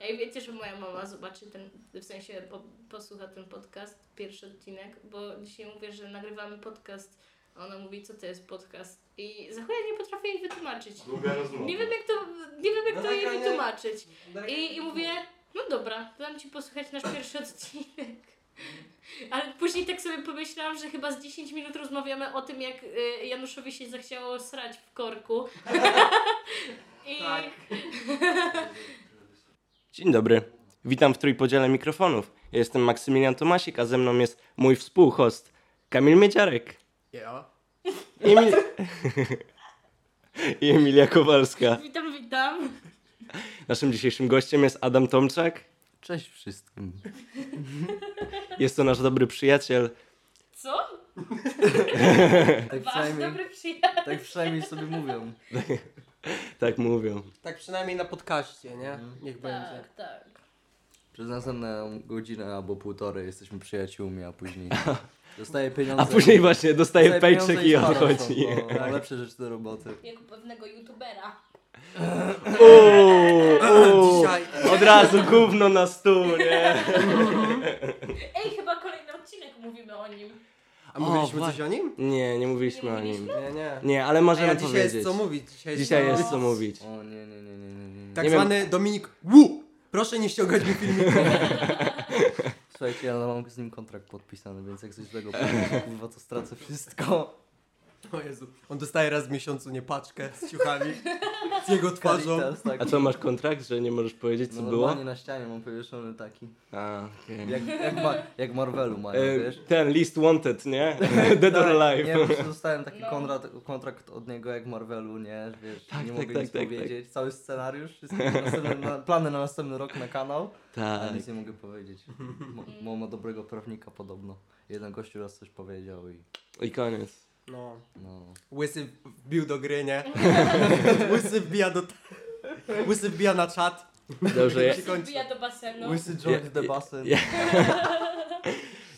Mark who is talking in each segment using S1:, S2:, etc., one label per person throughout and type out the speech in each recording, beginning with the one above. S1: Ej, wiecie, że moja mama zobaczy ten, w sensie po, posłucha ten podcast, pierwszy odcinek, bo dzisiaj mówię, że nagrywamy podcast, a ona mówi, co to jest podcast i za chuja nie potrafię jej wytłumaczyć.
S2: Długa rozmowa.
S1: Nie wiem jak to, nie wiem jak
S3: No
S1: to
S3: tak,
S1: jej
S3: ale-
S1: wytłumaczyć. I, I mówię, no dobra, dam ci posłuchać nasz pierwszy odcinek. Ale później tak sobie pomyślałam, że chyba z 10 minut rozmawiamy o tym, jak y, Januszowi się zachciało srać w korku. I
S3: Tak.
S4: Dzień dobry. Witam w trójpodziale mikrofonów. Ja jestem Maksymilian Tomasik, a ze mną jest mój współhost Kamil Miedziarek. Ja. I, Emil... I Emilia Kowalska.
S1: witam, witam.
S4: Naszym dzisiejszym gościem jest Adam Tomczak.
S5: Cześć wszystkim.
S4: Jest to nasz dobry przyjaciel.
S1: Co?
S5: Tak
S1: Wasz
S5: przynajmniej,
S1: dobry przyjaciel.
S5: tak przynajmniej sobie mówią.
S4: Tak mówią.
S3: Tak przynajmniej na podcaście, nie? Niech będzie.
S1: Tak, tak.
S5: Przez następną godzinę albo półtorej jesteśmy przyjaciółmi, a później dostaję pieniądze.
S4: A później właśnie dostaje
S5: dostaję pieniądze
S4: paycheck i
S5: spadam
S4: odchodzi. Tak.
S5: stąd, bo mam Lepsze rzeczy do roboty.
S1: Jak u pewnego youtubera.
S4: Uuu, uuu.
S3: Dzisiaj
S4: Od razu gówno na stół, nie?
S1: Ej, chyba kolejny odcinek mówimy o nim.
S3: A mówiliśmy
S4: wa-
S3: coś o nim?
S4: Nie, nie mówiliśmy
S1: Nie
S4: o nim.
S3: Nie, nie.
S4: Nie, ale
S3: A
S4: możemy
S3: ja dzisiaj
S4: powiedzieć.
S3: jest co mówić. no. Dzisiaj jest,
S4: Dzisiaj
S3: co-
S4: jest co mówić.
S5: O nie, nie, nie, nie, nie, nie. nie.
S3: Tak
S4: Nie wiem.
S3: zwany Dominik Wu! Proszę nie ściągać mi filmiku.
S5: Słuchajcie, ja mam z nim kontrakt podpisany, więc jak coś złego pójdzie, kurwa, to stracę wszystko.
S3: O Jezu. On dostaje raz w miesiącu nie paczkę z ciuchami, z jego twarzą.
S5: Caritas, tak.
S4: A co, masz kontrakt, że nie możesz powiedzieć, co
S5: No,
S4: było?
S5: normalnie na ścianie mam powieszony taki.
S4: A, okej.
S5: Jak, jak, ma, jak Marvelu mają,
S4: E,
S5: wiesz?
S4: Ten list wanted, nie? Dead or
S5: Tak,
S4: alive.
S5: Nie, po prostu dostałem taki
S1: No.
S5: kontrakt, kontrakt od niego jak Marvelu, nie? Wiesz,
S4: Tak,
S5: nie
S4: tak,
S5: mogę
S4: tak,
S5: nic
S4: tak,
S5: powiedzieć. Cały scenariusz, wszystkie następne, na, plany na następny rok na kanał.
S4: Tak.
S5: Ale nic nie mogę powiedzieć. Mo- Mo, ma dobrego prawnika podobno. Jeden gościu raz coś powiedział i
S4: I koniec.
S3: No.
S5: no.
S3: Łysy wbił do gry, nie? Łysy wbija do... Łysy wbija na czat.
S4: Dobrze, ja,
S3: Się kończy.
S1: Wbija do basenu.
S5: Łysy joined the
S4: Ja-
S5: basen.
S4: ja-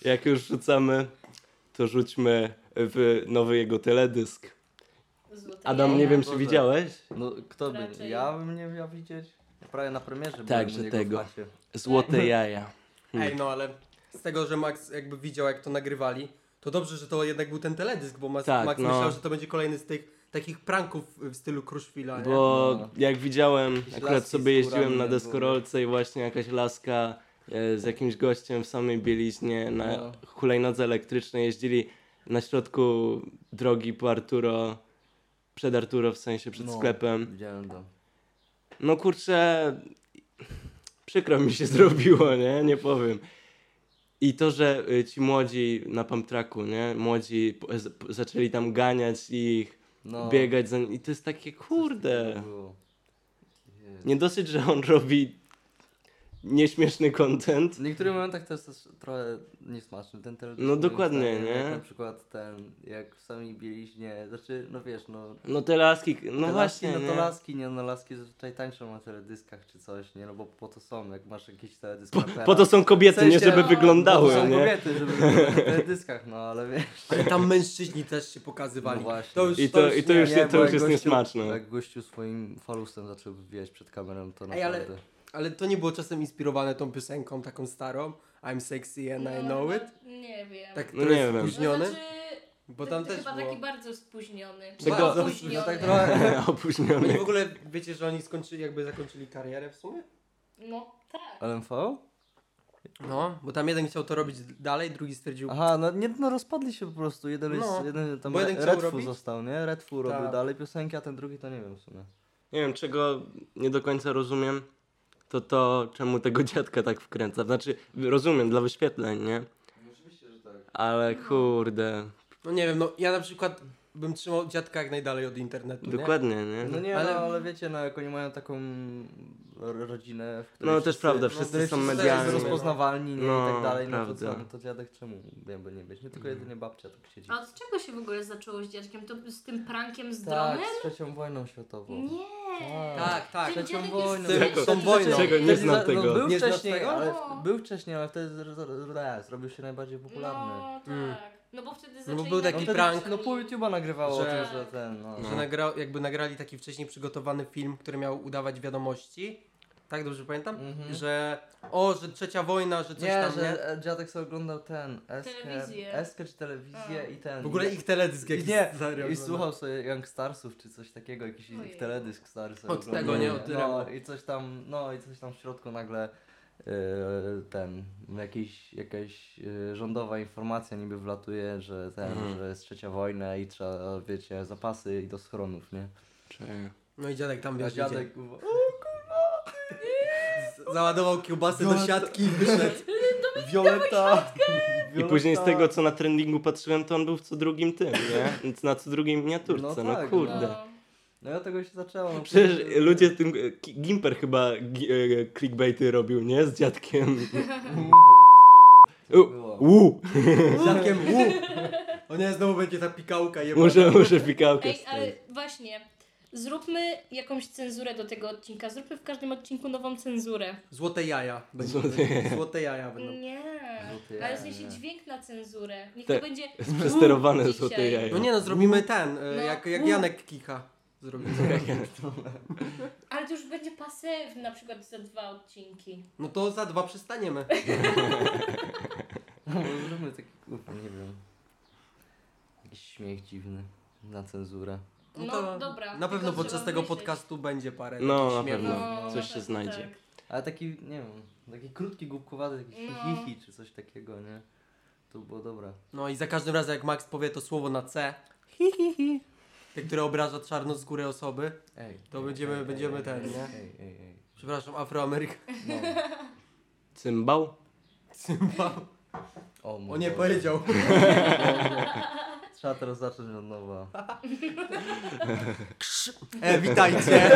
S4: jak już rzucamy, to rzućmy w nowy jego teledysk.
S1: Złote
S4: Adam, nie
S1: jaja.
S4: wiem, czy
S5: Boże.
S4: widziałeś?
S5: No kto by,
S1: Raczej.
S5: ja bym nie miał widzieć? Ja prawie na premierze
S4: Tak,
S5: byłem
S4: że
S5: u niego
S4: tego.
S5: w chacie.
S4: Złote jaja.
S3: Ej, no ale z tego, że Max jakby widział, jak to nagrywali, to dobrze, że to jednak był ten teledysk, bo Max,
S4: Tak,
S3: Max
S4: no.
S3: myślał, że to będzie kolejny z tych takich pranków w stylu Kruszwila, nie?
S4: Bo
S5: No.
S4: jak widziałem, akurat
S5: laski
S4: sobie
S5: z
S4: jeździłem
S5: kurami
S4: na
S5: na górę.
S4: deskorolce i właśnie jakaś laska e, z jakimś gościem w samej bieliźnie na
S5: No.
S4: hulajnodze elektrycznej jeździli na środku drogi po Arturo, przed Arturo w sensie, przed
S5: No.
S4: sklepem.
S5: Widziałem to.
S4: No kurczę, przykro mi się zrobiło, nie? Nie powiem. I to, że y, ci młodzi na pamtraku, nie? Młodzi po- z- po- zaczęli tam ganiać ich,
S5: No,
S4: biegać za nimi. I to jest takie,
S5: to
S4: kurde.
S5: było. Jezu.
S4: Nie dosyć, że on robi nieśmieszny content.
S5: W niektórych momentach to jest też trochę niesmaczny ten teledysk.
S4: No
S5: moim
S4: dokładnie,
S5: zdaniem,
S4: nie?
S5: Jak na przykład ten, jak w samej bieliźnie, znaczy, no wiesz, no...
S4: No te laski, no
S5: te
S4: właśnie,
S5: laski, no to
S4: nie?
S5: laski, nie, no laski zazwyczaj tańczą na teledyskach czy coś, nie, no bo po to są, jak masz jakiś teledysk po,
S4: Po to są kobiety,
S5: W sensie-
S4: nie żeby
S1: No,
S4: wyglądały,
S5: są
S4: nie?
S5: kobiety, żeby były na teledyskach, no ale wiesz,
S3: Ale tam mężczyźni też się pokazywali.
S5: no właśnie.
S3: To już,
S4: I
S3: to
S4: to,
S3: już
S4: i to
S3: nie.
S4: już,
S5: Nie,
S4: nie,
S5: bo
S4: to już
S5: jak
S4: jest
S5: gościu-
S4: niesmaczne.
S5: Jak gościu swoim falustem zaczął wieść przed kamerą, to
S3: Ej, ale-
S5: naprawdę...
S3: Ale to nie było czasem inspirowane tą piosenką taką starą, I'm sexy and I know it?
S1: No, Nie wiem.
S3: Tak
S4: No
S3: trochę
S4: nie wiem.
S3: spóźniony,
S1: To znaczy,
S3: bo tam
S1: to
S3: też
S1: chyba
S3: było.
S1: taki bardzo spóźniony.
S4: Tego-
S1: Bardzo
S3: No
S1: spóźniony.
S5: tak trochę...
S3: Oni w
S4: Opóźniony.
S3: ogóle, wiecie, że oni skończyli, jakby zakończyli karierę w sumie?
S1: No tak.
S5: LMV?
S3: No, bo tam jeden chciał to robić dalej, drugi stwierdził,
S5: Aha, no, nie, no rozpadli się po prostu. Jeden,
S3: No,
S5: jest, jeden tam
S3: bo jeden
S5: Re-
S3: chciał
S5: Redfu
S3: robić.
S5: został, nie? Redfu
S3: Tak.
S5: robił dalej piosenki, a ten drugi to nie wiem w sumie.
S4: Nie wiem, czego nie do końca rozumiem, to to, czemu tego dziadka tak wkręca. Znaczy, rozumiem, dla wyświetleń, nie?
S5: Oczywiście, że tak.
S4: Ale kurde,
S3: no nie wiem, no ja na przykład bym trzymał dziadka jak najdalej od internetu, nie?
S4: dokładnie, nie?
S5: No nie,
S3: Ale-
S5: ale, no, ale wiecie, no jak oni mają taką ro- rodzinę, w której
S4: No, też prawda, wszyscy
S5: której
S4: są
S5: wszyscy
S3: medialni.
S5: są rozpoznawalni nie,
S4: No,
S5: i tak dalej, no to
S4: prawda.
S5: co, no to dziadek czemu wiem, by nie być, nie tylko jedynie babcia tak siedzi.
S1: A od czego się w ogóle zaczęło z dziadkiem? To z tym prankiem z
S5: Tak,
S1: dronem?
S5: z trzecią wojną światową.
S1: Nie.
S3: Tak, tak.
S1: Ten
S5: Trzecią
S1: dziadek
S5: wojną.
S1: jest
S3: Tylko-
S1: przed-
S3: Tą wojną.
S4: Czego? Nie
S5: Wtedy
S4: znam
S5: za-
S4: tego.
S5: No, był,
S3: Nie znasz
S5: wcześniej,
S3: tego?
S5: ale,
S1: No.
S5: był wcześniej, ale wtedy z- z- z- zrobił się najbardziej popularny.
S1: No
S3: Mm.
S1: tak. No bo wtedy
S3: No bo
S1: zaczęli...
S3: był taki
S1: nagrywać
S3: prank.
S1: oni-
S5: No pół YouTube'a nagrywało
S3: Że-
S5: o tym, że ten, no.
S3: Że nagra, jakby nagrali taki wcześniej przygotowany film, który miał udawać wiadomości tak dobrze pamiętam?
S5: Mhm.
S3: Że o, że trzecia wojna, że coś
S5: Nie,
S3: tam, nie?
S5: że e, dziadek sobie oglądał ten,
S1: Telewizję.
S5: eskę, eskę czy telewizję
S1: A.
S5: i ten.
S3: W ogóle ich teledysk jakiś
S5: Nie,
S3: serio
S5: I
S3: oglądam.
S5: słuchał sobie Young Starsów czy coś takiego, jakiś
S1: Ojej.
S5: ich teledysk stary sobie
S3: Od
S5: oglądał.
S3: tego, nie? Od
S5: No
S3: Remo.
S5: i coś tam, no i coś tam w środku nagle yy, ten, jakiś, jakaś yy, rządowa informacja niby wlatuje, że ten,
S4: Mhm.
S5: że jest trzecia wojna i trzeba, wiecie, zapasy i do schronów, nie?
S4: Czekaj.
S3: No i dziadek tam
S5: A
S3: wiesz, dziadek.
S5: dziadek, kurwa,
S3: załadował kiełbasę do
S5: Zobacz-
S3: siatki i wyszedł.
S5: Violeta!
S4: I później z tego, co na trendingu patrzyłem, to on był w co drugim tym, nie? Na co drugiej miniaturce,
S5: No
S4: no,
S5: tak,
S4: kurde.
S5: No i od tego się zaczęło. no
S4: Przecież
S5: później-
S4: ludzie tym... e, Ki- Gimper chyba gi- e, clickbaity robił, nie? Z dziadkiem.
S5: To było.
S4: Uuu!
S3: Dziadkiem, u! O nie, znowu będzie ta pikałka jeba.
S4: Muszę, muszę pikałkę
S1: Ej, ale
S4: wstawić.
S1: właśnie, zróbmy jakąś cenzurę do tego odcinka. Zróbmy w każdym odcinku nową cenzurę.
S3: Złote jaja. Będzie.
S4: Złote-
S3: Złote jaja
S5: Mm.
S3: będą.
S1: Nie,
S5: Złote
S1: ale
S5: jaja,
S1: w sensie
S5: nie.
S1: dźwięk na cenzurę. Niech
S4: Te-
S1: to będzie...
S4: Przesterowane
S1: Dzisiaj.
S4: złote jaja.
S3: No nie no, zrobimy ten, y,
S1: No.
S3: jak, jak Janek kicha. Zrobimy.
S1: Ale to już będzie pasywny na przykład za dwa odcinki.
S3: No to za dwa przestaniemy.
S5: No, Zróbmy taki, kurwa, nie wiem. Jakiś śmiech dziwny na cenzurę.
S1: No,
S3: to
S1: dobra,
S3: Na pewno
S1: tylko
S3: podczas
S1: trzeba
S3: tego
S1: myśleć.
S3: podcastu będzie parę
S4: No,
S3: takich
S4: na
S3: śmiechów.
S4: pewno.
S1: na
S4: coś się
S1: pewno,
S4: znajdzie.
S1: tak.
S5: Ale taki, nie wiem, taki krótki, głupkowaty, taki
S1: No.
S5: hihihi czy coś takiego, nie? To było dobre.
S3: No i za każdym razem jak Max powie to słowo na C, hi, hi, hi, te, które obraża czarnoskóre osoby,
S5: Ej.
S3: To będziemy- będziemy ten, nie?
S5: Ej, ej, ej.
S3: przepraszam, Afroameryka.
S5: No.
S4: Cymbał?
S5: O, mój
S3: O nie,
S5: Boże.
S3: powiedział.
S5: Trzeba teraz zacząć od nowa.
S3: E, witajcie.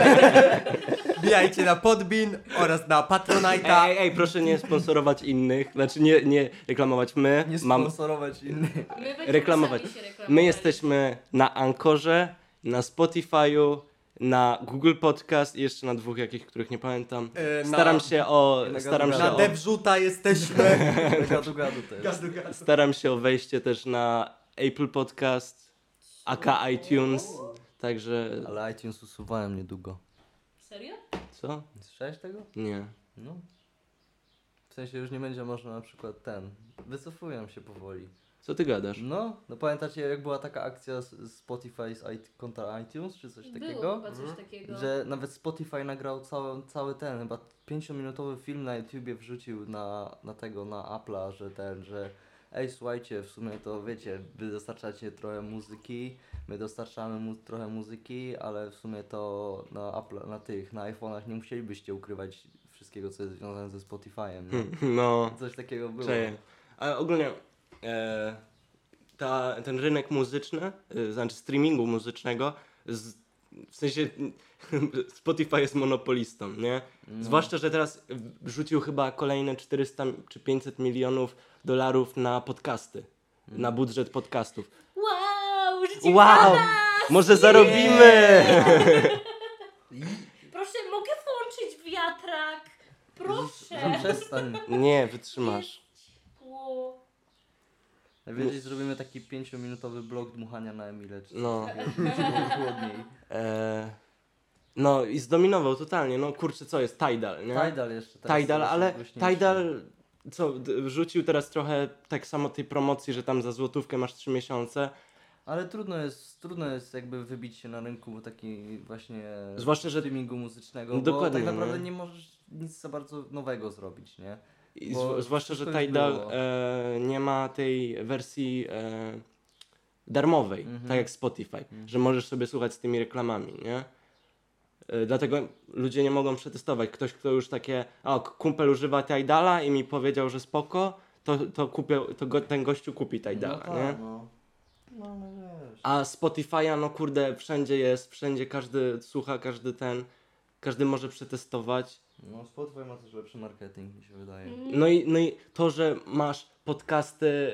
S3: Wbijajcie na Podbin oraz na Patronite'a.
S4: Ej, ej, ej, proszę nie sponsorować innych, znaczy nie, nie reklamować my.
S5: Nie
S4: Mam,
S5: sponsorować innych.
S1: My będziemy
S4: Reklamować.
S1: sami się reklamować.
S4: my jesteśmy na Ankorze, na Spotify'u, na Google Podcast i jeszcze na dwóch jakich, których nie pamiętam.
S3: E, na-
S4: Staram się o,
S5: na
S4: staram się
S3: Na
S4: o,
S3: Dewrzuta jesteśmy.
S5: Gadu gadu też.
S3: Gadu, gadu.
S4: staram się o wejście też na Apple Podcast, aka iTunes, także,
S5: Ale iTunes usuwałem niedługo.
S1: Serio?
S4: co?
S5: Słyszałeś tego?
S4: Nie.
S5: No. W sensie już nie będzie można na przykład ten. Wycofują się powoli.
S4: Co ty gadasz?
S5: No, no pamiętacie jak była taka akcja z- z Spotify z it- kontra iTunes czy coś
S1: Było
S5: takiego?
S1: chyba coś takiego.
S5: Że nawet Spotify nagrał cały, cały ten, chyba 5-minutowy film na YouTubie wrzucił na, na tego, na Apple'a, że ten, że ej słuchajcie, w sumie to wiecie, wy dostarczacie trochę muzyki, my dostarczamy mu trochę muzyki, ale w sumie to na Apple, na tych, na iPhone'ach nie musielibyście ukrywać wszystkiego, co jest związane ze Spotify'em, nie?
S4: No.
S5: Coś takiego było.
S4: Cześć. Ale ogólnie e, ta, ten rynek muzyczny, e, znaczy streamingu muzycznego, z, w sensie Spotify jest monopolistą, nie? Zwłaszcza, że teraz rzucił chyba kolejne 400 czy 500 milionów dolarów na podcasty, na budżet podcastów.
S1: Wow, życie
S4: Wow! Może zarobimy!
S1: Proszę, mogę włączyć wiatrak?
S5: Że
S1: Proszę!
S5: przestań.
S4: Nie, wytrzymasz.
S1: Ło.
S5: Najwyżej zrobimy taki 5-minutowy blok dmuchania na Emile, czy
S4: No.
S5: chłodniej.
S4: E, no i zdominował totalnie. No kurczę, co jest? Tidal, nie?
S5: Tidal jeszcze teraz.
S4: No. Tidal,
S5: jest
S4: ale
S5: głośniejszy.
S4: Tidal co, d- wrzucił teraz trochę tak samo tej promocji, że tam za złotówkę masz 3 miesiące.
S5: Ale trudno jest, trudno jest jakby wybić się na rynku taki właśnie
S4: Zwłaszcza, że-
S5: streamingu muzycznego,
S4: No
S5: bo
S4: dokładnie,
S5: tak naprawdę
S4: nie?
S5: nie możesz nic za bardzo nowego zrobić, nie?
S4: I
S5: Bo
S4: zw- zwłaszcza, że
S5: wszystko już
S4: Tidal
S5: było.
S4: e, nie ma tej wersji e, darmowej,
S5: Mhm.
S4: tak jak Spotify, że możesz sobie słuchać z tymi reklamami, nie? E, Dlatego ludzie nie mogą przetestować. Ktoś, kto już takie, a k- kumpel używa Tidala i mi powiedział, że spoko, to, to, kupię, to go, ten gościu kupi Tidala,
S5: no, tak,
S4: nie?
S5: No. No, no wiesz.
S4: A Spotify'a, no kurde, wszędzie jest, wszędzie każdy słucha, każdy ten, każdy może przetestować.
S5: No Spotify ma też lepszy marketing, mi się wydaje.
S4: No i, no i to, że masz podcasty,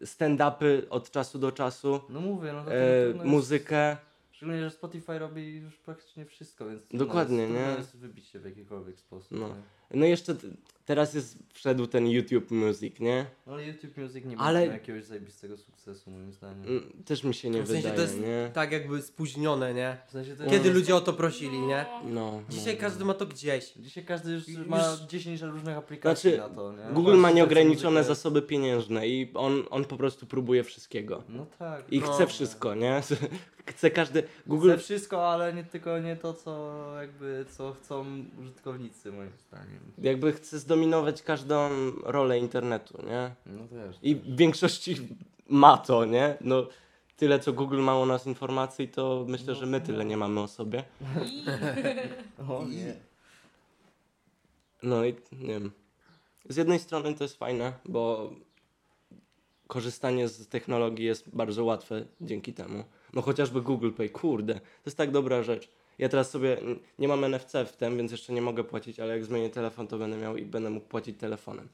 S4: yy, stand-upy od czasu do czasu,
S5: No mówię, no to
S4: e,
S5: trudno jest
S4: muzykę,
S5: Szczególnie, że Spotify robi już praktycznie wszystko, więc
S4: Dokładnie,
S5: trudno jest,
S4: nie?
S5: Trudno jest wybić się w jakikolwiek sposób.
S4: No.
S5: nie?
S4: No i jeszcze t- teraz jest, wszedł ten YouTube Music, nie?
S5: no ale YouTube Music nie
S4: Ale-
S5: Ale... miał jakiegoś zajebistego sukcesu, moim zdaniem.
S4: Mm, Też mi się nie
S3: W sensie to
S4: wydaje,
S3: jest-
S4: nie?
S3: Tak jakby spóźnione, nie?
S5: W sensie to
S3: Kiedy
S5: jest...
S3: ludzie o to prosili, nie?
S1: No.
S4: No.
S3: Dzisiaj
S4: no.
S3: każdy ma to gdzieś.
S5: Dzisiaj każdy już,
S3: Już-
S5: ma 10 różnych aplikacji
S4: Znaczy,
S5: na to, nie?
S4: Google ma
S5: Właśnie,
S4: nieograniczone
S5: muzykę-
S4: zasoby pieniężne i on, on po prostu próbuje wszystkiego.
S5: No tak.
S4: I
S3: No.
S4: chce wszystko, nie? Chce każdy.
S5: Google...
S4: Google
S5: Chce wszystko, ale nie tylko nie to, co jakby, co chcą użytkownicy, moim zdaniem.
S4: jakby chce zdominować każdą rolę internetu, nie?
S5: No też.
S4: I w większości ma to, nie? No tyle co Google ma o nas informacji, to myślę, że my tyle nie mamy o sobie.
S1: no I
S5: O nie.
S4: No i nie wiem. Z jednej strony to jest fajne, bo korzystanie z technologii jest bardzo łatwe dzięki temu. No chociażby Google Pay, kurde, to jest tak dobra rzecz. Ja teraz sobie n- nie mam NFC w tym, więc jeszcze nie mogę płacić, ale jak zmienię telefon, to będę miał i będę mógł płacić telefonem.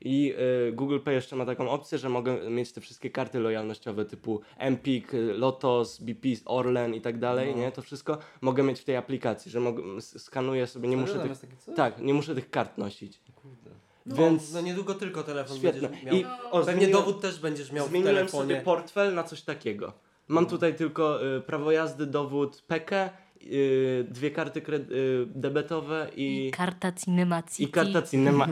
S4: I y, Google Pay jeszcze ma taką opcję, że mogę mieć te wszystkie karty lojalnościowe typu Empik, y, Lotos, BP, Orlen i tak dalej,
S5: No.
S4: nie? To wszystko mogę mieć w tej aplikacji, że mog- s- skanuję sobie, nie muszę
S5: Serio, tam
S4: tych
S5: jest taki coś?
S4: tak, nie muszę tych kart nosić.
S5: Kurde.
S3: No,
S4: Więc-
S3: no niedługo tylko telefon
S4: Świetne.
S3: będziesz miał.
S4: I o,
S3: Pewnie
S4: zmieniłem-
S3: dowód też będziesz miał w
S4: Zmieniłem
S3: telefonie.
S4: sobie portfel na coś takiego. Mam tutaj tylko y, prawo jazdy, dowód PK, y, dwie karty kred- y, debetowe i,
S1: karta cinemacji.
S4: i karta cinema...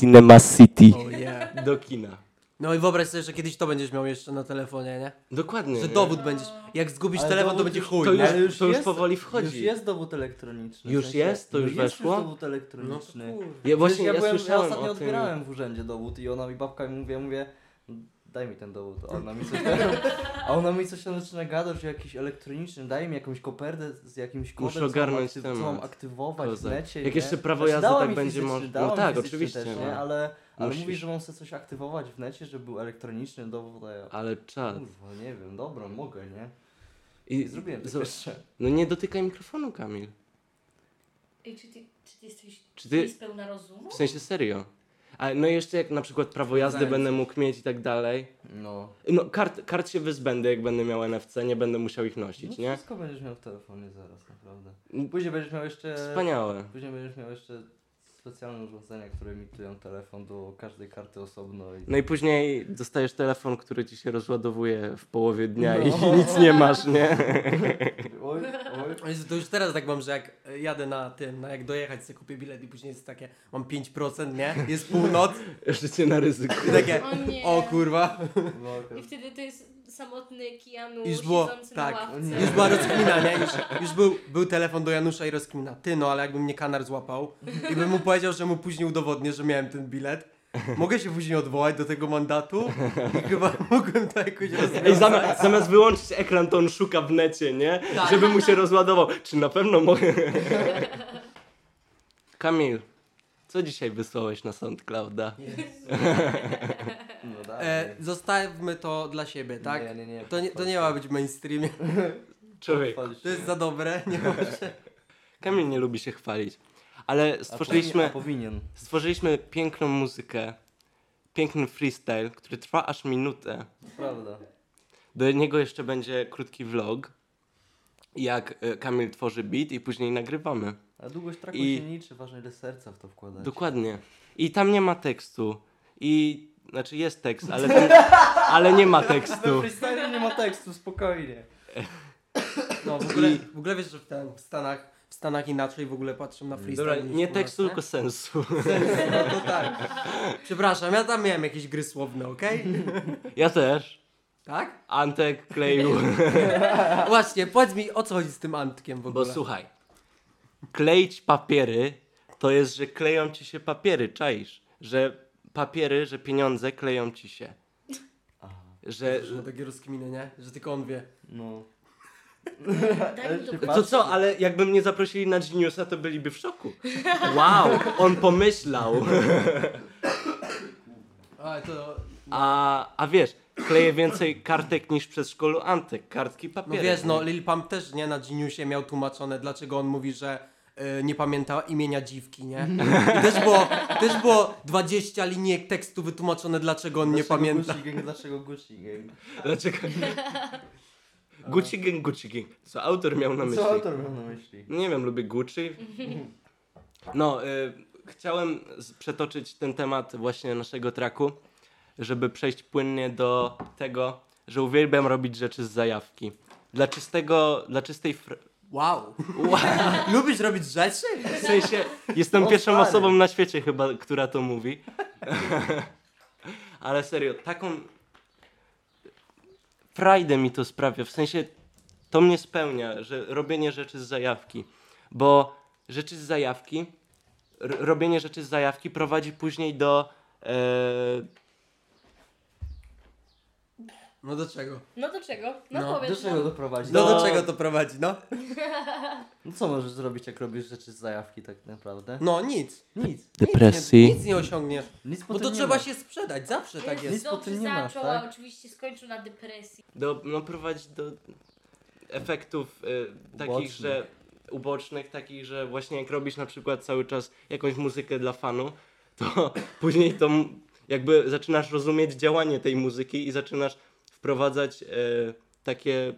S4: Cinema City.
S3: O yeah.
S4: Do kina.
S3: No i wyobraź sobie, że kiedyś to będziesz miał jeszcze na telefonie, nie?
S4: Dokładnie.
S3: Że
S4: nie?
S3: dowód będziesz. Jak zgubisz
S5: Ale
S3: telefon, to
S5: dowód
S3: będzie
S5: już-
S3: chuj.
S4: to
S3: nie?
S4: już-
S5: Ale
S4: to już powoli wchodzi.
S5: Już jest dowód elektroniczny.
S4: Już jest? To
S5: no
S4: już weszło?
S5: Jest już dowód
S3: No to
S5: elektroniczny.
S3: kurwa.
S5: Właśnie
S4: Ja właśnie
S5: ja,
S4: ja,
S5: byłem, ja
S4: słyszałem
S5: ostatnio
S4: o tym.
S5: odbierałem w urzędzie dowód i ona mi babka mi mówi, ja mówię, daj mi ten dowód, a ona mi coś tam, a ona mi coś tam zaczyna gadać, że jakiś elektroniczny, daj mi jakąś kopertę z jakimś kodem,
S4: Muszę
S5: co mam
S4: ogarnąć
S5: aktyw-
S4: temat.
S5: co mam aktywować
S4: Kozak.
S5: w necie.
S4: Jak
S5: nie?
S4: jeszcze prawo
S5: Znaczy,
S4: jazdy
S5: dała
S4: tak
S5: mi
S4: będzie
S5: fizycznie,
S4: moż-
S5: dała
S4: no
S5: mi
S4: tak,
S5: fizycznie
S4: oczywiście,
S5: Też,
S4: no.
S5: nie? Ale, ale
S4: Musisz.
S5: mówi, że mam sobie coś aktywować w necie, żeby był elektroniczny dowód, a ja,
S4: Ale czad.
S5: kurwa, nie wiem, dobra, mogę, nie?
S4: I
S5: I zrobiłem to
S4: zobacz-
S5: jeszcze.
S4: No nie dotykaj mikrofonu, Kamil.
S1: Ej, czy ty, czy ty jesteś
S4: Czy ty-
S1: niespełna rozumu?
S4: W sensie serio. A, no i jeszcze jak na przykład prawo jazdy
S5: Zając.
S4: będę mógł mieć i tak dalej.
S5: No.
S4: No, kart, kart się wyzbędę, jak będę miał NFC, nie będę musiał ich
S5: No
S4: nosić, nie?
S5: wszystko będziesz miał w telefonie zaraz, naprawdę. Później będziesz miał jeszcze...
S4: Wspaniałe.
S5: Później będziesz miał jeszcze specjalne urządzenia, które imitują telefon do każdej karty osobno i...
S4: No i później dostajesz telefon, który ci się rozładowuje w połowie dnia
S5: No.
S4: i nic nie masz, nie?
S5: Oj, oj.
S3: O Jezu, to już teraz tak mam, że jak jadę na tym, na jak dojechać, sobie kupię bilet i później jest takie, mam 5%, nie? Jest północ
S4: Życie na ryzyku.
S3: i takie,
S1: O nie.
S3: o kurwa,
S5: No,
S1: I wtedy to jest samotny Kijanu
S3: Już było-
S1: siedzący
S3: tak.
S1: na ławce.
S5: Nie.
S3: już była rozkmina, nie? Już, już był, był telefon do Janusza i rozkmina, ty no, ale jakby mnie kanar złapał i bym mu powiedział, że mu później udowodnię, że miałem ten bilet, mogę się później odwołać do tego mandatu i chyba mógłbym to jakoś
S4: Ej,
S3: rozwiązać.
S4: zamiast, zamiast wyłączyć ekran, to on szuka w necie, nie?
S1: Tak.
S4: Żeby mu się rozładował. Czy na pewno mogę? Kamil, co dzisiaj wysłałeś na SoundClouda?
S5: no dalej.
S3: E, zostawmy to dla siebie, tak?
S5: Nie, nie, nie.
S3: To nie, to nie ma być w mainstreamie,
S4: Człowiek.
S5: Wchodzisz-
S3: to jest za dobre, nie ma się...
S4: Kamil nie lubi się chwalić. Ale
S5: A
S4: stworzyliśmy...
S5: powinien.
S4: Stworzyliśmy piękną muzykę, piękny freestyle, który trwa aż minutę.
S5: a powinien, Prawda.
S4: Do niego jeszcze będzie krótki vlog, jak e, Kamil tworzy beat i później nagrywamy.
S5: A długość traku
S4: I-
S5: się liczy, ważne ile serca w to wkładać.
S4: Dokładnie. I tam nie ma tekstu. I znaczy jest tekst, ale, tam, ale nie ma
S5: We
S4: tekstu.
S5: freestyle nie ma tekstu, spokojnie.
S3: No, w ogóle, w ogóle wiesz, że w, ten, w Stanach w Stanach inaczej w ogóle patrzą na freestyle.
S4: Dobra,
S3: niż
S4: nie
S3: u nas,
S4: tekstu, tylko sensu.
S3: Sens, no to tak. Przepraszam, ja tam miałem jakieś gry słowne, okej?
S4: Ja też.
S3: Tak?
S4: Antek kleił.
S3: Właśnie, powiedz mi o co chodzi z tym Antkiem w
S4: Bo
S3: ogóle.
S4: słuchaj, kleić papiery to jest, że kleją ci się papiery, czaisz? Że papiery, że pieniądze kleją ci się. Że.
S3: Że ma takie rozkminy, nie? Że tylko on wie.
S5: No.
S1: Daj mi to
S5: Patrz-
S4: To co, ale jakby mnie zaprosili na Geniusa, to byliby w szoku. Wow, on pomyślał.
S3: A, to...
S4: A, a wiesz, kleję więcej kartek niż przez szkolu Antek. Kartki
S3: No
S4: papiery.
S3: wiesz, no Lil Pump też, nie? Na Geniusie miał tłumaczone, dlaczego on mówi, że y, nie pamięta imienia dziwki, nie? I też było, też było 20 linijek tekstu wytłumaczone, dlaczego on nie
S5: Dlaczego
S3: pamięta.
S5: Gucci gang, dlaczego Gucci gang?
S4: Dlaczego? Gucci Gang, Gucci Gang. Co autor miał na myśli?
S5: Co autor miał na myśli?
S4: No Nie wiem, lubię Gucci. No, y, chciałem z- przetoczyć ten temat właśnie naszego traku, żeby przejść płynnie do tego, że uwielbiam robić rzeczy z zajawki. Dla czystego, dla czystej fr-
S3: Wow.
S4: Wow.
S3: Lubisz robić rzeczy?
S4: W sensie, jestem
S5: O,
S4: pierwszą
S5: stary.
S4: osobą na świecie chyba, która to mówi. Ale serio, taką frajdę mi to sprawia. W sensie, to mnie spełnia, że robienie rzeczy z zajawki. Bo rzeczy z zajawki, r- robienie rzeczy z zajawki prowadzi później do... E,
S3: No do czego?
S1: No do czego? No,
S3: No,
S1: powiedz.
S5: Do czego
S1: no.
S5: doprowadzi?
S3: No do
S4: No.
S3: czego to prowadzi, no?
S5: No co możesz zrobić, jak robisz rzeczy z zajawki tak naprawdę?
S3: No nic.
S5: Nic.
S4: Depresji.
S3: Nic nie, nic nie osiągniesz.
S5: Nic
S3: Bo
S5: potem
S3: to
S5: nie
S3: trzeba
S5: ma.
S3: się sprzedać, zawsze
S1: Jezus,
S3: tak jest.
S5: Nic po
S1: Dobrze
S5: tym nie masz,
S1: zaczął,
S5: tak?
S1: a oczywiście skończył na depresji.
S4: do no, prowadzi do efektów e, takich,
S5: Ubocznych.
S4: że ubocznych, takich, że właśnie jak robisz na przykład cały czas jakąś muzykę dla fanu, to później to m- jakby zaczynasz rozumieć działanie tej muzyki i zaczynasz wprowadzać e, takie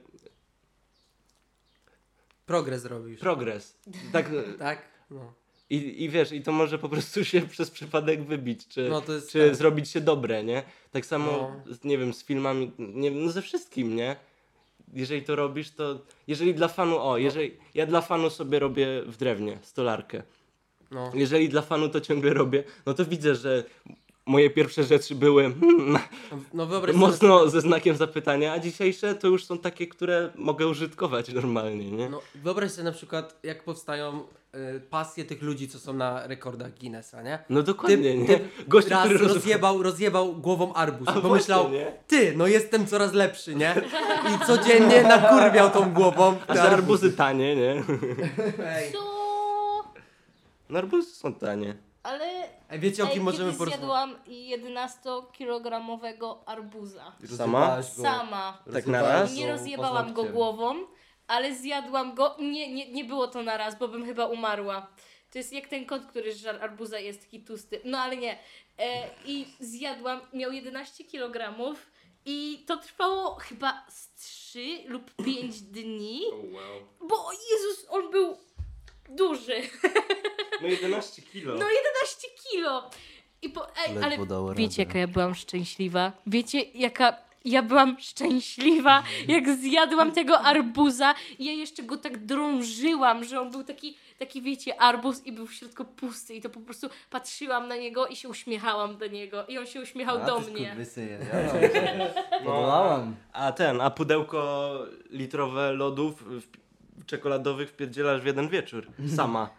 S3: Progres robisz.
S4: progres. Tak, e,
S3: Tak? No.
S4: i, I wiesz, i to może po prostu się przez przypadek wybić, czy,
S3: No to jest
S4: Y, czy
S3: tak.
S4: zrobić się dobre, nie? Tak samo,
S3: No.
S4: z, nie wiem, z filmami, nie wiem, no ze wszystkim, nie? Jeżeli to robisz, to... Jeżeli dla fanu,
S3: No.
S4: o, jeżeli... Ja dla fanu sobie robię w drewnie stolarkę.
S3: No.
S4: Jeżeli dla fanu to ciągle robię, no to widzę, że moje pierwsze rzeczy były hmm,
S3: No wyobraź sobie,
S4: mocno ze znakiem zapytania, a dzisiejsze to już są takie, które mogę użytkować normalnie, nie?
S3: no, wyobraź sobie na przykład, jak powstają y, pasje tych ludzi, co są na rekordach Guinnessa, nie?
S4: No dokładnie,
S3: Ty-
S4: nie?
S3: ty
S4: Gościu,
S3: Raz
S4: który rozwa-
S3: rozjebał, rozjebał głową arbus
S4: A
S3: i pomyślał,
S4: właśnie, nie?
S3: ty, no jestem coraz lepszy, nie? I codziennie nakurwiał tą głową. te
S4: A że arbuzy tanie, nie?
S3: Ej,
S1: Co?
S4: No arbuzy są tanie.
S1: Ale
S3: Ej, wiecie o
S1: Ej,
S3: kim możemy
S1: kiedyś
S3: porozmawiać?
S1: zjadłam 11-kilogramowego arbuza.
S4: Sama?
S5: Rozjebałaś go.
S1: Sama.
S4: Tak na
S5: Rozjebałaś
S4: raz?
S1: Nie
S5: go
S1: rozjebałam go
S5: paznokciem.
S1: głową, ale zjadłam go. Nie, nie, nie było to na raz, bo bym chyba umarła. To jest jak ten kot, który żar arbuza jest taki tłusty. No ale nie. E, I zjadłam, miał 11 kilogramów i to trwało chyba z 3 lub 5 dni, bo o Jezus, on był duży.
S4: No 11 kilo.
S1: No 11 kilo! I po, ej,
S5: Ledwo
S1: ale
S5: dała
S1: wiecie
S5: radę.
S1: jaka ja byłam szczęśliwa? Wiecie jaka ja byłam szczęśliwa, jak zjadłam tego arbuza i ja jeszcze go tak drążyłam, że on był taki, taki wiecie, arbuz i był w środku pusty i to po prostu patrzyłam na niego i się uśmiechałam do niego i on się uśmiechał
S5: A,
S1: do
S5: ty
S1: mnie.
S5: skurwysynie, ja mam cię. Podobałam.
S4: A ten, a pudełko litrowe lodów w, czekoladowych wpierdzielasz w jeden wieczór. Sama.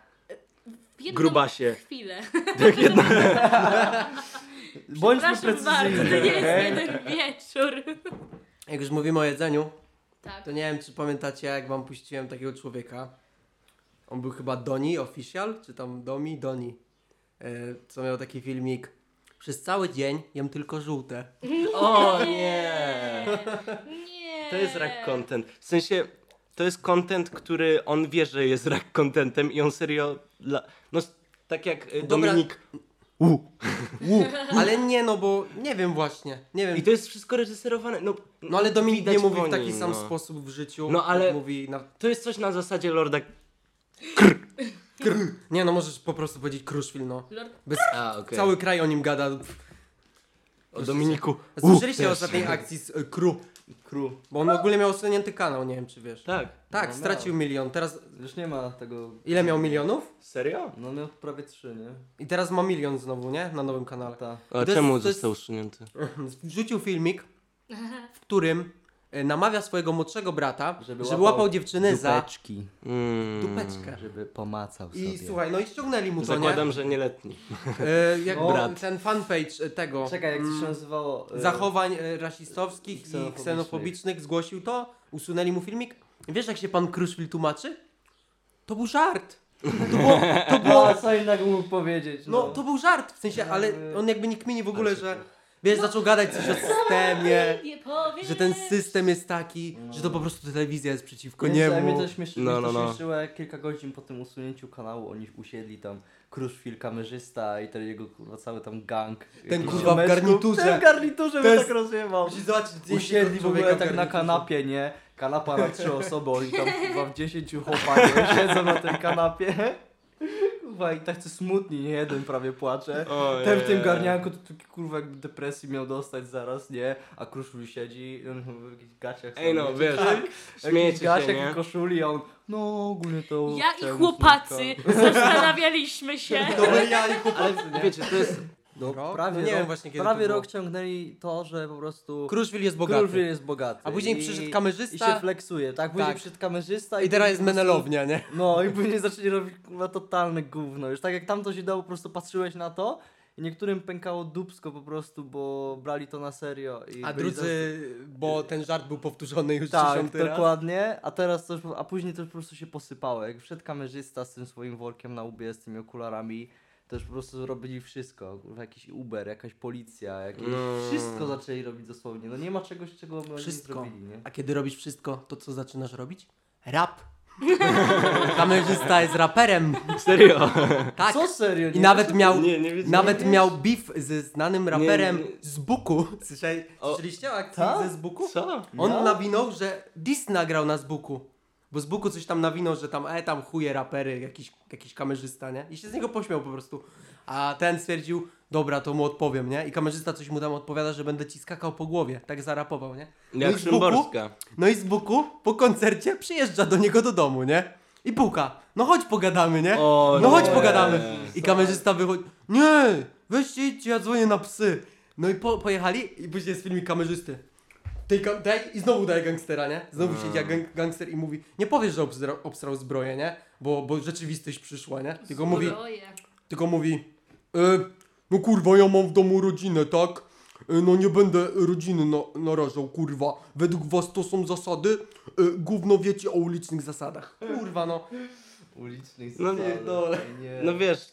S1: W jedną
S4: Grubasie.
S1: chwilę.
S4: Tak jedna...
S5: Bądźmy
S1: Przepraszam bardzo, to nie
S5: precyzyjni.
S1: jest jeden wieczór.
S3: Jak już mówimy o jedzeniu,
S1: Tak.
S3: to nie wiem, czy pamiętacie, jak wam puściłem takiego człowieka. On był chyba Doni Official, czy tam Domi? Doni. E, co miał taki filmik. Przez cały dzień jem tylko żółte.
S4: O nie!
S1: Nie.
S4: To jest rak content. W sensie, to jest content, który on wie, że jest rak contentem i on serio... Dla... No s- tak jak y,
S3: Dobra.
S4: Dominik...
S3: Ale nie, no bo nie wiem właśnie. Nie wiem.
S4: I to jest wszystko reżyserowane. No,
S3: No ale Dominik
S4: widać
S3: nie mówi
S4: po
S3: w taki
S4: nim,
S3: sam
S4: no.
S3: sposób w życiu.
S4: No,
S3: jak
S4: ale-
S3: Mówi na...
S4: To jest coś na zasadzie Lorda...
S3: Nie no, możesz po prostu powiedzieć Kruszwil, no.
S1: Lord
S3: Bez...
S4: A, okej.
S3: Cały kraj o nim gada. Pff.
S4: O Dominiku.
S3: A Słyszeliście o
S4: też.
S3: ostatniej akcji z e, Kru? Kru. Bo on ogólnie miał usunięty kanał, nie wiem czy wiesz.
S4: Tak.
S3: Tak,
S5: No,
S3: stracił milion. Teraz
S5: Już nie ma tego...
S3: ile miał milionów?
S4: Serio?
S5: No miał prawie trzy, nie?
S3: I teraz ma milion znowu, nie? Na nowym kanale.
S5: Ta.
S3: To
S4: A czemu
S3: jest- to jest-
S4: został usunięty?
S3: Wrzucił filmik, w którym e, namawia swojego młodszego brata, żeby,
S5: Żeby
S3: łapał,
S5: łapał
S3: dziewczyny
S5: Dupeczki,
S4: Mm.
S3: za dupeczkę.
S5: żeby pomacał sobie.
S3: I słuchaj, no i ściągnęli mu Hmm. to, nie?
S4: Zakładam, że nieletni.
S3: E, jak
S5: No.
S3: brat. ten fanpage e, tego
S5: Czekaj, jak to
S3: mm,
S5: się nazywało? e,
S3: zachowań e, rasistowskich i ksenofobicznych.
S5: Ksenofobicznych.
S3: zgłosił to, usunęli mu filmik. Wiesz jak się pan Kruszwil tłumaczy? To był żart. To było, to
S5: No,
S3: było
S5: a co innego mógł powiedzieć, no.
S3: no to był żart, w sensie, ale on jakby nie kmini w ogóle, że Wiesz, zaczął gadać coś o systemie,
S1: Nie powiem.
S3: że ten system jest taki, że to po prostu telewizja jest przeciwko
S5: Ale mnie
S3: niemu.
S5: to śmieszy,
S4: No,
S5: mnie
S4: no,
S5: to
S4: no.
S5: śmieszyło, jak kilka godzin po tym usunięciu kanału oni usiedli tam Kruszwil, kamerzysta i ten jego kurwa cały tam gang.
S3: Ten
S5: jakichś
S3: kurwa
S5: ziomeczków.
S3: w
S5: Ten
S3: garniturze.
S5: w garniturze
S3: To
S5: mnie
S3: jest-
S5: tak rozjebał.
S3: Musisz zobaczyć zdjęcie
S5: Usiedli
S3: tego
S5: w ogóle
S3: człowieka
S5: tak na
S3: garniturze.
S5: kanapie, nie? Kanapa na trzy osoby, oni tam kurwa w dziesięciu chłopaków siedzą na tej kanapie. Kurwa i tak smutni, nie jeden prawie płacze.
S4: O,
S5: Ten w
S4: nie.
S5: tym garnianku to taki kurwa jakby depresji miał dostać zaraz, nie? A Kruszwil siedzi on w jakichś gaciach.
S4: Ej no,
S5: sobie.
S4: wiesz, śmiejecie
S5: Jakiś
S4: się,
S5: Gasiek
S4: nie?
S5: i koszuli, a on, no ogólnie to...
S1: Ja i
S5: chciałem
S1: chłopacy zastanawialiśmy się.
S3: Dobra, ja i chłopak.
S5: Ale
S4: Wiecie, to jest...
S3: No,
S5: Tak. prawie
S3: no nie
S5: rok-
S3: wiem właśnie kiedy
S5: prawie
S3: to było.
S5: rok ciągnęli to, że po prostu...
S3: Kruszwil jest bogaty.
S5: Król jest bogaty.
S3: A później
S5: i-
S3: przyszedł
S5: I
S3: kamerzysta
S5: się fleksuje, tak? Później
S3: Tak.
S5: przyszedł kamerzysta
S3: i teraz
S5: później
S3: jest
S5: po prostu-
S3: menelownia, nie?
S5: No i później zaczęli robić kurwa totalne gówno. Już tak jak tamto się dało, po prostu patrzyłeś na to i niektórym pękało dupsko po prostu, bo brali to na serio. I
S3: A
S5: byli
S3: drudzy, bo ten żart był powtórzony już
S5: Tak,
S3: dziesiąty raz.
S5: dokładnie. A teraz to już, a później to już po prostu się posypało. Jak wszedł kamerzysta z tym swoim workiem na łbie, z tymi okularami, to już po prostu robili wszystko. Kurwa, jakiś Uber, jakaś policja, jakieś...
S4: No.
S5: Wszystko zaczęli robić dosłownie. No nie ma czegoś, czego my
S3: Wszystko.
S5: nie zrobili, nie?
S3: A kiedy robisz wszystko, to co zaczynasz robić? Rap. Kamerzysta jest raperem.
S4: Serio?
S3: Tak.
S5: Co serio?
S3: I nawet miał,
S4: Nie, nie wiedziałem.
S3: nawet miał beef ze znanym raperem
S4: Nie, nie.
S3: z Buku. Słyszałeś-
S4: O.
S3: Słyszeliście o akcji
S5: Tak?
S3: ze Zbuku?
S4: Co?
S3: On
S5: No.
S3: nawinął, że Dis nagrał na Zbuku. Bo Zbuku coś tam nawinął, że tam e, tam chuje rapery, jakiś, jakiś kamerzysta, nie? I się z niego pośmiał po prostu. A ten stwierdził, dobra, to mu odpowiem, nie? I kamerzysta coś mu tam odpowiada, że będę ci skakał po głowie. Tak zarapował, nie? No i
S4: Jak
S3: z Buku-
S4: Szymborska.
S3: No i z Buku po koncercie przyjeżdża do niego do domu, nie? I puka. No chodź pogadamy, nie?
S4: O
S3: no
S4: nie.
S3: chodź pogadamy. I kamerzysta wychodzi. Nie! Weźcie idźcie, ja dzwonię na psy. No i po, pojechali i później jest filmik kamerzysty. Tej, kam- daj, I znowu daje gangstera, nie? Znowu
S4: No.
S3: siedzi gang, gangster i mówi, nie powiesz, że obstra, obstrał zbroję, nie? Bo, bo rzeczywistość przyszła, nie? Tylko mówi,
S1: Zbroje.
S3: tylko mówi, e, no kurwa, ja mam w domu rodzinę, tak? E, no nie będę rodziny na, narażał, kurwa. Według was to są zasady? E, gówno wiecie o ulicznych zasadach. Kurwa, no.
S5: Ulicznych
S4: No nie,
S5: zasadach,
S3: no, ale-
S5: nie.
S4: No wiesz,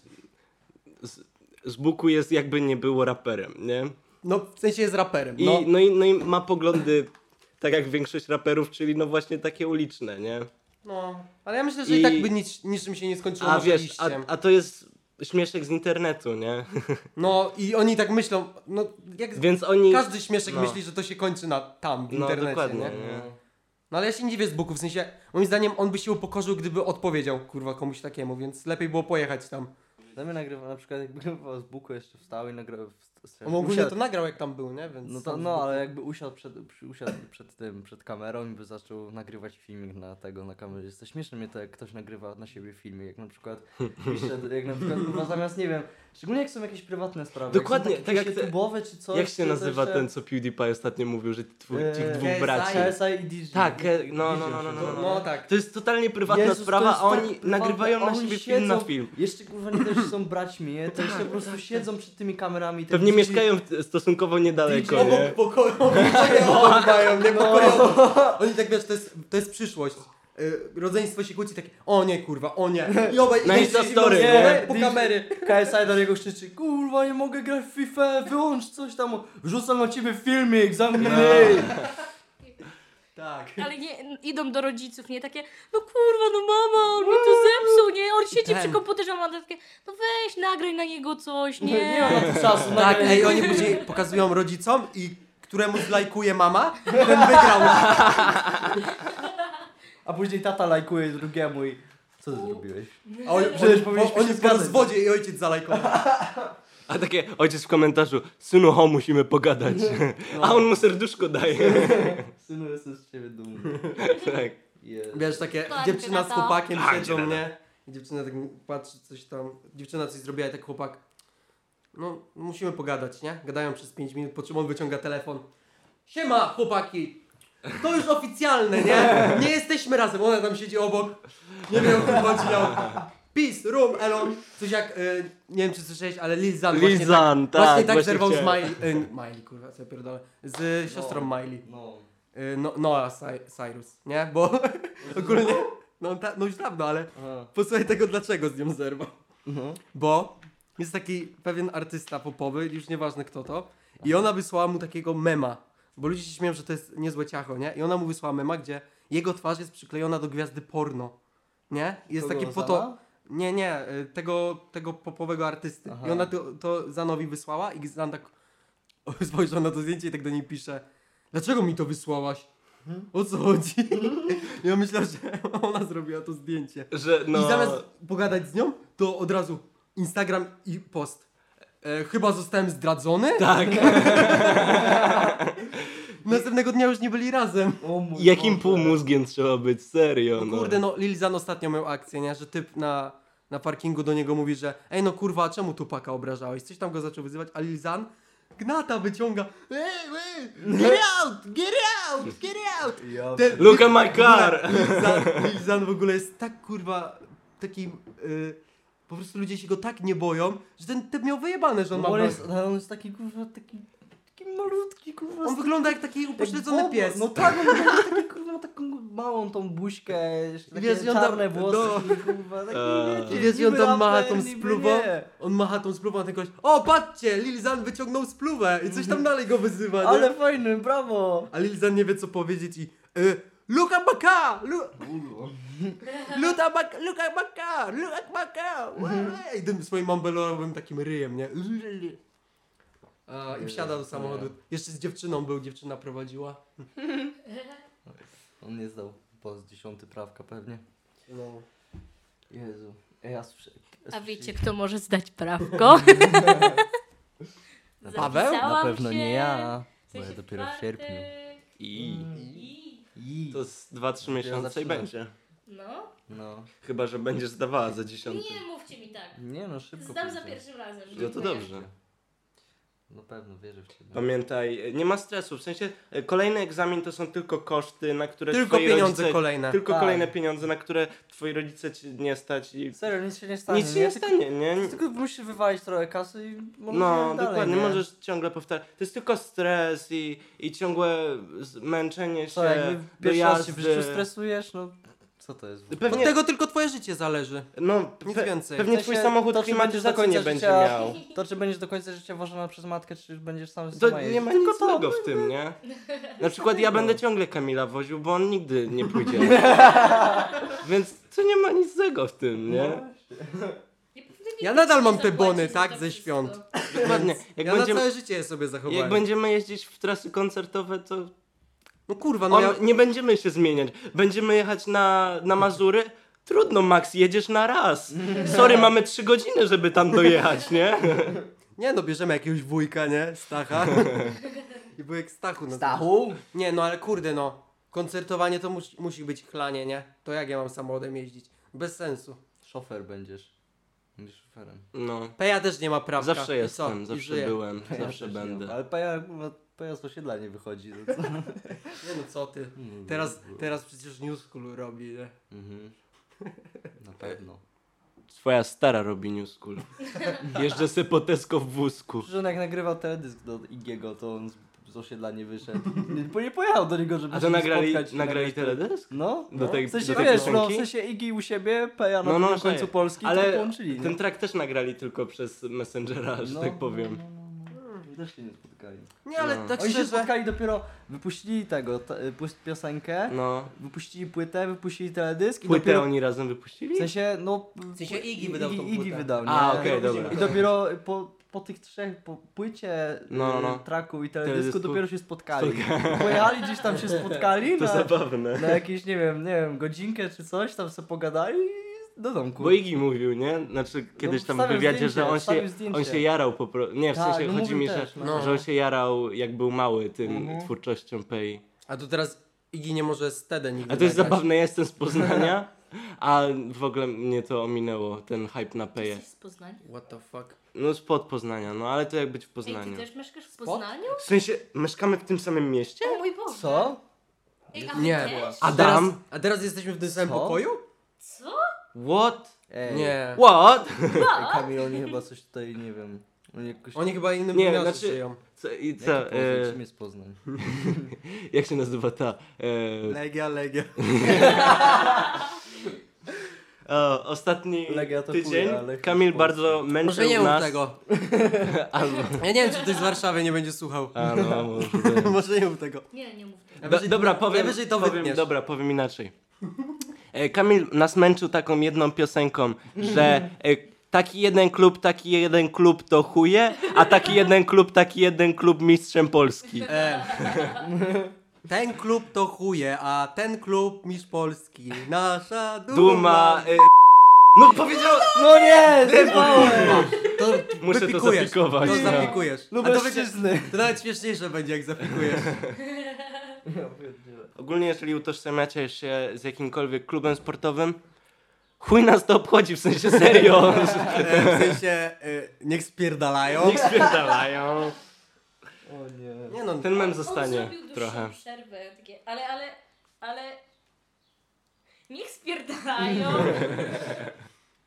S4: z, z Buku jest jakby nie było raperem, nie?
S3: No, w sensie jest raperem,
S4: I,
S3: no.
S4: no. i, no i ma poglądy, tak jak większość raperów, czyli no właśnie takie uliczne, nie?
S3: No, ale ja myślę, że i,
S4: I-
S3: tak by nic, niczym się nie skończyło
S4: A
S3: może
S4: wiesz, a,
S3: liściem.
S4: a to jest śmieszek z internetu, nie?
S3: No i oni tak myślą, no jak
S4: Więc oni...
S3: każdy śmieszek
S4: no.
S3: myśli, że to się kończy na tam, w
S4: No,
S3: internecie,
S4: dokładnie,
S3: nie?
S4: nie?
S3: No ale ja się nie dziwię z Buku, w sensie moim zdaniem on by się upokorzył, gdyby odpowiedział kurwa komuś takiemu, więc lepiej było pojechać tam.
S5: Dla mnie No nagrywa na przykład jakby chyba z Buku jeszcze wstał i nagrał...
S3: On ogólnie to nagrał jak tam był, nie? Więc
S5: No,
S3: sam
S5: to,
S3: z
S5: no
S3: Buku-
S5: ale jakby usiadł przed, przy- usiadł przed tym, przed kamerą i by zaczął nagrywać filmik na tego, na kamerze. Jest to śmieszne mnie to, jak ktoś nagrywa na siebie filmy, jak na przykład pisze, jak na przykład, kurwa, zamiast, nie wiem, szczególnie jak są jakieś prywatne sprawy.
S4: Dokładnie,
S5: jak są
S4: tak
S5: takie
S4: jak
S5: jakieś
S4: te-
S5: YouTube'owe czy coś.
S4: Jak się
S5: to
S4: nazywa
S5: jeszcze-
S4: ten, co PewDiePie ostatnio mówił, że twój,
S5: Eee,
S4: tych dwóch
S3: KSI.
S4: braci?
S5: KSI i DJ.
S4: Tak, e, no, no, no, no, no,
S3: No tak.
S4: To jest totalnie prywatna
S5: Jezus, to
S4: sprawa,
S5: jest
S4: a
S5: tak
S4: oni
S5: prywatne,
S4: nagrywają na
S5: oni
S4: siebie film
S5: siedzą-
S4: na film.
S5: Jeszcze kurwa nie też są braćmi, nie? To jeszcze po prostu siedzą przed tymi kamerami.
S4: Pewnie
S5: tak-
S4: mieszkają w- stosunkowo niedaleko, nie?
S3: Obok pokoju, obok
S5: No,
S3: obok mają, nie?
S4: No,
S3: Pokojowo. Oni tak wiesz, to jest, to jest przyszłość. Y, rodzeństwo się kłóci takie, o nie kurwa, o nie. I obaj
S4: Na
S3: i-
S4: Instastory,
S3: i- i-
S4: nie?
S3: po kamery.
S5: KSI do niego krzyczy, kurwa nie mogę grać w FIFA, wyłącz coś tam, wrzucam na ciebie filmik,
S4: No.
S5: zamknij ryj.
S3: Tak.
S1: Ale nie, idą do rodziców, nie takie, no kurwa, no mama, on mi to zepsuł, nie? On siedzi
S3: Ten.
S1: przy komputerze, a ma takie, no weź, nagraj na niego coś,
S3: No
S1: nie?
S5: Nie ma na to czasu.
S3: Tak,
S5: nagraj.
S3: ej, oni później pokazują rodzicom i któremu zlajkuje mama, ten wygrał.
S5: A później tata lajkuje drugiemu i co ty zrobiłeś?
S3: A on,
S5: Przecież
S3: on, on,
S5: powinniśmy
S3: on
S5: się
S3: jest po
S5: zgadzać.
S3: rozwodzie i ojciec zalajkował.
S4: A takie ojciec w komentarzu, synu ho, musimy pogadać. A on mu serduszko daje.
S5: Synu, jestem z ciebie dumny.
S4: tak.
S5: Jest.
S3: Wiesz, takie
S1: Patrzcie
S3: dziewczyna
S1: na
S3: z
S1: to.
S3: chłopakiem
S4: Patrzcie na
S3: siedzą,
S4: to.
S3: nie? I dziewczyna tak patrzy, coś tam, dziewczyna coś zrobiła i tak chłopak, no musimy pogadać, nie? Gadają przez 5 minut, po czym on wyciąga telefon. Siema chłopaki! To już oficjalne, nie? Nie jesteśmy razem, ona tam siedzi obok, nie wiem o kim chodzi, ja Peace, room, elon, coś jak, y, nie wiem czy słyszałeś, ale Lil Zan właśnie
S4: Lil Zan,
S3: tak, właśnie
S4: tak,
S3: tak
S4: właśnie
S3: zerwał z
S4: chciałem.
S3: Miley, y, Miley kurwa, co ja pierdolę, z siostrą Miley.
S5: No.
S3: Y, No, Noah Cy- Cyrus, nie? Bo ogólnie, no, ta, no już dawno, ale
S5: Aha.
S3: posłuchaj tego, dlaczego z nią zerwał.
S5: No.
S3: Bo jest taki pewien artysta popowy, już nieważne kto to, I ona wysłała mu takiego mema, bo ludzie się śmieją, że to jest niezłe ciacho, nie? I ona mu wysłała mema, gdzie jego twarz jest przyklejona do gwiazdy porno, nie? I Jest
S5: Kogo,
S3: taki
S5: Zana?
S3: foto... Nie, nie, y, tego, tego popowego artysty.
S5: Aha.
S3: I ona to, to Zanowi wysłała i Zan tak spojrzał na to zdjęcie i tak do niej pisze Dlaczego mi to wysłałaś?
S4: Mhm.
S3: O co chodzi? Ja myślę, że ona zrobiła to zdjęcie.
S4: Że no...
S3: I zamiast pogadać z nią, to od razu Instagram i post. E, chyba zostałem zdradzony?
S4: Tak.
S3: Następnego dnia już nie byli razem.
S5: O mój
S4: Jakim
S5: Boże.
S4: półmózgiem trzeba być? Serio,
S3: No
S4: no.
S3: kurde, no Lil Zan ostatnio miał akcję, nie? Że typ na, na parkingu do niego mówi, że ej no kurwa, czemu Tupaka obrażałeś? Coś tam go zaczął wyzywać, a Lil Zan gnata wyciąga. Ej, ej, get out, get out, get out!
S5: Ja
S3: Ten-
S4: Look at my car!
S3: Lil Zan- Lil Zan w ogóle jest tak kurwa takim... Y, po prostu ludzie się go tak nie boją, że ten typ miał wyjebane, że on
S5: No
S3: ma...
S5: bo on,
S3: broń.
S5: jest, ale on jest taki kurwa, taki, taki malutki kurwa.
S3: On
S5: taki-
S3: wygląda jak taki
S5: jak
S3: upośledzony
S5: bobo.
S3: pies.
S5: No tak, on wygląda taki kurwa, ma taką małą tą buźkę, jeszcze takie
S3: Wiesz, i on tam-
S5: czarne włosy,
S3: no.
S5: kurwa, taki
S4: Eee.
S5: wiecie,
S3: I wiesz, i on
S5: niby
S3: tam macha
S5: raper,
S3: tą
S5: niby
S3: spluwą.
S5: nie.
S3: On macha tą spluwą, a ten koleś, o patrzcie, Lilzan wyciągnął spluwę i coś tam dalej go wyzywa, nie?
S5: Mhm. Ale fajny, brawo.
S3: A Lilzan nie wie co powiedzieć i y, Luka Baka! Lu, luta bak, Luka Baka! Luka Baka! I tym swoim ambelorowym takim ryjem, nie? A, I wsiada do samochodu. Jeszcze z dziewczyną był, dziewczyna prowadziła.
S5: On nie zdał po z dziesiąty prawka pewnie.
S3: No.
S5: Jezu. Ej, ja słyszę,
S1: A wiecie, kto może zdać prawko?
S3: Paweł?
S5: Na
S1: Zapisałam
S5: pewno
S1: się.
S5: nie ja,
S1: W
S5: bo
S1: sensie
S5: ja dopiero w
S1: czwartek.
S5: sierpniu.
S4: I
S5: Mm.
S1: I...
S5: I,
S4: to z 2-3 miesiące i
S5: zaczyna.
S4: będzie.
S1: No.
S5: no.
S4: Chyba, że będziesz zdawała za dziesiątym.
S1: Nie mówcie mi tak.
S5: Nie no, szybko
S1: Zdam za
S5: pójdzie.
S1: pierwszym razem.
S4: No to
S1: dziękuję.
S4: dobrze.
S5: Na pewno, wierzę w ciebie.
S4: Pamiętaj, nie ma stresu. W sensie e, kolejny egzamin to są tylko koszty, na które
S3: Tylko
S4: twoi
S3: pieniądze
S4: rodzice,
S3: kolejne.
S4: Tylko
S5: Tak.
S4: kolejne pieniądze, na które twoi rodzice ci nie stać i
S5: Serio, nic się nie stanie.
S4: nic się nie
S5: Tylko-
S4: stanie, nie?
S5: Tylko musisz wywalić trochę kasy i możesz
S4: No,
S5: dalej,
S4: dokładnie,
S5: nie?
S4: możesz ciągle powtarzać. To jest tylko stres i, i ciągłe zmęczenie się,
S5: Co, jakby pierwszy raz się w życiu
S4: dojazdy.
S5: stresujesz, no co to jest? w ogóle?
S3: Od
S4: Pewnie-
S3: tego tylko twoje życie zależy.
S4: No,
S3: Nic
S4: pe-
S3: więcej.
S4: pewnie
S5: W sensie
S4: twój samochód
S5: to, czy
S4: klimatyzacji nie
S5: będziesz do
S4: będzie
S5: końca życia-
S4: miał.
S5: To czy będziesz do końca życia wożona przez matkę, czy będziesz sam z
S4: To
S5: sama
S4: nie
S5: jeździć?
S4: ma nic złego w tym, nie? Na przykład ja będę ciągle Kamila woził, bo on nigdy nie pójdzie. Więc to nie ma nic zego w tym,
S5: No.
S4: nie?
S1: Nie powinny
S3: Ja
S1: mi
S3: nadal mam
S1: rodzice
S3: te bony,
S1: zapłacić
S3: tak,
S1: za to
S3: ze
S1: wszystko.
S3: świąt.
S4: Dokładnie. Jak,
S3: ja na
S4: będziemy,
S3: całe życie je sobie zachowałem.
S4: jak będziemy jeździć w trasy koncertowe, to
S3: No kurwa, no
S4: on,
S3: ja...
S4: nie będziemy się zmieniać. Będziemy jechać na, na Mazury. Trudno, Max, jedziesz na raz. Sorry, mamy trzy godziny, żeby tam dojechać, nie?
S3: Nie no, bierzemy jakiegoś wujka, nie? Stacha. I wujek Stachu. No,
S5: Stachu?
S3: Nie no, ale kurde no. Koncertowanie to mus, musi być chlanie, nie? To jak ja mam samochodem jeździć? Bez sensu.
S5: Szofer będziesz. Będziesz szoferem.
S4: No,
S3: Peja też nie ma prawka.
S4: zawsze
S3: I
S4: jestem,
S3: I
S4: zawsze
S3: żyje.
S4: byłem,
S5: Ja
S4: zawsze
S5: też nie mam,
S4: będę.
S5: Ale paja, kurwa, paja z osiedla nie wychodzi. To co?
S3: Nie no, co ty. Teraz, teraz przecież New School robi, nie?
S5: Mhm. Na pewno.
S4: Twoja stara robi New School. Jeżdżę se po Tesco w wózku.
S5: Przecież on jak nagrywał teledysk do Igiego, to on z, z osiedla nie wyszedł. Nie, bo nie pojechał do niego, żeby
S4: A
S5: się
S4: to nagrali,
S5: spotkać. i
S4: nagrali
S5: nagrać tele-
S4: teledysk?
S5: No.
S4: Do tej,
S5: W sensie
S4: do tej
S5: wiesz, no, w
S4: piosenki?
S5: sensie Igi u siebie, Peja na
S4: No, no,
S5: drugim końcu
S4: szaleje.
S5: Polski, ale to
S4: Ale
S5: połączyli.
S4: ten
S5: nie?
S4: track też nagrali tylko przez Messengera, że
S5: No,
S4: tak powiem.
S5: No, no, no, no. Też się nie spotkali.
S3: Nie, ale
S4: No.
S3: tak
S5: Oni się
S3: szczerze...
S5: spotkali dopiero, wypuścili tego, ta, y, pus- piosenkę,
S4: No.
S5: wypuścili płytę, wypuścili teledysk i
S4: Płytę
S5: dopiero...
S4: oni razem wypuścili?
S5: W sensie, no... W
S3: sensie Iggy wydał tą
S5: Iggy
S3: płytę.
S5: wydał, nie?
S4: A, okej, dobra.
S5: I dopiero po, po tych trzech, po płycie,
S4: No, no, no.
S5: y, traku i teledysku,
S4: Teledysku.
S5: dopiero się spotkali. Pojechali gdzieś tam się spotkali
S4: To
S5: na,
S4: zabawne.
S5: na jakieś, nie wiem, nie wiem, godzinkę czy coś, tam sobie pogadali i do domku.
S4: Bo Iggy mówił, nie? Znaczy kiedyś tam w
S5: wstawił
S4: wywiadzie,
S5: zdjęcie,
S4: że on się,
S5: wstawił No, zdjęcie.
S4: on się jarał po prostu. Nie, w
S5: Tak,
S4: sensie
S5: no
S4: chodzi
S5: mówił
S4: mi,
S5: też,
S4: że,
S5: no.
S4: że on się jarał jak był mały tym
S5: Mhm.
S4: twórczością Pei.
S3: A tu teraz Iggy nie może z Tedy nigdy
S4: A to jest
S3: nagrać.
S4: zabawne, ja jestem z Poznania, a w ogóle mnie to ominęło, ten hype na Peję.
S1: Jesteś z Poznania?
S3: What the fuck?
S4: No spod Poznania, no ale to jak być w
S1: Ej, ty
S4: Poznaniu.
S1: też mieszkasz w Poznaniu?
S4: W sensie, mieszkamy w tym samym mieście?
S1: O mój Boże.
S5: Co?
S1: Ej, a wy
S3: Nie.
S1: też?
S3: A
S4: Adam?
S3: teraz, a teraz jesteśmy w tym samym
S5: Co?
S3: pokoju?
S1: Co?
S4: What?
S5: Ej,
S3: Nie.
S4: Tak. What?
S5: Ej, Kamil, oni chyba coś tutaj, nie wiem, oni jakoś...
S3: Oni chyba innym
S4: Nie,
S3: wymiarze
S4: znaczy-
S3: żyją.
S4: Co, i
S5: Jaki
S4: co,
S5: Poznań?
S4: e,
S5: Czym jest Poznań?
S4: jak się nazywa ta? E,
S3: Legia, legia.
S4: O, ostatni
S5: Legia to
S4: tydzień
S5: chuj, ale-
S4: Kamil bardzo
S3: Może
S4: męczył
S3: nie mów
S4: nas.
S3: tego.
S4: Albo,
S3: Ja nie wiem, czy ktoś z Warszawy nie będzie słuchał.
S4: a no, może być.
S3: Może nie mów tego.
S1: Nie, nie mów tego.
S4: Do, dobra, powiem,
S3: Najwyżej to
S4: powiem,
S3: wytniesz.
S4: dobra, powiem inaczej. E, Kamil nas męczył taką jedną piosenką, że e, taki jeden klub, taki jeden klub to chuje, a taki jeden klub, taki jeden klub mistrzem Polski.
S3: E, ten klub to chuje, a ten klub mistrz Polski. Nasza duma.
S4: Duma... E, no powiedział...
S5: No nie! Zjebałem!
S3: To
S4: Muszę to
S3: wypikujesz,
S4: zapikować,
S3: To
S4: no.
S3: zapikujesz. A to, będzie,
S5: Lubelszczyzny!
S3: to nawet śmieszniejsze będzie, jak zapikujesz.
S4: Ogólnie jeżeli utożsamiacie się z jakimkolwiek klubem sportowym, chuj nas to obchodzi, w sensie serio.
S3: E, w sensie, e, niech spierdalają.
S4: Niech spierdalają.
S5: O nie.
S3: Nie no,
S4: Ten mem
S1: On
S4: zostanie
S1: zrobił dłuższą
S4: trochę.
S1: przerwę, takie, ale, ale, ale... Niech spierdalają.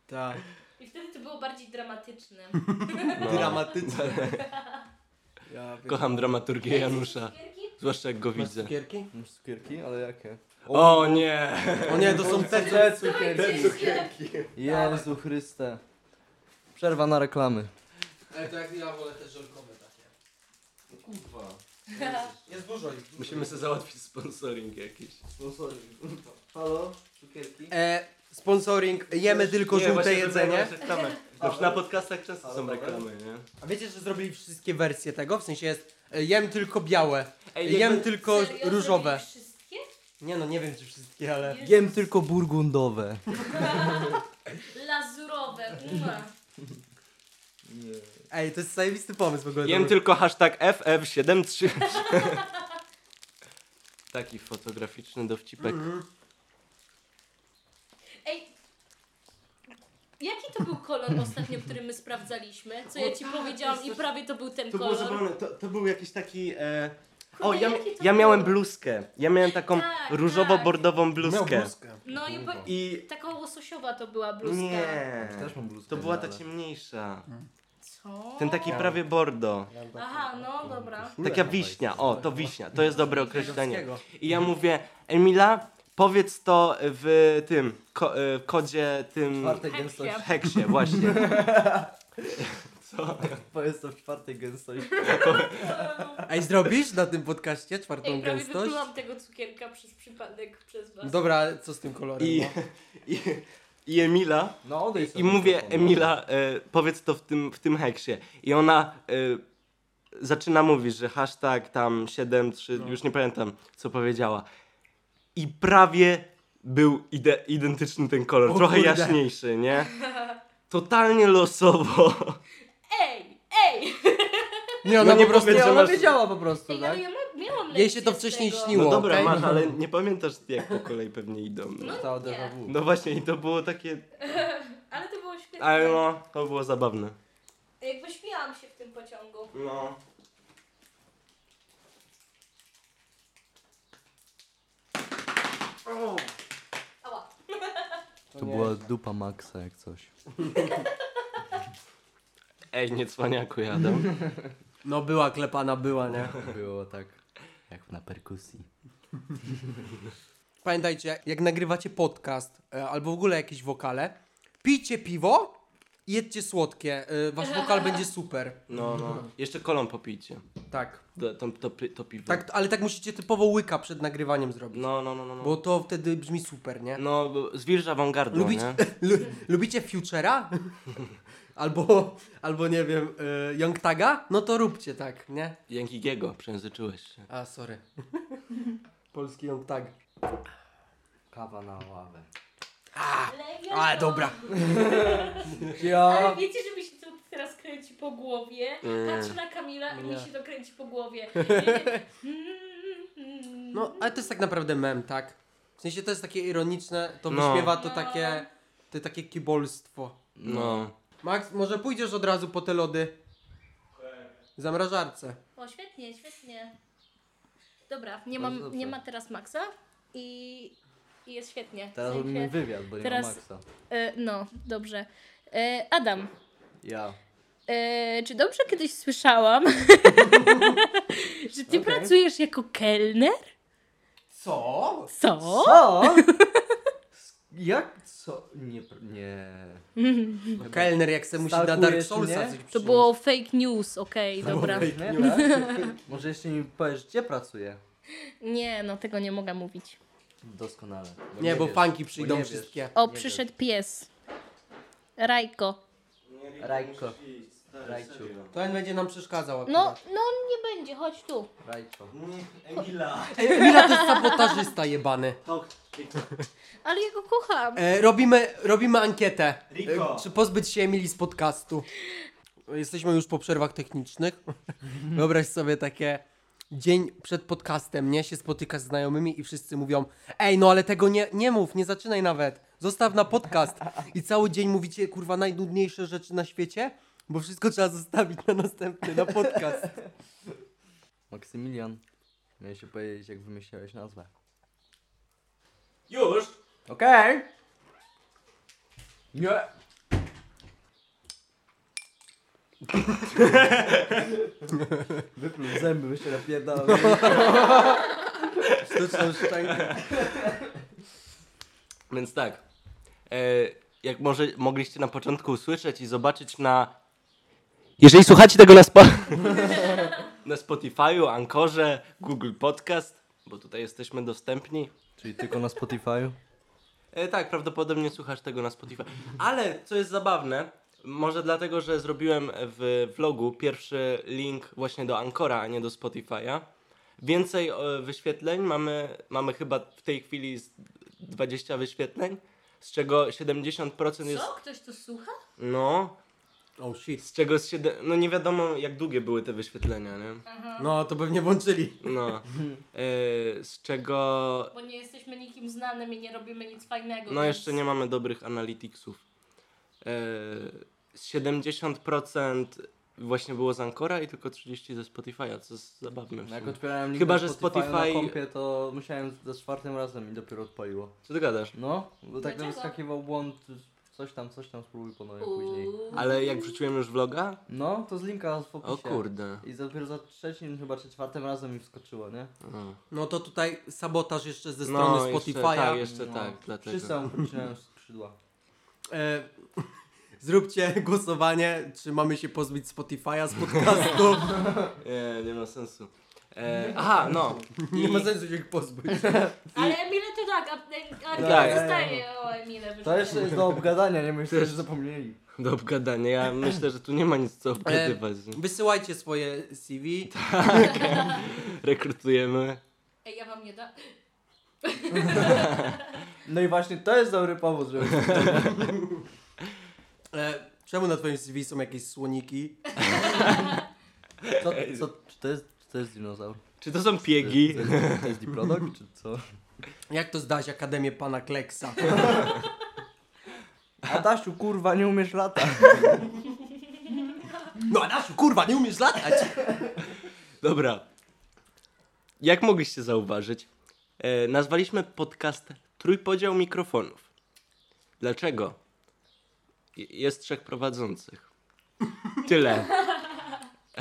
S3: ta,
S1: I wtedy to było bardziej dramatyczne.
S3: dramatyczne. Ja wiem.
S4: No. Kocham dramaturgię Janusza, zwłaszcza jak go
S3: Masz
S4: widzę.
S3: cukierki?
S5: Masz cukierki? Ale jakie?
S4: O nie!
S3: O nie, to są te,
S5: Te
S1: Dawajcie,
S5: cukierki! Jezu Chryste. Przerwa na reklamy.
S3: Ale to jak ja wolę te żelkowe takie. No
S5: Kurwa.
S3: Jest dużo ich.
S4: Musimy sobie załatwić sponsoring jakiś.
S5: No sorry. Halo? Cukierki?
S3: E, sponsoring, jemy tylko
S4: Nie,
S3: żółte
S4: właśnie
S3: jedzenie.
S4: wybrałeś reklamę. No, przy- na podcastach często są reklamy, nie?
S3: A wiecie, że zrobili wszystkie wersje tego? W sensie jest, e, jem tylko białe,
S4: Ej,
S3: jem
S4: jakby-
S3: tylko
S1: Serio?
S3: różowe.
S1: Zrobili Wszystkie?
S3: Nie no, nie wiem czy wszystkie, ale...
S4: E,
S5: Jem tylko burgundowe.
S1: Lazurowe, uma.
S3: Ej, to jest zajebisty pomysł w ogóle.
S4: Jem
S3: Dobry.
S4: tylko hashtag FF73. Taki fotograficzny dowcipek.
S1: Ej, jaki to był kolor ostatnio, który my sprawdzaliśmy? Co ja ci powiedziałam i prawie to był ten
S4: tak, To było
S1: kolor.
S4: zabawne, to, to był jakiś taki... E... O,
S1: Kurde,
S4: ja,
S1: jaki to
S4: ja miałem
S1: był?
S4: bluzkę. Ja miałem taką
S1: Tak,
S4: różowo-bordową
S3: Miał
S4: bluzkę.
S3: bluzkę.
S1: No i po...
S4: I...
S1: taka łososiowa to była bluzka.
S4: Nie.
S5: Też mam bluzkę.
S4: To była ta
S5: ale-
S4: ciemniejsza.
S1: No. Co?
S4: Ten taki prawie bordo.
S1: Aha, no dobra.
S4: Taka Tak wiśnia.
S3: tak.
S4: O,
S3: No.
S4: to wiśnia. To jest dobre określenie.
S3: Wiśniowskiego.
S4: I ja mówię, Emila, powiedz to w tym ko- e, kodzie tym.
S5: Czwartej
S1: Heksia.
S4: W
S5: gęstości.
S4: heksie, właśnie.
S5: Bo jestem w czwartej gęstości.
S3: Ej, zrobisz na tym podcaście czwartą
S1: Ej, prawie
S3: gęstość?
S1: wyplułam tego cukierka przez przypadek, przez was.
S3: Dobra, ale co z tym kolorem?
S4: I,
S3: no?
S4: i, i Emila.
S5: No odejdź
S4: I
S5: sobie
S4: mówię,
S5: mikrofon.
S4: Emila, e, powiedz to w tym, w tym heksie. I ona e, zaczyna mówić, że hashtag tam 7, 3,
S3: No.
S4: już nie pamiętam, co powiedziała. I prawie był ide- identyczny ten kolor,
S3: O
S4: trochę
S3: kurde.
S4: jaśniejszy, nie? Totalnie losowo.
S1: Ej, ej!
S3: Nie, ona
S4: No nie
S3: po prostu...
S4: powiedz,
S5: Nie,
S4: że
S5: ona
S4: masz-
S5: wiedziała po prostu,
S1: Ej, ale
S5: tak?
S1: ja ma- miałam
S3: Jej się to
S1: lekcję z
S3: wcześniej
S1: tego.
S3: śniło.
S4: No dobra,
S3: okej?
S4: masz, ale nie pamiętasz jak po kolei pewnie idą. No,
S1: tak.
S5: Została déjà vu.
S4: no właśnie i to było takie,
S1: Ale to było świetne.
S4: ale no, to było zabawne.
S1: Jakby śmiałam się w tym pociągu.
S4: No.
S1: Ała.
S5: To była dupa Maxa jak coś.
S4: Ej, nie cwaniaku jadę.
S3: No była klepana, była, nie?
S5: Było tak jak na perkusji.
S3: Pamiętajcie, jak nagrywacie podcast e, albo w ogóle jakieś wokale, pijcie piwo i jedźcie słodkie. E, wasz wokal będzie super.
S4: No, no. Jeszcze kolą popijcie.
S3: Tak.
S4: To, to, to, pi- to piwo.
S3: tak. Ale tak musicie typowo łyka przed nagrywaniem zrobić.
S4: No, no, no, no. no.
S3: Bo to wtedy brzmi super, nie?
S4: No, bo zwilża wam gardło,
S3: Lubicie,
S4: nie?
S3: lu, lubicie Futura? albo, albo nie wiem, e, Young Taga? No to róbcie tak, nie?
S4: Jankiego przejęzyczyłeś się.
S3: A, sorry. Polski Young Tag.
S5: Kawa na ławę.
S1: Legia,
S3: Ale
S1: no.
S3: dobra.
S1: Ale
S5: Ja...
S1: wiecie, że mi się to teraz kręci po głowie? Patrzę na Kamila i mi
S3: Mm. Nie.
S1: się to kręci po głowie. Ja wiem, mm,
S3: No, ale to jest tak naprawdę mem, tak? W sensie to jest takie ironiczne, to
S4: No.
S3: wyśmiewa to
S1: No.
S3: takie, to takie kibolstwo.
S4: No.
S3: Max, może pójdziesz od razu po te lody? W zamrażarce.
S1: O, świetnie, świetnie. Dobra, nie,
S5: Bardzo
S1: mam,
S5: dobrze.
S1: nie ma teraz Maxa i, i jest świetnie. W
S5: Teraz
S1: sensie,
S5: robimy wywiad, bo nie
S1: Teraz-
S5: ma Maxa.
S1: e, no, dobrze. E, Adam,
S5: Ja.
S1: e, czy dobrze kiedyś słyszałam, że ty pracujesz jako kelner?
S3: Co?
S1: Co?
S5: O! Jak? Co? Nie, pr- nie.
S3: Kelner jak se musi na Dark
S5: Stalkujesz
S3: Soulsa
S5: mnie?
S3: coś
S1: To
S3: przynieść.
S1: było fake news, okej, dobra.
S3: fake
S5: Nie, tak? Może jeszcze mi powiesz, gdzie pracuję?
S1: Nie, no tego nie mogę mówić.
S5: Doskonale.
S3: Nie, bo
S5: wiesz,
S3: fanki przyjdą
S5: nie wiesz.
S3: wszystkie.
S1: O,
S5: Nie
S1: przyszedł pies. Rajko.
S5: Rajko. Rajciu.
S3: To on będzie nam przeszkadzał
S1: No,
S3: akurat.
S1: no nie będzie, chodź tu.
S5: Rajko.
S4: Emila.
S3: Ej, Emila to jest sabotażysta jebany.
S1: Ale ja go kocham.
S3: E, robimy, robimy ankietę.
S4: Rico.
S3: E, czy pozbyć się Emilii z podcastu? Jesteśmy już po przerwach technicznych. Wyobraź sobie takie dzień przed podcastem, nie? Się spotykasz z znajomymi i wszyscy mówią Ej, no ale tego nie, nie mów, nie zaczynaj nawet. Zostaw na podcast. I cały dzień mówicie, kurwa, najnudniejsze rzeczy na świecie, bo wszystko trzeba zostawić na następny, na podcast.
S5: Maksymilian. Miałeś się powiedzieć, jak wymyśliłeś nazwę.
S4: Już?
S5: Okej! Nie! Wypluł zęby, by się napierdał.
S3: Sztuczną szczękę.
S4: Więc tak. E, jak może mogliście na początku usłyszeć i zobaczyć na. Jeżeli słuchacie tego na, spo... na Spotify'u, Ankorze, Google Podcast, bo tutaj jesteśmy dostępni.
S5: Czyli tylko na Spotify'u?
S4: E, tak, prawdopodobnie słuchasz tego na Spotify. Ale co jest zabawne, może dlatego, że zrobiłem w vlogu pierwszy link właśnie do Ancora, a nie do Spotify'a. Więcej e, wyświetleń mamy, mamy chyba w tej chwili z 20 wyświetleń, z czego 70% jest.
S1: Co? Ktoś to słucha?
S4: No,
S3: Oh shit.
S4: z czego z 7, No nie wiadomo, jak długie były te wyświetlenia, nie?
S3: No, to pewnie włączyli.
S4: No. E, z czego.
S1: Bo nie jesteśmy nikim znanym i nie robimy nic fajnego.
S4: No jeszcze nie mamy dobrych analyticsów. E, 70% właśnie było z Ancora i tylko 30% ze Spotify'a, co jest zabawne. w
S5: No Jak
S4: sumie.
S5: otwierałem link
S4: Chyba,
S5: na
S4: że
S5: na
S4: Spotify-
S5: kompie, to musiałem za czwartym razem i dopiero odpaliło.
S4: Co ty gadasz?
S5: No, bo tak
S1: Dlaczego?
S5: wyskakiwał błąd, coś tam, coś tam, spróbuj ponownie później.
S4: Ale jak wrzuciłem już vloga?
S5: No, to z linka w opisie.
S4: O kurde.
S5: I dopiero za trzecim, chyba czy czwartym razem mi wskoczyło, nie?
S4: No,
S3: No to tutaj sabotaż jeszcze ze strony
S4: no jeszcze,
S3: Spotify'a.
S4: tak, jeszcze
S5: No,
S4: tak, dlatego.
S5: Wszyscy mu wróciłem skrzydła.
S3: E, zróbcie głosowanie, czy mamy się pozbyć Spotify'a z podcastu.
S4: Nie, nie ma sensu. E, aha, no.
S3: Nie ma sensu się ich pozbyć.
S1: Ale Emile to tak, a, a, a
S4: Tak.
S1: zostaje o Emile.
S5: To jeszcze jest do obgadania, nie myślę, że zapomnieli.
S4: Do obgadania. Ja myślę, że tu nie ma nic
S5: E,
S4: co obgadywać.
S3: Wysyłajcie swoje CV.
S4: Rekrutujemy.
S1: Ej, ja wam nie dam.
S5: No i właśnie to jest dobry powód, żeby...
S3: E, czemu na twoim CV są jakieś słoniki?
S5: Co, co, czy to jest, czy to jest dinozaur?
S4: Czy to są
S5: Czy
S4: piegi?
S5: To jest, to jest diplodok, czy co?
S3: Jak to zdać Akademię Pana Kleksa?
S5: Adasiu, kurwa, nie umiesz lata.
S3: No Adasiu, kurwa, nie umiesz latać!
S4: Dobra. Jak mogliście zauważyć, e, nazwaliśmy podcast Trójpodział Mikrofonów. Dlaczego? J- Jest trzech prowadzących. Tyle.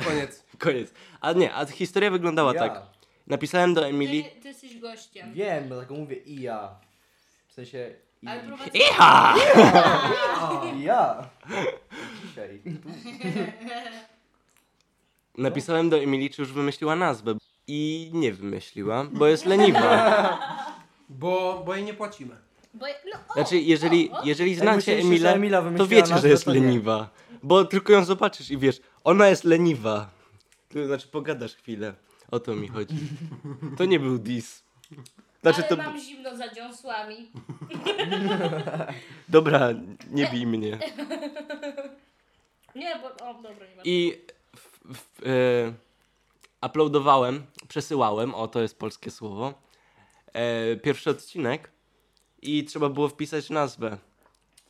S3: Koniec.
S4: Koniec. A nie, a historia wyglądała
S5: ja.
S4: tak. Napisałem do Emilii.
S1: Ty, ty jesteś gościem.
S5: Wiem, dlatego mówię i ja. W sensie i
S1: Ale prowadzę...
S5: I ja. Dzisiaj.
S4: Napisałem do Emilii, czy już wymyśliła nazwę. I nie wymyśliła, bo jest leniwa.
S3: Bo, bo jej nie płacimy.
S1: Bo, no, o,
S4: Znaczy, jeżeli,
S1: o, o.
S4: jeżeli
S5: Ej,
S4: znacie
S5: myśleliście, że Emila
S4: Emilę, to
S5: wymyśliła
S4: wiecie, że
S5: nazwę,
S4: jest
S5: to nie.
S4: leniwa. Bo tylko ją zobaczysz i wiesz, ona jest leniwa. To znaczy, pogadasz chwilę. O to mi chodzi. To nie był dis. Znaczy,
S1: ale
S4: to.
S1: mam zimno za dziąsłami.
S4: Dobra, nie bij mnie.
S1: Nie, bo... O, dobra, nie ma.
S4: I w, w, e, uploadowałem, przesyłałem, o to jest polskie słowo, e, pierwszy odcinek i trzeba było wpisać nazwę.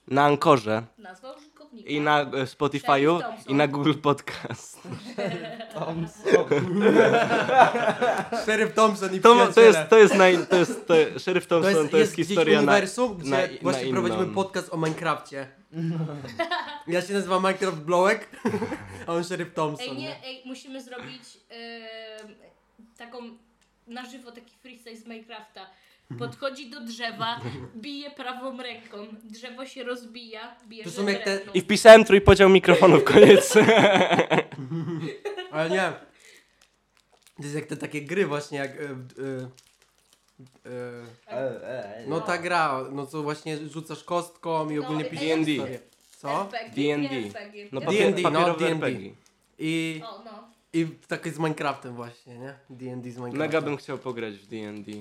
S4: Na Ankorze
S1: Nazwa użytkownika.
S4: i na e, Spotify'u
S1: Sheriff tak, Thompson.
S4: i na Google Podcast.
S5: Tam
S3: Szeryf Thompson i
S4: To, ma-
S3: przyjaciele.
S4: to jest, to jest, naj, to jest to, Sheriff
S3: To
S4: Thompson,
S3: jest, jest gdzieś
S4: historia na...
S3: uniwersum, gdzie
S4: na- na
S3: właśnie
S4: inną.
S3: prowadzimy podcast o Minecrafcie. Ja się nazywam Minecraft Blowek, a on Szeryf Thompson.
S1: Ej,
S3: nie?
S1: nie, ej, musimy zrobić em, taką na żywo taki freestyle z Minecrafta. podchodzi do drzewa, bije prawą ręką, drzewo się rozbija, bije
S3: To są jak te-
S1: żebretną.
S4: I wpisałem trójpodział mikrofonu w koniec.
S3: Ale nie. To jest jak te takie gry właśnie, jak... E, e, e,
S5: E, e, e.
S3: no
S1: tak.
S3: ta gra, no co właśnie rzucasz kostką i
S1: No,
S3: ogólnie
S1: i-
S3: piszesz
S4: D&D.
S3: historię. Co?
S1: RPG,
S4: D&D.
S1: RPG.
S4: No
S1: Ja-
S4: papier,
S3: D&D, no,
S4: papierowe
S3: D&D.
S4: RPG.
S3: I,
S1: O, no.
S3: I takie z Minecraftem właśnie, nie? D&D z Minecraftem.
S4: Mega bym chciał pograć w D&D.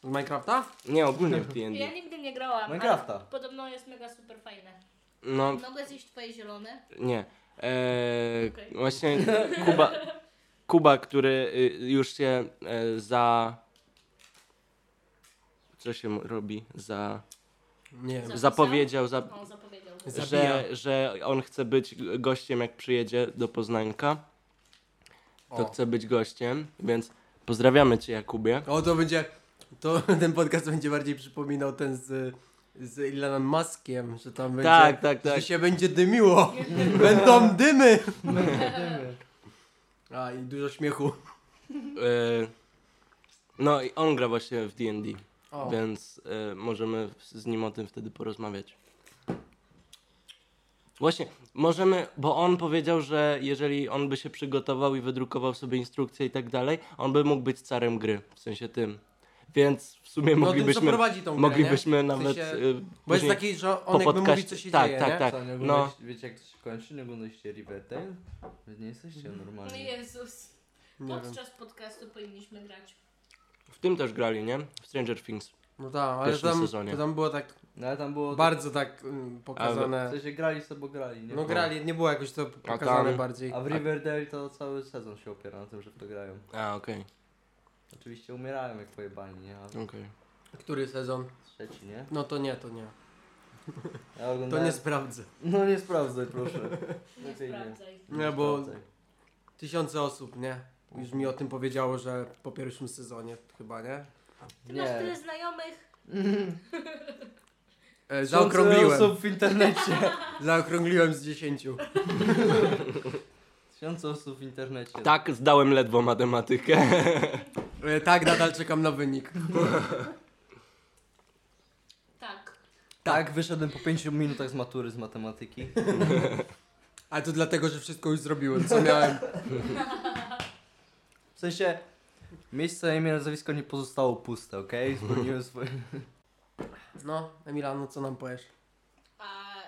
S3: Z Minecrafta?
S4: Nie, ogólnie w
S1: Ja
S4: D&D.
S1: nigdy nie grałam. ale
S5: Minecrafta.
S1: Podobno jest mega super fajne.
S4: No,
S1: Mogę zjeść twoje zielone?
S4: nie. Eee,
S1: Okej.
S4: Właśnie Kuba, Kuba, który y, już się e, za... Co się mu- robi? Za...
S3: Nie wiem.
S1: Zapisał?
S4: Zapowiedział, za,
S1: On zapowiedział.
S3: Zabija.
S4: że, że on chce być gościem, jak przyjedzie do Poznańka. To
S3: O.
S4: chce być gościem, więc pozdrawiamy cię, Jakubie.
S3: O, to będzie... To ten podcast będzie bardziej przypominał ten z... Z Elonem Muskiem, że tam będzie...
S4: Tak, tak,
S3: Że
S4: tak.
S3: się będzie dymiło. Będą dymy. A, i dużo śmiechu.
S4: E, no i on gra właśnie w D&D,
S3: O.
S4: więc e, możemy z nim o tym wtedy porozmawiać. Właśnie, możemy, bo on powiedział, że jeżeli on by się przygotował i wydrukował sobie instrukcje i tak dalej, on by mógł być carem gry, w sensie tym. Więc w sumie
S3: No tym, co
S4: moglibyśmy,
S3: prowadzi tą grę,
S4: moglibyśmy
S3: nie? W
S4: nawet...
S3: sensie- Bo
S4: y,
S3: jest
S4: później-
S3: taki, że on jakby mówi,
S4: podcaście-
S3: co się
S4: tak,
S3: dzieje,
S4: tak,
S3: nie?
S4: tak.
S5: Co, nie
S4: no.
S5: oglądaliście- Wiecie jak to się kończy? Nie oglądaliście Riverdale? Wy nie jesteście
S1: No
S5: normalni.
S1: Jezus.
S3: Nie wiem.
S1: Podczas podcastu powinniśmy grać.
S4: W tym też grali, nie? W Stranger Things.
S3: No tak, ale
S4: pierwszym
S3: tam,
S4: sezonie.
S3: to tam było tak
S5: No ale tam było...
S3: bardzo tak mm,
S5: W
S3: pokazane.
S5: sensie grali sobie, bo grali, nie?
S3: No tak. grali, nie było jakoś to
S4: tam-
S3: pokazane bardziej.
S5: A w Riverdale to cały sezon się opiera na tym, że w to grają.
S4: A, okej,
S5: Oczywiście umierają jak pojebani, nie? Ale
S3: No.
S4: okej.
S3: Który sezon?
S5: trzeci, nie?
S3: No to nie, to nie.
S5: Ja
S3: To
S5: oglądałem...
S3: nie sprawdzę.
S5: No nie sprawdzaj, proszę.
S1: Nie
S5: Lepiej
S1: sprawdzaj.
S3: Nie, bo-
S5: sprawdzaj.
S3: Tysiące osób, nie? Już mi o tym powiedziało, że po pierwszym sezonie chyba, nie?
S1: Ty masz
S5: Nie.
S1: tyle znajomych.
S3: E,
S5: Tysiące
S3: zaokrągliłem.
S5: osób w internecie.
S3: Zaokrągliłem z dziesięciu.
S5: Tysiące osób w internecie.
S4: Tak, zdałem ledwo matematykę.
S3: E, tak, nadal czekam na wynik.
S1: Tak.
S5: Tak, wyszedłem po 5 minutach z matury z matematyki.
S3: Ale to dlatego, że wszystko już zrobiłem, co miałem.
S5: W sensie, miejsce, imię, nazwisko nie pozostało puste, okej? Spełniłem swoje...
S3: No, Emiliano, co nam powiesz?
S1: A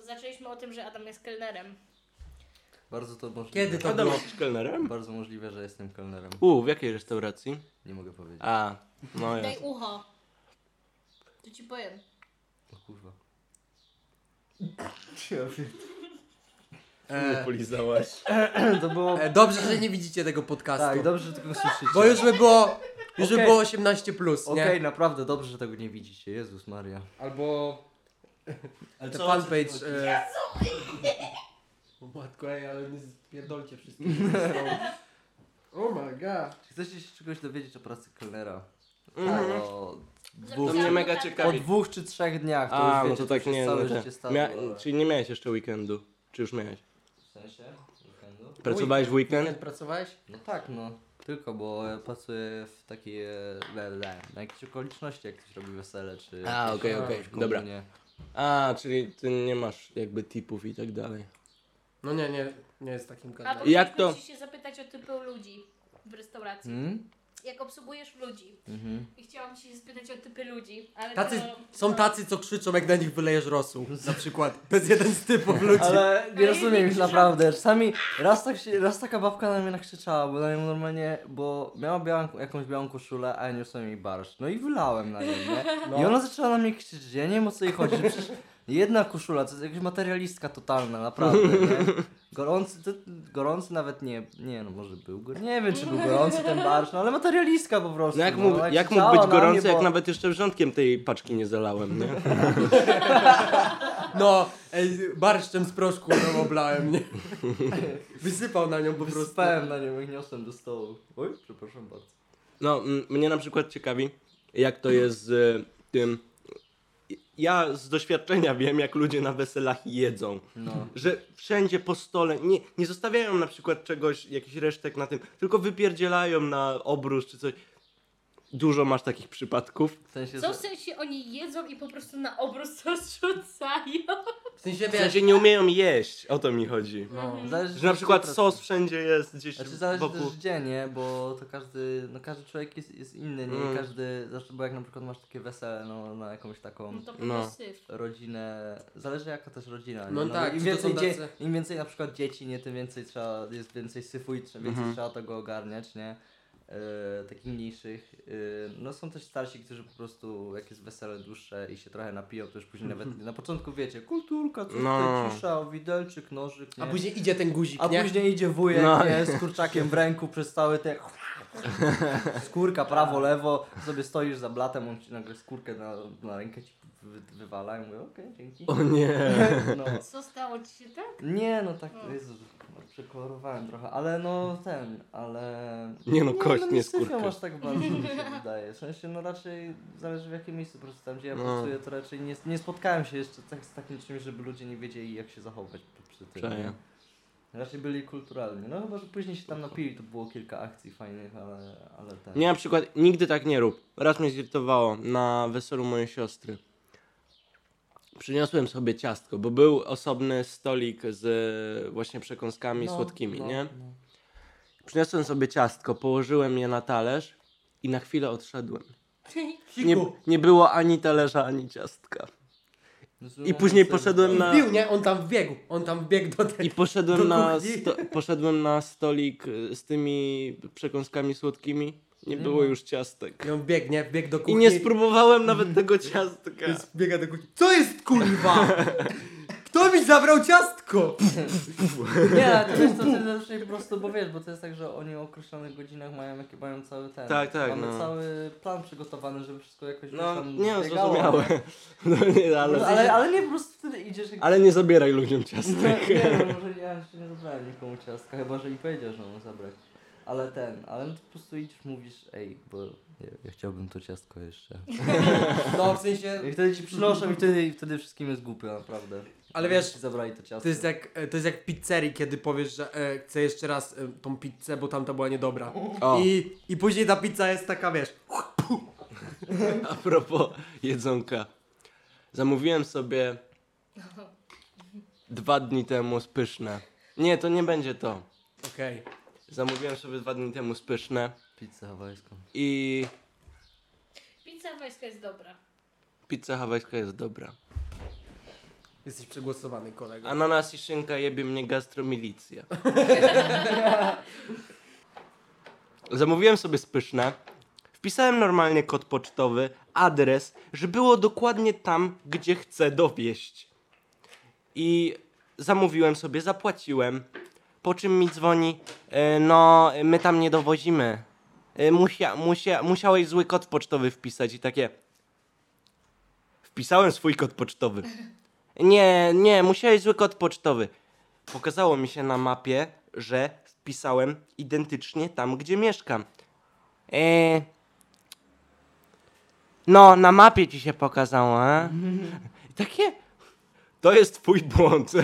S1: y... zaczęliśmy o tym, że Adam jest kelnerem.
S5: Bardzo to możliwe.
S3: Kiedy to
S4: Adam
S3: było?
S4: jesteś kelnerem?
S5: Bardzo możliwe, że jestem kelnerem.
S4: U, w jakiej restauracji?
S5: Nie mogę powiedzieć.
S4: A, no ja.
S1: Daj ucho. To ci powiem.
S5: O kurwa.
S3: E,
S4: polizałaś.
S5: To było...
S3: e, dobrze, że nie widzicie tego
S5: Tak,
S3: podcastu.
S5: dobrze, że tylko słyszycie.
S3: Bo już by było, już by
S5: Okej.
S3: było 18 plus,
S5: Okej,
S3: nie?
S5: naprawdę, dobrze, że tego nie widzicie. Jezus Maria.
S3: Albo
S4: Ale
S3: te fanpage. E... O matko, ej, ale nie spierdolcie wszystkich. oh my god.
S5: Czy chcecie się czegoś dowiedzieć o pracy kelnera?
S4: Mhm.
S5: Tak, o
S4: To
S5: dwóch,
S4: mnie
S1: Zapisałam
S4: mega
S1: notatki.
S5: po
S4: ciekawi.
S5: dwóch czy trzech dniach. To
S4: A,
S5: już
S4: no
S5: wiecie,
S4: to tak
S5: przez
S4: nie,
S5: całe
S4: no tak.
S5: życie stało.
S4: Mia-
S5: ale-
S4: Czyli nie miałeś jeszcze weekendu? Czy już miałeś?
S5: W sensie? Weekendu?
S4: Pracowałeś w
S3: Weekend
S4: weekend?
S3: pracowałeś?
S5: No tak, no. Tylko, bo ja pracuję w takiej... e, le- le- Na jakieś okoliczności, jak ktoś robi wesele, czy...
S4: A,
S5: jakieś-
S4: okej,
S5: a,
S4: okej,
S5: w komunie.
S4: dobra. A, czyli ty nie masz jakby tipów i tak dalej.
S3: No nie, nie, nie jest takim
S1: A
S3: kanałem.
S1: bo
S4: Jak to?
S1: się zapytać o typy ludzi w restauracji.
S5: Hmm?
S1: Jak obsługujesz ludzi.
S5: Mhm.
S1: I chciałam się spytać o typy ludzi, ale
S3: Tacy,
S1: to...
S3: są tacy, co krzyczą, jak na nich wylejesz rosół. Na przykład. To jest jeden z typów ludzi.
S5: Ale nie
S1: Ale
S5: rozumiem
S1: jedni
S5: już
S1: piszą-
S5: naprawdę. Czasami raz, tak się, raz taka babka na mnie nakrzyczała, bo na nią normalnie, bo miała białą, jakąś białą koszulę, a ja niosłem jej barsz. No i wylałem na nią, nie? I ona zaczęła na mnie krzyczeć, ja nie wiem o co jej chodzi, że przecież jedna koszula, to jest jakaś materialistka totalna, naprawdę, nie? Gorący, to, gorący nawet nie, nie no może był, go- nie wiem czy był gorący ten barsz, no ale materialistka po prostu.
S4: No jak
S5: no,
S4: mógł,
S5: ona
S4: jak mógł
S5: krzyczała
S4: być
S5: na mnie,
S4: gorący, jak
S5: bo-
S4: nawet jeszcze wrzątkiem tej paczki nie zalałem, nie?
S3: No, ej, barszczem z proszku no, oblałem, nie? Wysypał na nią po prostu.
S5: Wysypałem na nią i niosłem do stołu. Oj, przepraszam bardzo.
S4: No, m- mnie na przykład ciekawi, jak to jest z y, tym... Ja z doświadczenia wiem, jak ludzie na weselach jedzą.
S5: No.
S4: że wszędzie po stole nie, nie zostawiają na przykład czegoś, jakichś resztek na tym, tylko wypierdzielają na obrus czy coś. dużo masz takich przypadków.
S5: W sensie,
S1: Co
S5: że,
S1: w sensie oni jedzą i po prostu na obrus to zrzucają?
S5: w sensie
S4: W
S5: wiesz,
S4: sensie nie umieją jeść, o to mi chodzi.
S3: Mhm.
S5: no, zależy,
S4: Że na przykład
S5: co
S4: sos wszędzie jest gdzieś
S5: Znaczy zależy
S4: wokół.
S5: też gdzie, nie? Bo to każdy, no każdy człowiek jest, jest inny, nie?
S4: Mm.
S5: I każdy, znaczy, bo jak na przykład masz takie wesele, no na jakąś taką
S1: No to
S4: No.
S1: no. syf.
S5: rodzinę, zależy jaka też rodzina, nie?
S3: tak. No tak,
S5: im
S3: czy to są
S5: więcej, dzie-
S3: tacy-
S5: im więcej na przykład dzieci, nie? Tym więcej trzeba, jest więcej syfu i trzeba,
S4: Mhm.
S5: więcej trzeba tego ogarniać, nie? Yy, takich mniejszych. Yy, no są też starsi, którzy po prostu jak jest wesele dłuższe i się trochę napiją, to już później nawet na początku wiecie, kulturka, coś
S4: Mhm. No.
S5: tutaj cisza, widelczyk, nożyk, nie?
S3: A później idzie ten guzik,
S5: A
S3: nie?
S5: później idzie wujek
S4: No.
S5: nie, z kurczakiem w ręku przez cały te... Skórka prawo, lewo, sobie stoisz za blatem, on ci nagle skórkę na, na rękę ci wy, wywala i mówię, okej, dzięki.
S4: O nie.
S5: No.
S1: Co stało ci się tak?
S5: Nie, no tak, Jezu, no, przekolorowałem trochę, ale no ten, ale...
S4: Nie no, kość, nie
S5: syfią
S4: skórka.
S5: aż tak bardzo mi się wydaje, w sensie no raczej zależy w jakim miejscu, po prostu tam gdzie ja
S4: No.
S5: pracuję, to raczej nie, nie spotkałem się jeszcze tak, z takim czymś, żeby ludzie nie wiedzieli jak się zachować przy tym.
S4: Czaję.
S5: nie? Raczej byli kulturalni. No chyba, że później się tam napili, to było kilka akcji fajnych, ale, ale tak.
S4: Nie na przykład, nigdy tak nie rób. Raz mnie zirytowało na weselu mojej siostry. Przyniosłem sobie ciastko, bo był osobny stolik z e, właśnie przekąskami
S5: No,
S4: słodkimi,
S5: no,
S4: nie?
S5: no.
S4: Przyniosłem sobie ciastko, położyłem je na talerz i na chwilę odszedłem. Nie,
S3: Hiku.
S4: nie było ani talerza, ani ciastka.
S5: No,
S4: I później
S5: sobie-
S4: poszedłem na...
S3: Wbił, nie? On tam wbiegł. On tam wbiegł do tej...
S4: I poszedłem
S3: Tak. Do
S4: na,
S3: kuchni.
S4: sto, poszedłem na stolik y, z tymi przekąskami słodkimi. Nie było już ciastek.
S3: I on biegnie, biegł do
S4: I
S3: Mm. kuchni.
S4: nie spróbowałem nawet tego ciastka.
S3: Więc biega do kuchni. Co jest kurwa? Kto mi zabrał ciastko?
S5: Nie, ale to jest to ty zawsze po prostu, bo wiesz, bo to jest tak, że oni o określonych godzinach mają, jakie mają cały ten.
S4: Tak, tak,
S5: Mamy
S4: no.
S5: cały plan przygotowany, żeby wszystko jakoś gdzieś
S4: No,
S5: tam
S4: nie,
S5: zbiegało,
S4: zrozumiałem. No, nie,
S5: Ale,
S4: ale,
S5: ale, ale nie, po prostu wtedy idziesz jak...
S4: ale nie zabieraj ludziom
S5: No,
S4: ciastek.
S5: nie wiem, może ja jeszcze nie zabrałem nikomu ciastka, chyba, że mi powiedział, że mam zabrać. Ale ten, ale no to po prostu idziesz, mówisz, ej, bo ja, ja chciałbym to ciastko jeszcze.
S3: No, w sensie...
S5: I wtedy ci przynoszą i wtedy, i wtedy wszystkim jest głupio, naprawdę.
S3: Ale wiesz,
S5: Ci zabrali to ciastko.
S3: To jest jak, e, to jest jak w pizzerii, kiedy powiesz, że e, chcę jeszcze raz e, tą pizzę, bo tamta była niedobra.
S4: O.
S3: I, I później ta pizza jest taka, wiesz...
S4: A propos jedzonka. Zamówiłem sobie dwa dni temu spyszne. Nie, to nie będzie to.
S3: Okej.
S4: Zamówiłem sobie dwa dni temu spyszne
S5: Pizzę hawajską.
S4: i
S1: Pizza wojska jest dobra.
S4: pizza hawajska jest dobra.
S3: Jesteś przegłosowany, kolego.
S4: Ananas i szynka jebie mnie gastromilicja. Zamówiłem sobie spyszne. Wpisałem normalnie kod pocztowy, adres, że było dokładnie tam, gdzie chcę dowieść. I zamówiłem sobie, zapłaciłem. Po czym mi dzwoni, e, no my tam nie dowozimy. E, Musia, musia, musiałeś zły kod pocztowy wpisać i takie. Wpisałem swój kod pocztowy. Nie, nie, musiałeś zły kod pocztowy. Pokazało mi się na mapie, że wpisałem identycznie tam, gdzie mieszkam. Eee... No, na mapie ci się pokazało, a? Takie... To jest twój błąd.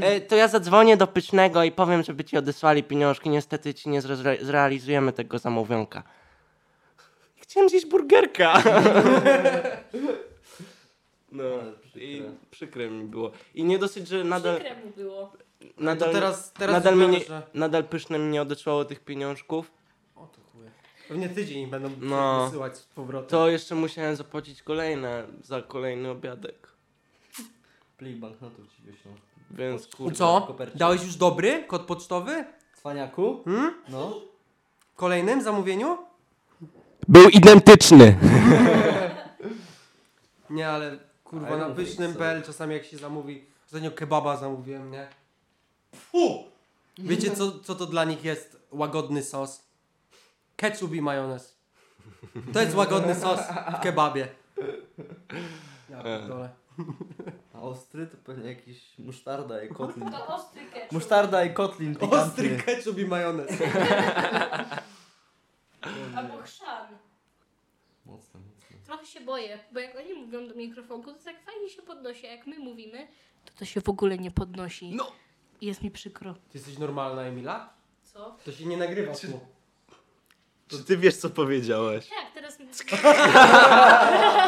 S4: e, to ja zadzwonię do Pysznego i powiem, żeby ci odesłali pieniążki. Niestety ci nie zre- zrealizujemy tego zamówionka. Chciałem zjeść burgerka. no,
S5: Ale przykre.
S4: i przykre mi było. I nie dosyć, że nadal...
S1: Przykre mu było.
S4: Nadal,
S3: to teraz- teraz
S4: nadal, mi nie,
S3: wiemy, że-
S4: nadal pyszne mi nie odesłało tych pieniążków.
S3: O to chuje. Pewnie tydzień ich będą
S4: No.
S3: wysyłać z powrotem.
S4: To jeszcze musiałem zapłacić kolejne za kolejny obiadek.
S5: Plik banknotów ci wyślą.
S4: Więc
S3: U
S4: kurczę.
S3: Co?
S5: kopercie.
S3: Dałeś już dobry kod pocztowy?
S5: Cwaniaku?
S3: Hmm?
S5: No.
S3: Kolejnym zamówieniu?
S4: Był identyczny.
S3: Nie, ale
S5: I
S3: kurwa,
S5: don't
S3: na
S5: think
S3: pysznym.pl czasami jak się zamówi, ostatnio kebaba zamówiłem, nie? Fu! Wiecie co, co to dla nich jest łagodny sos? Ketchup i majonez. To jest łagodny sos w kebabie. Ja pierdolę.
S5: A ostry to pewnie jakiś musztarda i kotlin.
S1: To ostry ketchup.
S5: Musztarda i kotlin pikantny.
S3: Ostry ketchup i majonez.
S1: Albo chrzan.
S5: Mocno, mocno.
S1: Trochę się boję, bo jak oni mówią do mikrofonu, to tak fajnie się podnosi, a jak my mówimy, to to się w ogóle nie podnosi.
S4: No.
S1: I jest mi przykro.
S3: Ty jesteś normalna, Emila?
S1: Co?
S3: To się nie nagrywa tu.
S4: Czy ty wiesz, co powiedziałeś?
S1: Tak, teraz teraz...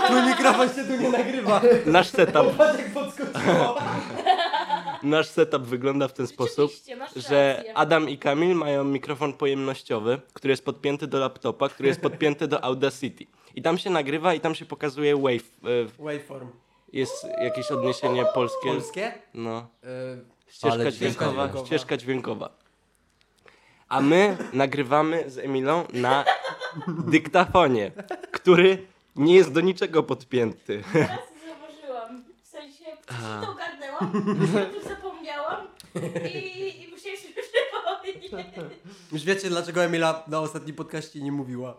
S3: Twój mikrofon się tu nie nagrywa.
S4: Nasz setup,
S3: Patrz jak podskoczyło.
S4: nasz setup wygląda w ten sposób,
S1: Rzeczywiście, masz
S4: że
S1: rację.
S4: Adam i Kamil mają mikrofon pojemnościowy, który jest podpięty do laptopa, który jest podpięty do Audacity. I tam się nagrywa i tam się pokazuje wave. e,
S3: Waveform.
S4: Jest jakieś odniesienie polskie.
S3: Polskie?
S4: No.
S3: Y,
S4: Ścieżka
S5: Ale
S4: dźwiękowa,
S3: ścieżka dźwiękowa.
S4: ścieżka dźwiękowa. A my nagrywamy z Emilą na dyktafonie, który nie jest do niczego podpięty.
S1: Teraz zauważyłam. W sensie, wcześniej to ogarnęłam, o tym zapomniałam i, i musiałam się przypomnieć.
S3: Już wiecie dlaczego Emila na ostatnim podcaście nie mówiła.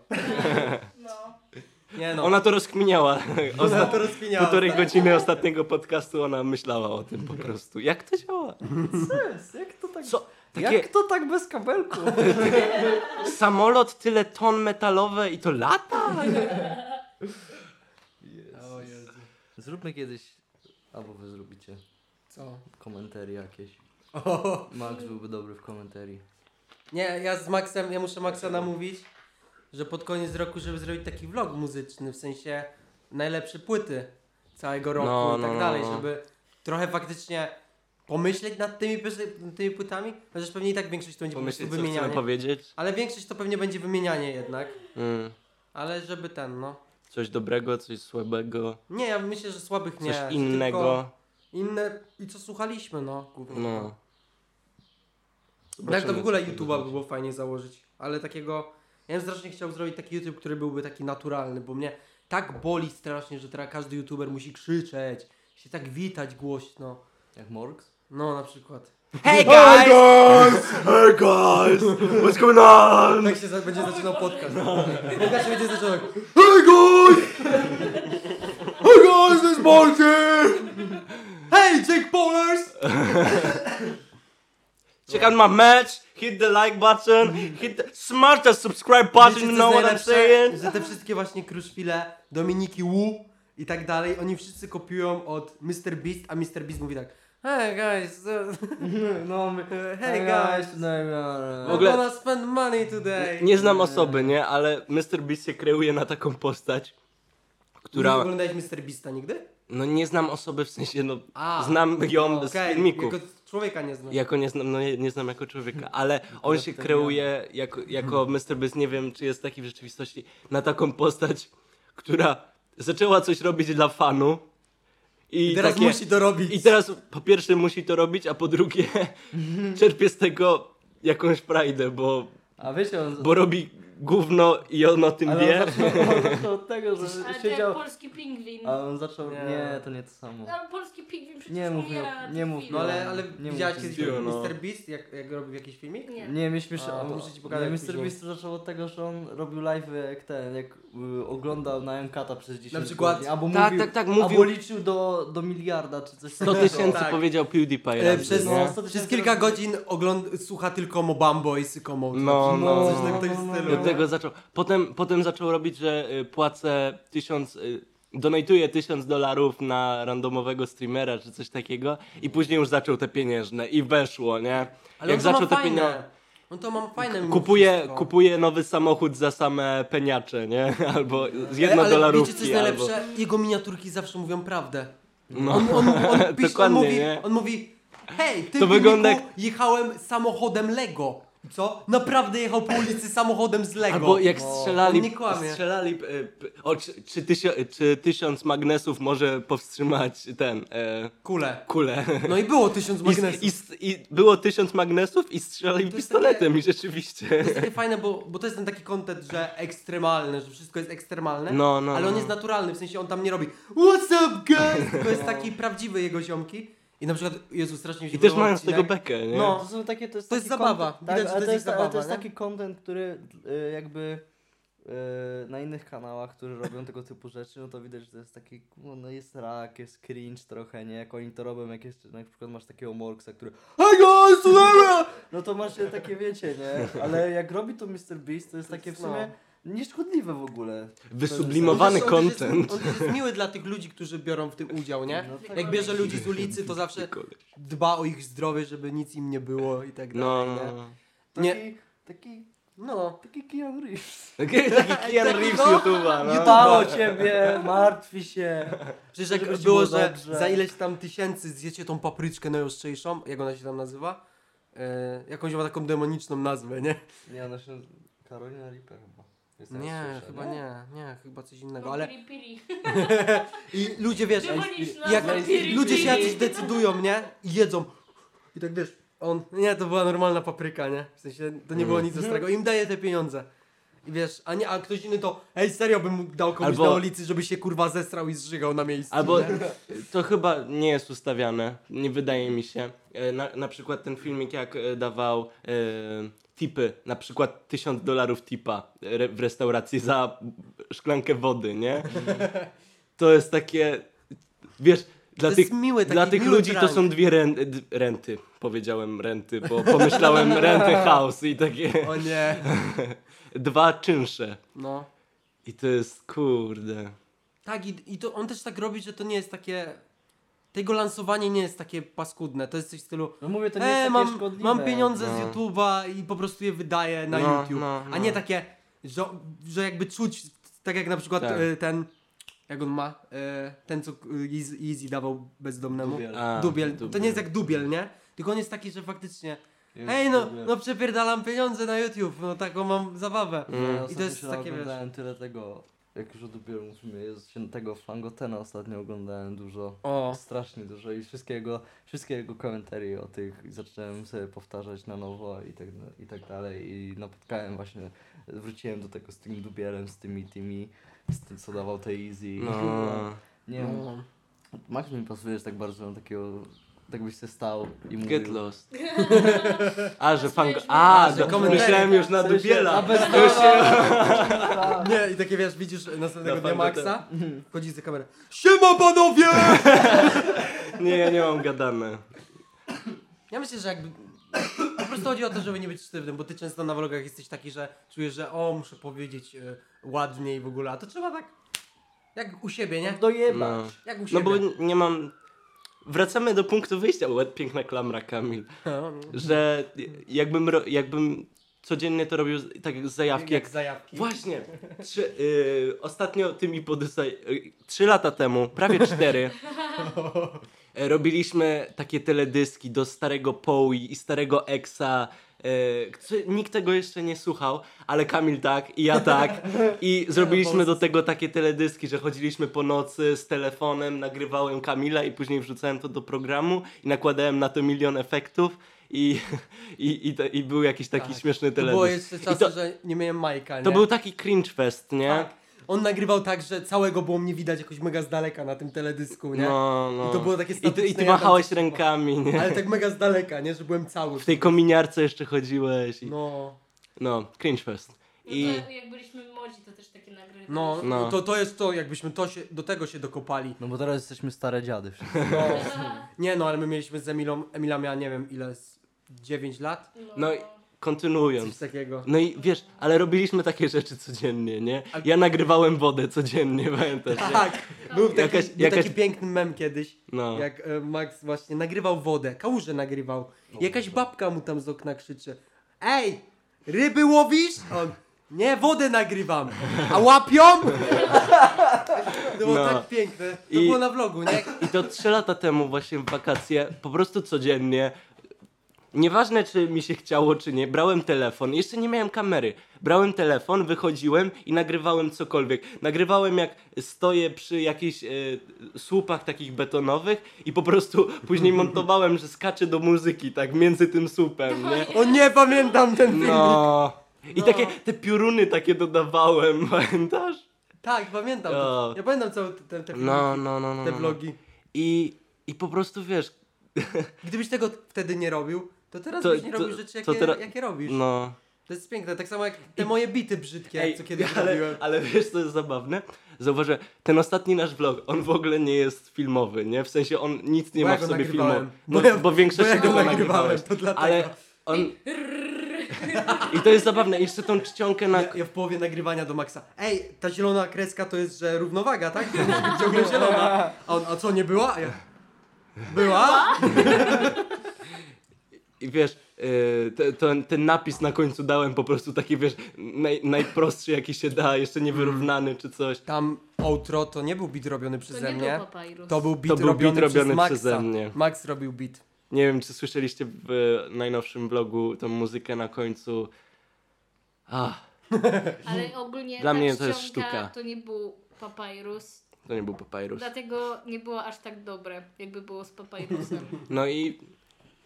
S1: No.
S3: Nie no, ona,
S4: Ona to rozkminiała.
S3: ona
S4: Ostat...
S3: to rozkminiała.
S4: Półtorej godziny ostatniego podcastu ona myślała o tym po prostu. Jak to działa?
S5: Co jest? Jak to tak...
S4: Co? Takie
S5: Jak to tak bez kabelku?
S4: samolot, tyle ton metalowe i to lata?
S3: O Jezu.
S5: Zróbmy kiedyś, albo wy zrobicie,
S3: Co?
S5: komentary jakieś.
S3: O.
S5: Max byłby dobry w komentarii.
S3: Nie, ja z Maxem, ja muszę Maxa namówić, że pod koniec roku, żeby zrobić taki vlog muzyczny, w sensie najlepsze płyty całego roku
S4: No,
S3: i
S4: no,
S3: tak
S4: no,
S3: dalej,
S4: no.
S3: żeby trochę faktycznie pomyśleć nad tymi, pys- nad tymi płytami, chociaż pewnie i tak większość to będzie
S4: Pomyśleć,
S3: po
S4: co
S3: prostu
S4: chcemy
S3: wymienianie.
S4: powiedzieć.
S3: Ale większość to pewnie będzie wymienianie jednak,
S4: Mm.
S3: ale żeby ten, no.
S4: Coś dobrego, coś słabego,
S3: Nie, ja myślę, że słabych nie.
S4: coś
S3: że tylko
S4: innego.
S3: Inne i co słuchaliśmy, no. głównie.
S4: No.
S3: Tak to w ogóle
S4: co to
S3: YouTube'a by było fajnie założyć, ale takiego. Ja bym strasznie chciał zrobić taki YouTube, który byłby taki naturalny, bo mnie tak boli strasznie, że teraz każdy YouTuber musi krzyczeć, się tak witać głośno.
S5: Jak Morgs?
S3: No na przykład.
S4: Hey guys! Hey guys! What's going on?
S3: Tak się za- będzie zaczynał podcast.
S4: No.
S3: Podcast się będzie zaczynał. tak,
S4: Hey guys! Hey guys, this Martin!
S3: Hej, Jake Paulers!
S4: Check out my match, hit the like button, hit the smash the subscribe
S3: Wiecie,
S4: button,
S3: co
S4: you
S3: jest
S4: know what I'm
S3: najlepsze?
S4: saying?
S3: Że te wszystkie właśnie kruszwile, Dominiki Wu i tak dalej, oni wszyscy kopiują od Mr. Beast, a Mr. Beast mówi tak Hey guys,
S5: No my...
S3: hey guys,
S5: No,
S4: W
S3: w
S4: ogóle-
S3: ogóle... gonna spend money today.
S4: Nie znam osoby, nie? Ale Mr. Beast się kreuje na taką postać,
S3: Nie
S4: która...
S3: oglądałeś Mr. Beasta nigdy?
S4: No nie znam osoby, w sensie no...
S3: A.
S4: Znam ją z
S3: Okej,
S4: filmików.
S3: Jako człowieka nie znam.
S4: Jako nie znam, no nie, nie znam jako człowieka, ale on się kreuje jako, jako Mr. Beast, nie wiem czy jest taki w rzeczywistości, na taką postać, która zaczęła coś robić dla fanu i,
S3: I teraz
S4: takie,
S3: musi to robić.
S4: I teraz po pierwsze musi to robić, a po drugie
S3: Mhm.
S4: czerpie z tego jakąś frajdę, bo,
S5: A wiecie, on...
S4: bo robi gówno i on o tym
S5: Ale
S4: wie.
S5: on zaczął, on zaczął od tego,
S1: Ale
S5: że
S1: to jak
S5: siedział...
S1: polski pingwin.
S5: A on zaczął...
S3: Nie.
S5: Nie, to nie to samo.
S1: No, polski pingwin przecież
S5: Nie mów,
S1: umiera.
S5: nie mów,
S3: No ale, ale
S5: Nie
S3: widziałeś
S5: mówię,
S3: kiedyś
S4: nie wiem, no.
S3: Mr. Beast, jak, jak robił jakiś filmik?
S1: Nie.
S5: Nie, mieliśmy się.
S3: A,
S5: A,
S3: to muszę ci pokazać
S5: nie, Mr.
S3: później.
S5: Beast zaczął od tego, że on robił live jak ten, jak y, oglądał na Jankata przez 10
S3: Na przykład-
S5: godzin, albo
S4: Tak,
S5: mówił,
S4: tak, tak,
S5: Albo
S4: mówił
S5: liczył do, do miliarda czy coś
S4: 100 tysięcy
S3: Tak.
S4: powiedział PewDiePie
S3: E,
S4: razy,
S3: przez,
S4: nie?
S5: no, sto
S3: przez
S5: tysięcy
S3: kilka
S5: razy.
S3: godzin ogląd- słucha tylko Mobambo i Sykomo.
S4: No, no,
S3: Coś tak
S4: no.
S3: w tym
S4: I
S3: stylu.
S4: od tego zaczął. Potem, potem zaczął robić, że y, płacę tysiąc, y, donatuję tysiąc dolarów na randomowego streamera czy coś takiego i później już zaczął te pieniężne i weszło, nie?
S3: Ale on to ma fajne. On to mam fajne. mimo
S4: Kupuje,
S3: wszystko.
S4: kupuje nowy samochód za same peniacze, nie? Albo z jedno
S3: ale,
S4: dolarówki.
S3: Wiecie, co jest
S4: albo...
S3: najlepsze? Jego miniaturki zawsze mówią prawdę.
S4: No.
S3: On, on, on, pisze, on,
S4: Dokładnie,
S3: mówi,
S4: nie?
S3: on mówi, hej, ty
S4: To
S3: to
S4: wygląda jak-
S3: jechałem samochodem Lego. Co? Naprawdę jechał po ulicy samochodem z Lego.
S4: Albo jak
S3: No.
S4: strzelali,
S3: On nie kłamie.
S4: strzelali y, p- o, czy, czy, tysio, czy tysiąc magnesów może powstrzymać ten, e,
S3: Kule.
S4: kulę?
S3: No i było tysiąc magnesów.
S4: I, s- i, s- I było tysiąc magnesów i strzelali
S3: To jest
S4: pistoletem i rzeczywiście.
S3: To jest takie fajne, bo, bo to jest ten taki kontent, że ekstremalny, że wszystko jest ekstremalne,
S4: No, no,
S3: ale on
S4: no.
S3: jest naturalny, w sensie on tam nie robi What's up guys? Tylko jest taki prawdziwy jego ziomki i na przykład, Jezu, strasznie mi się
S4: I też
S3: podobał
S4: mają z tego
S3: odcinek.
S4: bekę, nie?
S3: No.
S5: To, są takie, to jest,
S3: To jest
S5: taki
S3: zabawa.
S5: content-
S3: Widać, że
S5: tak, ale
S3: to
S5: to jest,
S3: jest ich
S5: ale
S3: zabawa,
S5: to jest
S3: nie?
S5: taki content, który y, jakby y, na innych kanałach, którzy robią tego typu rzeczy, no to widać, że to jest taki, no, no jest rak, jest cringe trochę, nie? Jak oni to robią, jak jeszcze, na przykład masz takiego Morksa, który Hey guys, dobra! No to masz takie, wiecie, nie? Ale jak robi to Mr. Beast, to jest takie w
S3: No.
S5: sumie nieszkodliwe w ogóle.
S4: Wysublimowany
S3: On też- on też jest-
S4: content.
S3: On też jest miły dla tych ludzi, którzy biorą w tym udział, nie?
S5: No tak.
S3: Jak bierze ludzi z ulicy, to zawsze dba o ich zdrowie, żeby nic im nie było i tak dalej,
S4: No,
S3: nie?
S4: no.
S5: Taki,
S3: Nie.
S5: taki
S3: No.
S5: Taki Keanu Reeves.
S4: Taki Keanu Reeves YouTube'a,
S5: Nie
S4: no.
S5: bało ciebie, martwi się.
S3: Przecież jak
S5: Żeby ci
S3: było,
S5: było
S3: że
S5: dobrze.
S3: za ileś tam tysięcy zjecie tą papryczkę najostrzejszą, jak ona się tam nazywa? E, jakąś ma taką demoniczną nazwę, nie?
S5: Nie, ona się... Karolina Reaper chyba. Jest
S3: Nie,
S5: najsłysza,
S3: chyba nie, nie, chyba coś innego,
S1: No,
S3: ale
S1: piri, piri.
S3: i ludzie wiesz,
S1: Demoniczna
S3: jak
S1: nazwa piri,
S3: ludzie się
S1: piri.
S3: jacyś decydują, nie? I jedzą. I tak wiesz, on, nie, to była normalna papryka, nie? W sensie, to nie
S4: Mhm.
S3: było nic ostrego. Im daje te pieniądze. I wiesz, a nie, a ktoś inny to, ej, serio bym mu dał komuś
S4: Albo-
S3: na ulicy, żeby się kurwa zesrał i zżygał na miejscu.
S4: Albo
S3: nie?
S4: to chyba nie jest ustawiane, nie wydaje mi się. E, Na, na przykład ten filmik, jak e, dawał e, tipy, na przykład 1000 dolarów tipa e, re, w restauracji za szklankę wody, nie? To jest takie, wiesz, dla
S3: To
S4: tych,
S3: jest miły, taki
S4: dla tych
S3: miły
S4: ludzi to
S3: prank.
S4: są dwie ren, d- renty, powiedziałem renty, bo pomyślałem renty house i takie
S3: O nie,
S4: dwa czynsze.
S3: no.
S4: I to jest, kurde...
S3: Tak, i, i to on też tak robi, że to nie jest takie. Tego lansowanie nie jest takie paskudne. To jest coś w stylu.
S5: No mówię, to nie jest
S3: E,
S5: takie
S3: mam,
S5: szkodliwe.
S3: mam pieniądze z
S4: No.
S3: YouTube'a i po prostu je wydaję na
S4: No,
S3: YouTube.
S4: no, no.
S3: A nie takie, że, że jakby czuć, tak jak na przykład
S4: Tak.
S3: e, ten. Jak on ma? E, ten, co e, Easy dawał bezdomnemu.
S5: Dubiel.
S4: A,
S3: Dubiel. To nie jest jak dubiel, nie? Tylko on jest taki, że faktycznie.
S5: Jest
S3: Ej, no,
S5: dubiel.
S3: no przepierdalam pieniądze na YouTube, no taką mam zabawę.
S4: Mm.
S5: I to jest takie, oglądałem tyle tego, jak już o dopiero mówimy, jest się tego Fangotena ostatnio oglądałem dużo.
S3: O.
S5: Strasznie dużo i wszystkie jego, wszystkie jego komentarzy o tych zacząłem sobie powtarzać na nowo i tak, i tak dalej i napotkałem właśnie, wróciłem do tego z tym dubielem, z tymi tymi, z tym co dawał te Easy.
S4: No.
S5: Nie wiem,
S3: No.
S5: Max mi pasujesz tak bardzo na takiego, tak byś się stał i mówił.
S4: Get lost. A, że fan...
S1: Słyszysz?
S4: A,
S1: Że
S4: do,
S3: komentarze.
S4: myślałem już na
S5: W sensie, a
S4: dubiela.
S5: bez-
S3: Nie, i takie wiesz, widzisz następnego
S4: Na
S3: dnia
S4: fangotę.
S3: Maxa, chodzi za kamerę. Siema panowie!
S4: Nie, ja nie mam gadane.
S3: Ja myślę, że jakby... Po prostu chodzi o to, żeby nie być sztywnym, bo ty często na vlogach jesteś taki, że czujesz, że o, muszę powiedzieć e, ładniej w ogóle, a to trzeba tak... Jak u siebie, nie?
S5: Dojeba.
S4: No.
S3: Jak u siebie.
S4: no bo n- nie mam... Wracamy do punktu wyjścia, Ład, piękna klamra, Kamil.
S3: No,
S4: Że jakbym, ro... jakbym codziennie to robił z- tak jak z zajawki, jak...
S3: zajawki.
S4: Właśnie, trzy, y, ostatnio ty mi podesłaj, y, trzy lata temu, prawie cztery, y, robiliśmy takie teledyski do starego Poe i starego Exa. y, co- Nikt tego jeszcze nie słuchał, ale Kamil tak i ja tak. I
S3: no,
S4: zrobiliśmy do tego takie teledyski, że chodziliśmy po nocy z telefonem, nagrywałem Kamila i później wrzucałem to do programu i nakładałem na to milion efektów. I, i, i, to- i był jakiś taki
S3: Tak.
S4: śmieszny
S3: To
S4: teledysk.
S3: było jeszcze
S4: I
S3: czasy,
S4: to-
S3: że nie miałem Majka, nie?
S4: to był taki cringe fest, nie?
S3: Tak. On nagrywał tak, że całego było mnie widać jakoś mega z daleka na tym teledysku, nie?
S4: No, no.
S3: I to było takie
S4: I ty,
S3: statyczne,
S4: i ty
S3: ja tam
S4: machałeś
S3: coś-
S4: rękami, nie?
S3: Ale tak mega z daleka, nie? Że byłem cały.
S4: W tej kominiarce jeszcze chodziłeś. I... No.
S3: No...
S4: cringe fest.
S1: No
S4: I
S1: to jak byliśmy młodzi, to też takie nagrywki.
S3: No,
S4: No.
S3: To, to jest to, jakbyśmy to się, do tego się dokopali.
S5: No bo teraz jesteśmy stare dziady wszyscy.
S3: No. Nie no, ale my mieliśmy z Emilą, Emila miała nie wiem ile, z 9 lat?
S4: No i-
S3: Coś
S4: kontynuując.
S3: takiego.
S4: No i wiesz, ale robiliśmy takie rzeczy codziennie, nie? Ja nagrywałem wodę codziennie, pamiętasz? nie?
S3: Tak, był taki,
S4: Jakaś-
S3: był taki
S4: jakaś-
S3: piękny mem kiedyś,
S4: No.
S3: jak e, Max właśnie nagrywał wodę, kałuże nagrywał. Jakaś babka mu tam z okna krzyczy, ej, ryby łowisz? On, nie, wodę nagrywam, a łapią? To było
S4: No.
S3: tak piękne, to
S4: I-
S3: było na vlogu, nie?
S4: I to trzy lata temu właśnie w wakacje, po prostu codziennie. Nieważne czy mi się chciało czy nie, brałem telefon, jeszcze nie miałem kamery. Brałem telefon, wychodziłem i nagrywałem cokolwiek. Nagrywałem jak stoję przy jakichś e, słupach takich betonowych i po prostu później montowałem, że skaczę do muzyki tak między tym słupem, nie?
S3: O nie, pamiętam ten film.
S4: No. I
S3: No.
S4: takie te pioruny takie dodawałem, pamiętasz?
S3: Tak, pamiętam.
S4: O.
S3: To. Ja pamiętam całe te, te, te, filmiki,
S4: No, no, no, no.
S3: te
S4: no.
S3: vlogi.
S4: I, I po prostu wiesz,
S3: Gdybyś tego wtedy nie robił, to teraz
S4: To-
S3: byś nie
S4: to-
S3: robił rzeczy,
S4: to
S3: jakie,
S4: teraz-
S3: jakie robisz.
S4: no.
S3: To jest piękne, tak samo jak te moje bity brzydkie, co kiedyś
S4: ale,
S3: robiłem.
S4: ale wiesz, co jest zabawne? Zauważę, ten ostatni nasz vlog, on w ogóle nie jest filmowy, nie? W sensie on nic nie
S3: Bo
S4: ma
S3: ja
S4: w
S3: go
S4: sobie
S3: nagrywałem.
S4: filmu. No,
S3: Bo ja-
S4: bo większość
S3: bo ja go
S4: tego
S3: nagrywałem,
S4: nagrywałeś.
S3: to dlatego.
S4: Ale on... I to jest zabawne, jeszcze tą czcionkę na...
S3: Ja, ja w połowie nagrywania do Maxa. Ej, ta zielona kreska to jest, że równowaga, tak? To musi być Ciągle zielona. A on, a co, nie była? A Ja... Była?
S4: I wiesz, y, te, ten- ten napis na końcu dałem po prostu taki, wiesz, naj, najprostszy jaki się da, jeszcze niewyrównany czy coś.
S3: Tam outro to nie był beat robiony
S1: To
S3: przeze
S1: nie
S3: mnie.
S1: był papirus.
S3: To był beat
S4: był
S3: robiony,
S4: beat robiony
S3: przez Maxa.
S4: przeze mnie.
S3: Max robił beat.
S4: Nie wiem, czy słyszeliście w e, najnowszym vlogu tą muzykę na końcu. Ah,
S1: Ale ogólnie
S4: Dla
S1: ta
S4: mnie to jest
S1: czcionka
S4: sztuka.
S1: To nie był papirus,
S4: to nie był papyrus.
S1: dlatego nie było aż tak dobre, jakby było z papirusem.
S4: No i,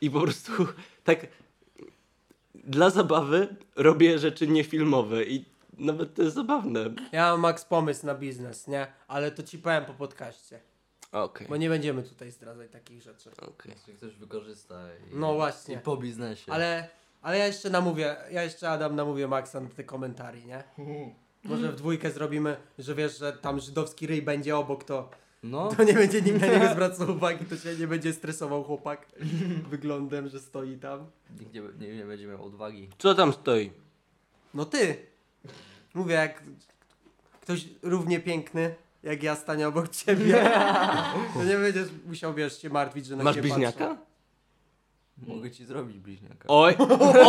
S4: i po prostu tak dla zabawy robię rzeczy niefilmowe i nawet to jest zabawne.
S3: Ja mam Max pomysł na biznes, nie? Ale to ci powiem po podcaście.
S4: Okej,
S3: Bo nie będziemy tutaj zdradzać takich rzeczy.
S4: okej.
S5: Jeśli ktoś wykorzysta i,
S3: No właśnie.
S5: No i po biznesie.
S3: Ale, ale ja jeszcze namówię, ja jeszcze Adam namówię Maxa na te komentarzy, nie? Może w dwójkę zrobimy, że wiesz, że tam żydowski ryj będzie obok, to,
S5: No,
S3: to nie będzie nikt na niego zwracał uwagi, to się nie będzie stresował chłopak wyglądem, że stoi tam.
S5: nikt nie, nie, nie będzie miał odwagi.
S4: Co tam stoi?
S3: No ty! Mówię, jak ktoś równie piękny, jak ja stanie obok ciebie, to nie będziesz musiał, wiesz, się martwić, że na
S4: Masz
S3: ciebie
S4: bliźniaka?
S5: Mogę ci zrobić bliźniaka.
S4: Oj,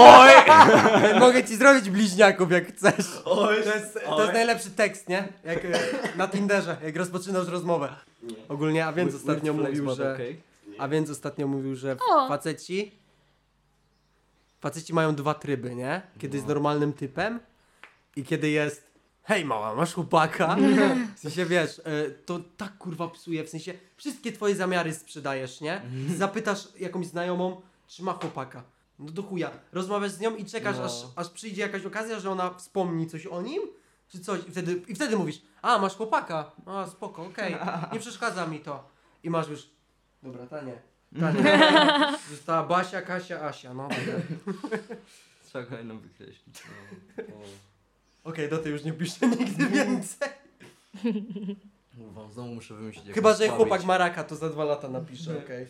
S4: oj!
S3: patrzą. Mogę ci zrobić bliźniaków, jak chcesz. To jest, to jest najlepszy tekst, nie? Jak e, na Tinderze, jak rozpoczynasz rozmowę. Ogólnie, a więc ostatnio mówił, że... A więc ostatnio mówił, że
S1: O.
S3: faceci. Faceci mają dwa tryby, nie? Kiedy jest normalnym typem i kiedy jest. Hej mała, masz chłopaka. W sensie wiesz, y, to tak kurwa psuje, w sensie wszystkie twoje zamiary sprzedajesz, nie? Zapytasz jakąś znajomą, czy ma chłopaka. No do chuja. Rozmawiasz z nią i czekasz,
S5: No.
S3: aż, aż przyjdzie jakaś okazja, że ona wspomni coś o nim, czy coś. I wtedy, i wtedy mówisz, a masz chłopaka. A spoko, okej, nie przeszkadza mi to. I masz już, dobra, ta nie. Ta nie. Została Basia, Kasia, Asia, no. Okej,
S5: Trzeba kolejną wykreślić. No,
S3: do tej już nie piszę nigdy więcej.
S5: o. Kurwa, znowu muszę wymyślić. jak
S3: Chyba,
S5: to
S3: że
S5: sławić.
S3: chłopak ma raka, to za dwa lata napiszę, okej.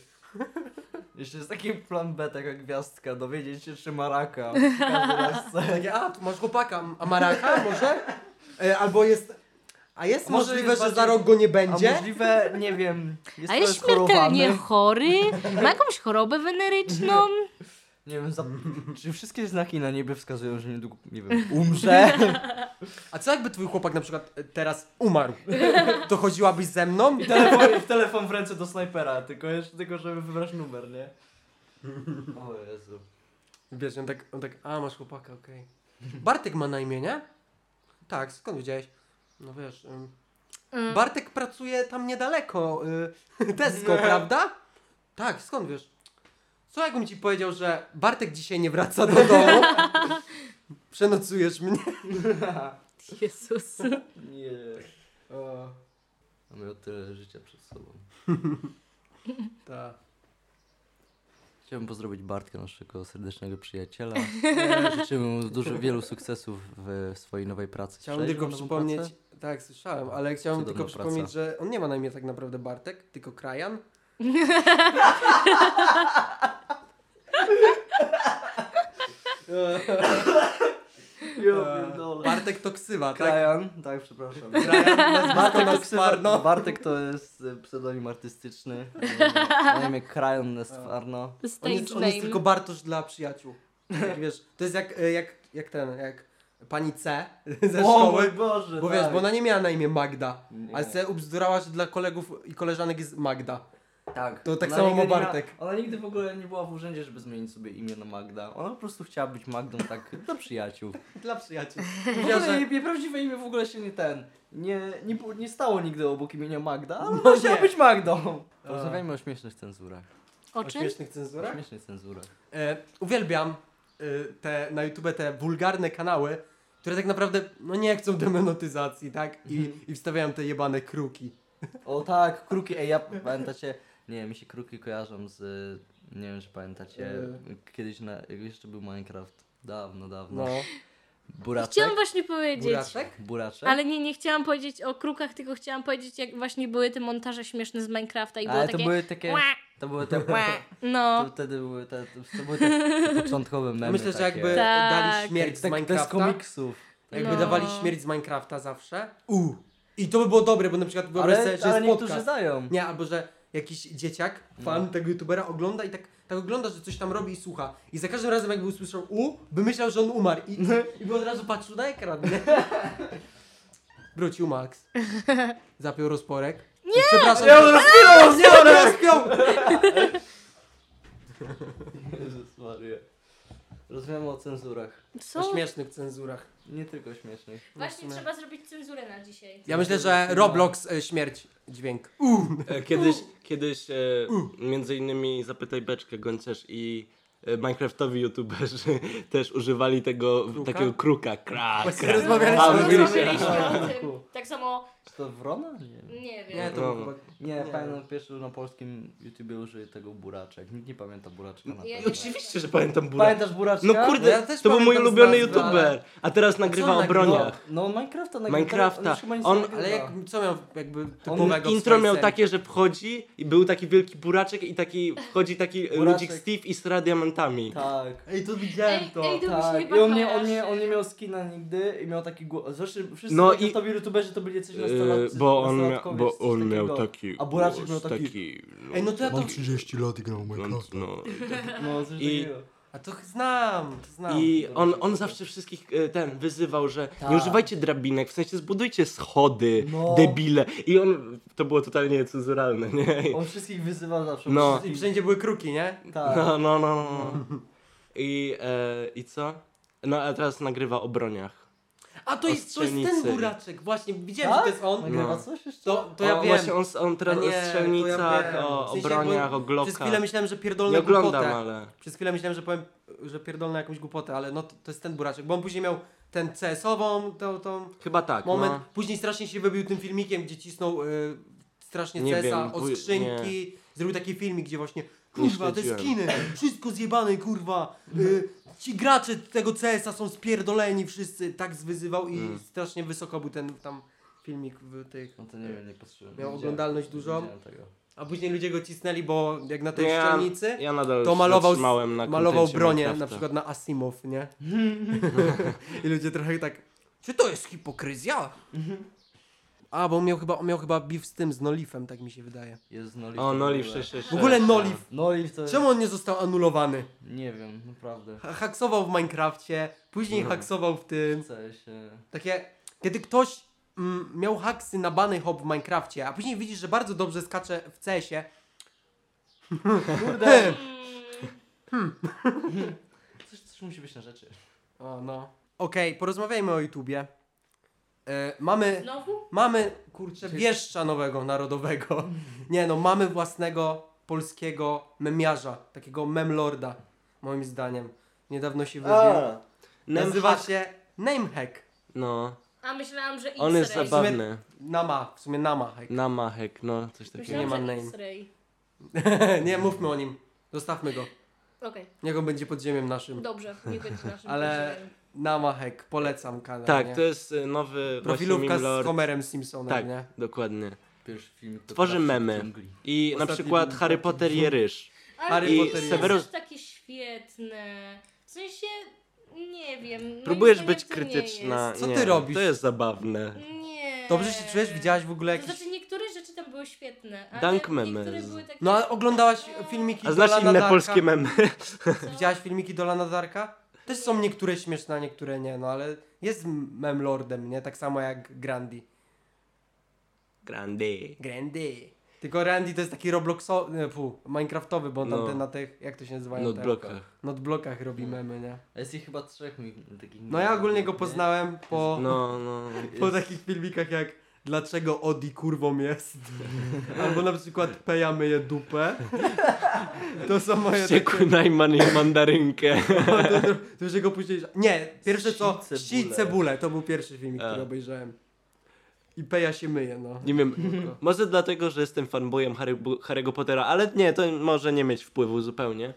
S5: Jeszcze jest taki plan B, tak jak gwiazdka, dowiedzieć się czy ma raka. Każdy raz chce.
S3: No, Takie, a, tu masz chłopaka, a ma raka może? E, albo jest... A jest
S5: A może
S3: możliwe,
S5: jest
S3: że
S5: bardziej-
S3: za rok go nie
S5: A
S3: będzie?
S5: możliwe, nie wiem, jest
S1: A jest
S5: trochę schorowany.
S1: śmiertelnie chory? Ma jakąś chorobę weneryczną?
S5: Nie wiem, za... czy wszystkie znaki na niebie wskazują, że niedługo, nie wiem, umrze?
S3: A co jakby twój chłopak na przykład e, teraz umarł? To chodziłabyś ze mną?
S5: I telefon, i telefon w ręce do snajpera, tylko jeszcze tylko, żeby wybrać numer, nie? O Jezu.
S3: Wiesz, on tak, on tak a masz chłopaka, okej. Bartek ma na imię, nie? Tak, skąd wiedziałeś? No wiesz, ym,
S1: Mm.
S3: Bartek pracuje tam niedaleko, y, Tesco, prawda? Tak, skąd wiesz? Co jakbym ci powiedział, że Bartek dzisiaj nie wraca do domu? Przenocujesz mnie.
S1: Jezus.
S5: Nie. Mamy o tyle życia przed sobą.
S3: Tak.
S5: Chciałbym pozdrowić Bartka, naszego serdecznego przyjaciela. Życzymy mu dużo, wielu sukcesów w swojej nowej pracy.
S3: Chciałem
S5: Słyszałeś
S3: tylko
S5: o nową
S3: przypomnieć.
S5: pracę?
S3: Tak, słyszałem, ale chciałem
S5: Cudowna
S3: tylko
S5: praca.
S3: przypomnieć, że on nie ma na imię tak naprawdę Bartek, tylko Krajan.
S5: Ja pierdolę.
S3: Bartek to ksywa, tak?
S5: Krajan, tak, przepraszam.
S3: Krajan,
S5: Bartek
S3: nazwisko na no.
S5: to, ksywa,
S3: Sparno.
S5: Bartek to jest y, pseudonim artystyczny. Y, Na imię Krajan Nestwarno.
S3: On
S1: Stage
S3: jest, on jest
S1: name.
S3: tylko Bartosz dla przyjaciół. Tak, wiesz, to jest jak, e, jak, jak ten, jak pani C ze szkoły.
S5: Boże,
S3: Bo wiesz, bo ona nie miała na imię Magda,
S5: no tak. Nie.
S3: ale se ubzdurała, że dla kolegów i koleżanek jest Magda.
S5: Tak.
S3: To tak
S5: Ona
S3: samo
S5: nigdy
S3: ma
S5: nie
S3: Bartek.
S5: Miała, ona nigdy w ogóle nie była w urzędzie, żeby zmienić sobie imię na Magda. Ona po prostu chciała być Magdą tak dla przyjaciół.
S3: Dla przyjaciół.
S5: W
S3: Mówiła,
S5: ogóle
S3: że
S5: jej, jej prawdziwe imię w ogóle się nie ten. Nie, nie, bu- nie stało nigdy obok imienia Magda, ale
S3: No
S5: ona chciała
S3: nie.
S5: być Magdą. Rozmawiajmy o śmiesznych cenzurach.
S1: O
S3: o
S1: czym?
S3: śmiesznych
S5: O
S3: cenzurach.
S5: śmiesznych cenzurach.
S3: E, uwielbiam e, te, na YouTube te wulgarne kanały, które tak naprawdę no, nie chcą demonetyzacji, tak? I,
S5: Mhm.
S3: i wstawiają te jebane kruki.
S5: O tak, kruki, ej, ja pamiętacie, nie wiem, mi się kruki kojarzą z, y, nie wiem, czy pamiętacie, kiedyś na, jak jeszcze był Minecraft, dawno, dawno.
S3: E. No.
S5: Buraczek?
S1: Chciałam
S5: tak?
S1: właśnie powiedzieć.
S3: Buraczek?
S5: Buraczek?
S1: Ale nie, nie chciałam powiedzieć o krukach, tylko chciałam powiedzieć, jak właśnie były te montaże śmieszne z Minecrafta i było
S5: Ale to
S1: takie...
S5: były takie,
S1: "Łe,
S5: to były te,
S1: łe".
S5: to
S1: No,
S5: wtedy były te, to były te, te początkowe memy
S3: Myślę, że
S5: takie.
S3: jakby
S1: Tak.
S3: dali śmierć z
S5: Tak, tak, bez
S3: Minecrafta,
S5: komiksów.
S3: jakby
S1: No.
S3: dawali śmierć z Minecrafta zawsze. U. I to by było dobre, bo na przykład wyobraź sobie, że jest podcast.
S5: dają.
S3: Nie, albo że jakiś dzieciak, fan
S5: No.
S3: tego youtubera, ogląda i tak, tak ogląda, że coś tam robi i słucha. I za każdym razem jakby usłyszał U, by myślał, że on umarł i,
S5: No.
S3: i by od razu patrzył na ekran, nie? Wrócił Max. Zapiął rozporek. Nie! Przepraszam. Nie, on rozpiął rozpiął!
S5: Jezus Maria. Rozmawiamy o cenzurach.
S3: O
S1: Co?
S3: śmiesznych cenzurach.
S5: Nie tylko śmiesznych.
S1: Właśnie
S3: No.
S1: trzeba zrobić cenzurę na dzisiaj.
S3: Ja myślę, że Roblox e, śmierć dźwięk.
S4: E, Kiedyś, kiedyś e, między innymi Zapytaj Beczkę Gonciarz i e, Minecraftowi youtuberzy też używali tego
S3: Kruka?
S4: takiego kruka, krak.
S3: Właśnie rozmawialiśmy
S4: mówili
S3: o
S4: się.
S3: tym.
S1: Rozmawialiśmy o tym. Tak samo,
S5: No, Czy to Wrona? Nie.
S1: nie
S3: Nie,
S1: wiem.
S3: to był chyba...
S5: Nie,
S3: Nie.
S5: pamiętam pierwszy na polskim YouTubie użyję tego buraczek. Nikt nie pamięta buraczka na
S1: Ja
S5: pewno.
S1: nie-
S4: Oczywiście, że pamiętam Burak.
S5: Pamiętasz buraczka?
S4: No kurde,
S3: Ja też
S4: to był mój
S3: pamiętam
S4: ulubiony
S5: z nazwy,
S4: youtuber, a teraz nagrywa
S3: on
S4: o
S3: nagrywał?
S4: broniach.
S5: No Minecrafta na
S4: Minecrafta. On-
S5: On,
S3: Ale jak, co miał jakby
S4: On
S3: typowego w
S4: intro
S3: swojej
S4: miał
S3: serii?
S4: takie, że wchodzi i był taki wielki buraczek i taki wchodzi taki e,
S5: Buraczek.
S4: ludzik Steve i sra diamentami.
S5: Tak.
S3: Ej, to widziałem
S1: Ej,
S3: to.
S1: ej, to- byś
S5: Tak,
S1: chyba
S5: i on nie, on,
S1: kojarzy.
S5: nie, on nie miał skina nigdy i miał taki głos. Zresztą wszyscy
S4: No
S5: no
S4: i-
S5: i... youtuberzy to byli coś
S4: E,
S5: nastolatcy.
S4: bo on, mia,
S5: nastolatkowie,
S4: bo
S5: coś
S4: on miał
S5: takiego.
S4: taki
S5: A Buraczek
S4: głos,
S5: miał taki-
S3: Ej, no to ja to...
S2: Mam 30 lat i gram w
S4: no,
S2: Minecraft.
S4: no,
S5: No, coś
S4: I-
S5: takiego.
S3: A to ch- znam, to znam.
S4: I on, on zawsze wszystkich e, ten wyzywał, że nie
S5: Tak.
S4: używajcie drabinek, w sensie zbudujcie schody,
S5: No.
S4: debile. I on, to było totalnie cenzuralne, nie?
S5: On wszystkich wyzywał zawsze.
S4: No.
S3: I
S5: Wszystkich...
S3: wszędzie były kruki, nie?
S5: Tak.
S4: No, no, no, no. I, e, I co? No, a teraz nagrywa o broniach.
S3: A to jest, to jest ten
S4: Ostrzenicy.
S3: buraczek, właśnie, widziałem,
S5: Tak?
S3: że to jest on.
S5: Nagrywa
S4: No.
S5: coś jeszcze?
S3: To, to ja
S4: o,
S3: wiem.
S4: Właśnie on, s- on teraz
S3: A nie, to
S4: o
S3: ja
S4: strzelnicach,
S3: wiem.
S4: o,
S3: W
S4: o
S3: sensie,
S4: broniach, o
S3: Przez
S4: glockach.
S3: chwilę myślałem, że
S4: Nie
S3: pierdolę
S4: oglądam,
S3: głupotę.
S4: ale...
S3: Przez chwilę myślałem, że powiem, że pierdolę jakąś głupotę, ale no to, to jest ten buraczek, bo on później miał ten CS-ową, tą, tą
S4: Chyba tak,
S3: moment.
S4: no.
S3: Później strasznie się wybił tym filmikiem, gdzie cisnął y, strasznie
S4: Nie
S3: CS-a
S4: wiem,
S3: o
S4: bu-
S3: skrzynki. Zrobił taki filmik, gdzie właśnie kurwa, te
S4: śledziłem.
S3: skiny, wszystko zjebane, kurwa. Y, ci gracze tego CS-a są spierdoleni wszyscy, tak zwyzywał i
S4: Mm.
S3: strasznie wysoko był ten tam filmik w tych.
S5: No to nie wiem, nie patrzyłem.
S3: Miał
S5: Nie
S3: oglądalność
S5: widziałem-
S3: dużą?
S5: nie widziałem tego.
S3: A później ludzie go cisnęli, bo jak na tej
S4: Nie,
S3: szczelnicy
S4: Ja nadal
S3: to malował,
S4: zatrzymałem na
S3: malował
S4: kontencie
S3: bronię, na
S4: Minecrafta.
S3: przykład na Asimov, nie? I ludzie trochę tak, czy to jest hipokryzja? A, bo on miał chyba, on miał chyba beef z tym, z Nolifem, tak mi się wydaje.
S5: Jest Nolif.
S4: O, no
S5: to
S4: Nolif
S5: w ogóle.
S4: 666.
S3: W ogóle Nolif,
S5: Nolif No to jest...
S3: czemu on nie został anulowany?
S5: Nie wiem, naprawdę.
S3: Ha- Haksował w Minecrafcie, później
S4: No.
S3: haksował w tym.
S5: Chce się...
S3: Takie, kiedy ktoś mm, miał haksy na bany hop w Minecrafcie, a później widzisz, że bardzo dobrze skacze w CS-ie. Kurde!
S5: Coś, coś musi być na rzeczy.
S3: o, no. Okej, porozmawiajmy o YouTubie. E, mamy...
S1: Znowu?
S3: Mamy, kurczę, wieszcza nowego, narodowego. Nie no, mamy własnego polskiego memiarza, takiego memlorda, moim zdaniem. Niedawno się
S4: tak.
S3: wybił. Nazywa się Namehack.
S4: No,
S1: A myślałam, że
S4: on jest
S1: X-Ray.
S4: zabawny.
S3: Nama, w sumie Namahek.
S4: Namahek, no, coś takiego.
S3: nie ma
S1: Myślałam, że
S3: name.
S1: X-Ray.
S3: Nie, mówmy o nim. Zostawmy go.
S1: Okej,
S3: Niech on będzie podziemiem naszym.
S1: dobrze, nie będzie naszym
S3: Ale-
S1: podziemiem.
S3: Namahek, polecam kanał,
S4: Tak,
S3: nie?
S4: to jest y, nowy właśnie
S3: Profilówka
S4: meme
S3: z
S4: lord.
S3: Homerem Simpsonem,
S4: Tak,
S3: nie?
S4: dokładnie.
S5: Pierwszy film to
S4: Tworzy
S5: Krawczyk
S4: memy.
S5: Dżungli.
S4: I na
S3: Ostatni
S4: przykład
S3: był
S4: Harry
S3: taki
S4: Potter i
S3: dżungl-
S4: Ryż.
S1: Ale
S3: Harry
S1: to
S3: Potter
S1: jest
S3: jest-
S1: też takie świetne. W sensie, nie wiem. No, moim
S4: Próbujesz
S1: zdaniem
S4: być
S1: to nie
S4: krytyczna.
S3: jest. Co
S4: nie,
S3: ty robisz?
S4: To jest zabawne.
S1: jest. Nie.
S3: Dobrze się czujesz? Widziałaś w ogóle
S1: To
S3: jakieś...
S1: znaczy, niektóre rzeczy tam były świetne. Ale
S4: Dank
S1: niektóre
S4: memes.
S1: były takie...
S3: No, a oglądałaś filmiki
S4: A znasz
S3: Dolana
S4: inne
S3: Darka?
S4: polskie memy?
S1: Co?
S3: Widziałaś filmiki Dolana Darka? Też są niektóre śmieszne, a niektóre nie, no ale jest m- memlordem, nie? Tak samo jak Grandi.
S4: Grandi.
S3: Grandi. Tylko Randy to jest taki Robloxowy, fu, Minecraftowy, bo on tam
S4: No.
S3: te, na tych, jak to się nazywa?
S4: Noteblockach. No.
S3: Notblokach robi memy, nie?
S5: A Jest ich chyba trzech mi takich...
S3: No ja ogólnie go poznałem po,
S4: No, no.
S3: po takich filmikach jak Dlaczego Odi kurwą jest? Albo na przykład Peja myje dupę. To są moje takie...
S4: Wściekły najman i mandarynkę.
S3: To już jego później. Nie, pierwsze co.
S5: Ści
S3: Ści
S5: cebulę.
S3: cebulę. To był pierwszy filmik,
S4: A.
S3: który obejrzałem. I Peja się myje, no.
S4: Nie wiem, może dlatego, że jestem fanboyem Harry, Harry'ego Pottera, ale nie, to może nie mieć wpływu zupełnie.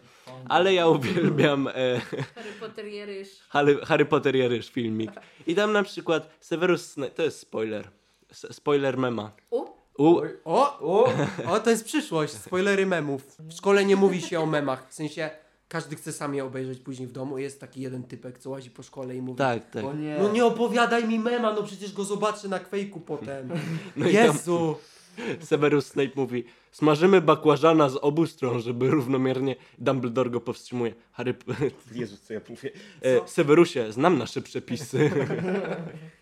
S4: Ale ja uwielbiam e,
S1: Harry Potter i Ryż.
S4: Harry, Harry Potter i Ryż filmik. I tam na przykład Severus Snape, to jest spoiler. S- spoiler mema.
S1: U?
S4: U,
S3: O!
S5: O!
S3: O, to jest przyszłość. Spoilery memów. W szkole nie mówi się o memach. W sensie każdy chce sam je obejrzeć później w domu. Jest taki jeden typek, co łazi po szkole i mówi.
S4: tak, tak.
S5: O nie.
S3: No nie opowiadaj mi mema, no przecież go zobaczę na kwejku potem.
S4: No i tam-
S3: Jezu!
S4: Severus Snape mówi, smażymy bakłażana z obu stron, żeby równomiernie Dumbledore go powstrzymuje. Harry... P- Jezus, co ja mówię? E, Severusie, znam nasze przepisy.